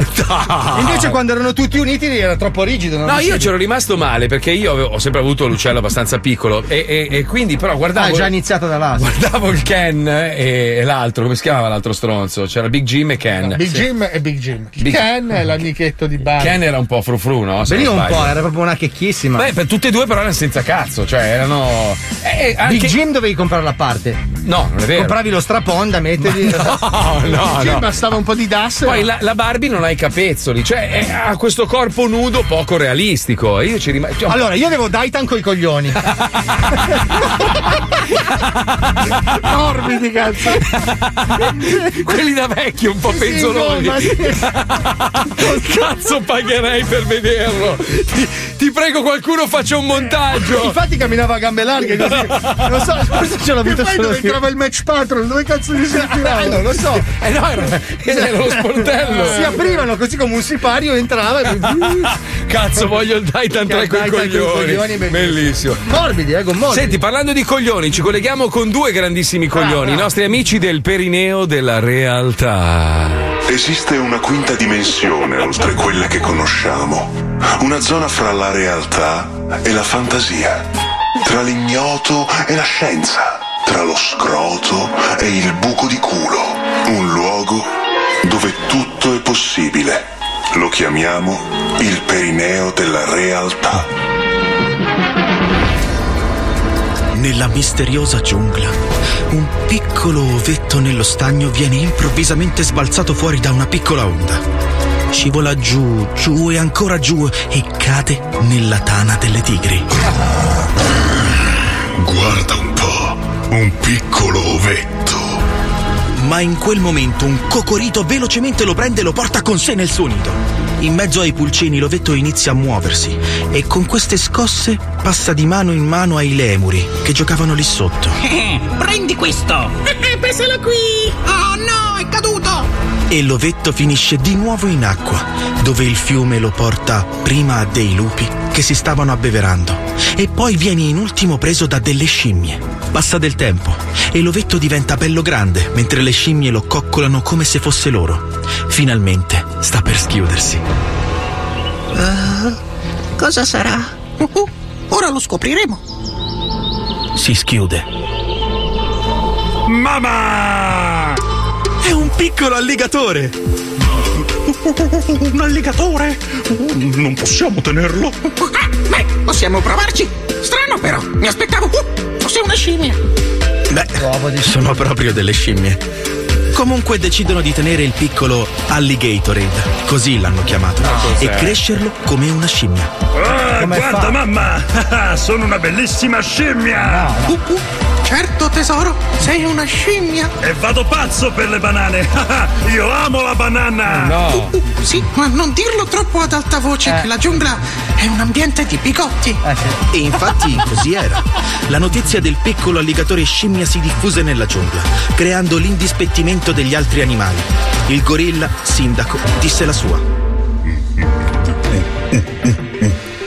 Invece quando erano tutti uniti era troppo rigido. non
Ah. No, io
riuscivi.
c'ero rimasto male perché io avevo- ho sempre avuto l'uccello abbastanza piccolo e, e- e quindi però
Ah, è
guardavo,
già iniziata da là.
guardavo il Ken e, e l'altro, come si chiamava l'altro stronzo? C'era Big Jim e Ken.
Big
Eh, Sì.
Jim e Big Jim.
Big-
Ken è l'amichetto di Barbie.
Ken era un po' frufru, no? Se
Beh, io
non
un
sbaglio.
po', era proprio una checchissima.
Beh, per tutte e due però erano senza cazzo, cioè erano... Eh, eh, anche-
Big Jim dovevi comprarla a parte.
No, non è vero.
Compravi lo straponda, mettevi.
No, no,
Ci
no.
bastava un po' di DAS.
Poi la, la Barbie non ha i capezzoli, cioè è- ha questo corpo nudo poco realistico. E io ci cioè, rimasto.
Allora, io avevo Daitan coi coglioni.
Orbiti, cazzo.
Quelli da vecchio, un po'
Sì,
penzoloni.
no,
Cazzo pagherei per vederlo. Ti, ti prego qualcuno faccia un montaggio.
Infatti camminava a gambe larghe così. Non so, forse ce l'ho
E
avuto
poi
solo
dove
io.
trova il match patron? Dove cazzo si sentirà?
Eh, non lo so.
Eh no, era, era lo sportello.
Si aprivano così come un sipario entrava e
Cazzo, voglio il Titan 3 con i
Titan coi coglioni,
coglioni.
bellissimo.
Bellissimo.
morbidi, eh, con morbidi.
Senti, parlando di coglioni, ci colleghiamo con due grandissimi coglioni, i nostri amici del perineo della realtà.
Esiste una quinta dimensione oltre quelle che conosciamo, una zona fra la realtà e la fantasia, tra l'ignoto e la scienza, tra lo scroto e il buco di culo, un luogo dove tutto è possibile. Lo chiamiamo il perineo della realtà.
Nella misteriosa giungla, un piccolo ovetto nello stagno viene improvvisamente sbalzato fuori da una piccola onda. Scivola giù, giù e ancora giù e cade nella tana delle tigri.
Guarda un po', un piccolo ovetto.
Ma in quel momento un cocorito velocemente lo prende e lo porta con sé nel suo nido. In mezzo ai pulcini l'ovetto inizia a muoversi e con queste scosse passa di mano in mano ai lemuri che giocavano lì sotto.
Prendi questo! Pesalo qui! Oh no, è caduto!
E l'ovetto finisce di nuovo in acqua, dove il fiume lo porta prima a dei lupi che si stavano abbeverando e poi viene in ultimo preso da delle scimmie. Passa del tempo e l'ovetto diventa bello grande mentre le scimmie lo coccolano come se fosse loro. Finalmente sta per schiudersi.
Eh, cosa sarà? Uh, uh, ora lo scopriremo.
Si schiude. Mamma! È un piccolo alligatore!
Un alligatore?
Non possiamo tenerlo!
Ah, beh, possiamo provarci. Strano però, mi aspettavo. Uh, fosse una scimmia.
Beh, sono proprio delle scimmie. Comunque decidono di tenere il piccolo Alligatorade, così l'hanno chiamato,
Ah,
e
cos'è?
crescerlo come una scimmia.
Ah, guarda mamma, sono una bellissima scimmia.
Uh, uh, certo, tesoro, sei una scimmia.
E vado pazzo per le banane. Io amo la banana.
Uh, uh, sì, ma non dirlo troppo ad alta voce, che la giungla è un ambiente di bigotti.
E infatti così era. La notizia del piccolo alligatore scimmia si diffuse nella giungla, creando l'indispettimento degli altri animali. Il gorilla, sindaco, disse la sua.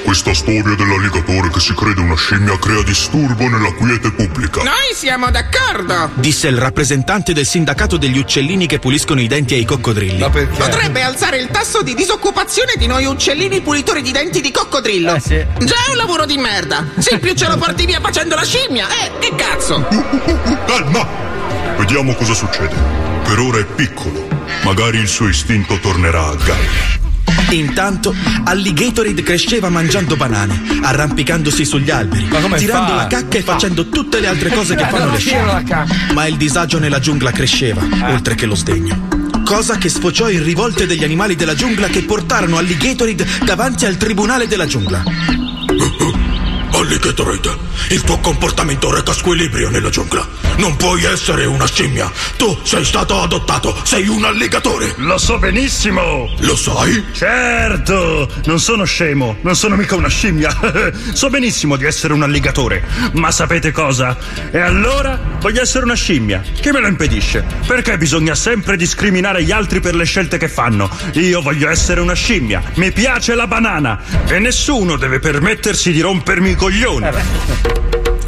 Questa storia dell'alligatore che si crede una scimmia crea disturbo nella quiete pubblica.
Noi siamo d'accordo.
Disse il rappresentante del sindacato degli uccellini che puliscono i denti ai coccodrilli. Ma perché?
Potrebbe alzare il tasso di disoccupazione di noi uccellini pulitori di denti di coccodrillo. Già è un lavoro di merda. Se in più ce lo porti via facendo la scimmia, eh, che cazzo?
Calma! Vediamo cosa succede. Per ora è piccolo. Magari il suo istinto tornerà a galla.
Intanto, Alligatorid cresceva mangiando banane, arrampicandosi sugli alberi,
come
tirando
fa?
la cacca e
Fa.
facendo tutte le altre cose che
Eh,
fanno
non
le
tiro la Eh.
scimmie. Ma il disagio nella giungla cresceva, oltre che lo sdegno. Cosa che sfociò in rivolte degli animali della giungla che portarono Alligatorid davanti al tribunale della giungla.
Alligatorate, il tuo comportamento reca squilibrio nella giungla. Non puoi essere una scimmia. Tu sei stato adottato, sei un alligatore.
Lo so benissimo!
Lo sai?
Certo! Non sono scemo, non sono mica una scimmia. so benissimo di essere un alligatore. Ma sapete cosa? E allora voglio essere una scimmia. Chi me lo impedisce? Perché bisogna sempre discriminare gli altri per le scelte che fanno. Io voglio essere una scimmia. Mi piace la banana. E nessuno deve permettersi di rompermi i coglioni.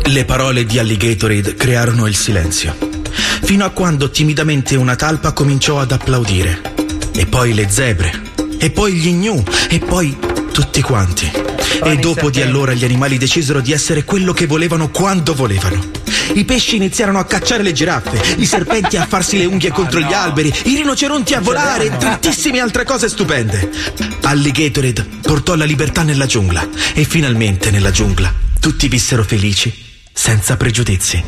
Le parole di Alligatorid crearono il silenzio, fino a quando timidamente una talpa cominciò ad applaudire. E poi le zebre, e poi gli gnu, e poi tutti quanti. E dopo di allora gli animali decisero di essere quello che volevano quando volevano. I pesci iniziarono a cacciare le giraffe, i serpenti a farsi le unghie contro gli alberi, i rinoceronti a volare e tantissime altre cose stupende. Alligatorid portò la libertà nella giungla e finalmente nella giungla tutti vissero felici, senza pregiudizi.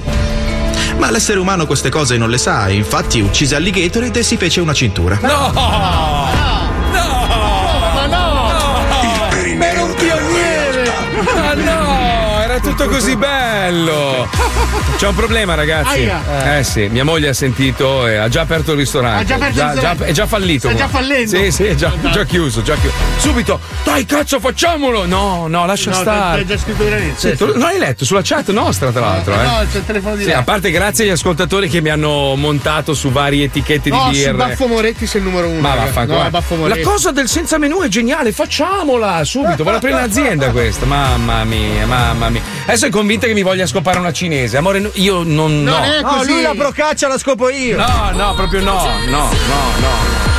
Ma l'essere umano queste cose non le sa, e infatti uccise Alligatorid e si fece una cintura.
No! No!
Il perineo
Ah no, era tutto così bello. C'è un problema, ragazzi.
Aia.
Eh sì, mia moglie ha sentito e ha già aperto il ristorante.
Ha già aperto il ristorante.
È già fallito.
Sta già
qua.
fallendo.
Sì, sì, è già,
Esatto.
già chiuso, già chiuso. Subito, dai cazzo, facciamolo. No, no, lascia
No,
stare.
l'hai già scritto
Sì,
all'inizio.
tu- non l'hai letto sulla chat nostra, tra l'altro. eh.
No, c'è il telefono di
Sì,
là.
a parte grazie agli ascoltatori che mi hanno montato su varie etichette
No,
di
su
BR.
Baffo Moretti sei il numero uno.
Ma
raga.
vaffanculo.
No, Baffo
la
Moretti.
cosa del senza menù è geniale, facciamola subito. Vuole aprire un'azienda questa. Mamma mia, mamma mia. Adesso è convinta che mi voglia scopare una cinese. Amore, no- io non. no.
No, lui la brocaccia la scopo io.
No, no, proprio no, no, no, no.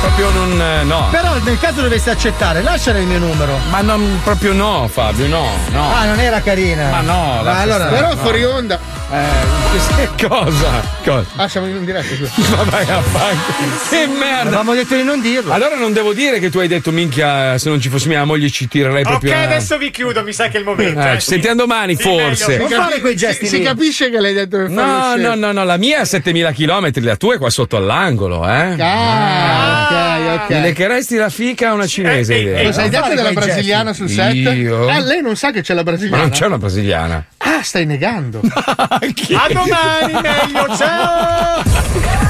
Proprio non. eh, No.
Però nel caso dovesse accettare, lasciare il mio numero.
Ma non proprio no, Fabio, no, no.
Ah, non era carina.
Ma no, la-
Ma allora,
Però fuori
onda.
Eh, cosa? Cosa?
Ah, siamo in diretta. scusa.
Ma vai a fanculo. Che merda! Avevamo
detto di non dirlo.
Allora non devo dire che tu hai detto minchia, se non ci fosse mia moglie ci tirerei proprio.
Ok,
eh.
una-
adesso vi chiudo, mi sa che è il momento.
Eh,
eh.
ci sentiamo domani
Sì,
forse.
meglio.
Si, si capisce che l'hai detto per
No,
fare lo
no, no, no, la mia è 7000 km, la tua è qua sotto all'angolo, eh.
Ah, ok, ok.
Le che resti la fica a una cinese. idea.
Lo sai date della brasiliana sul set?
Io?
Ah, lei non sa che c'è la
Ma
brasiliana.
non c'è una brasiliana.
Ah, stai negando.
A domani, meglio, ciao!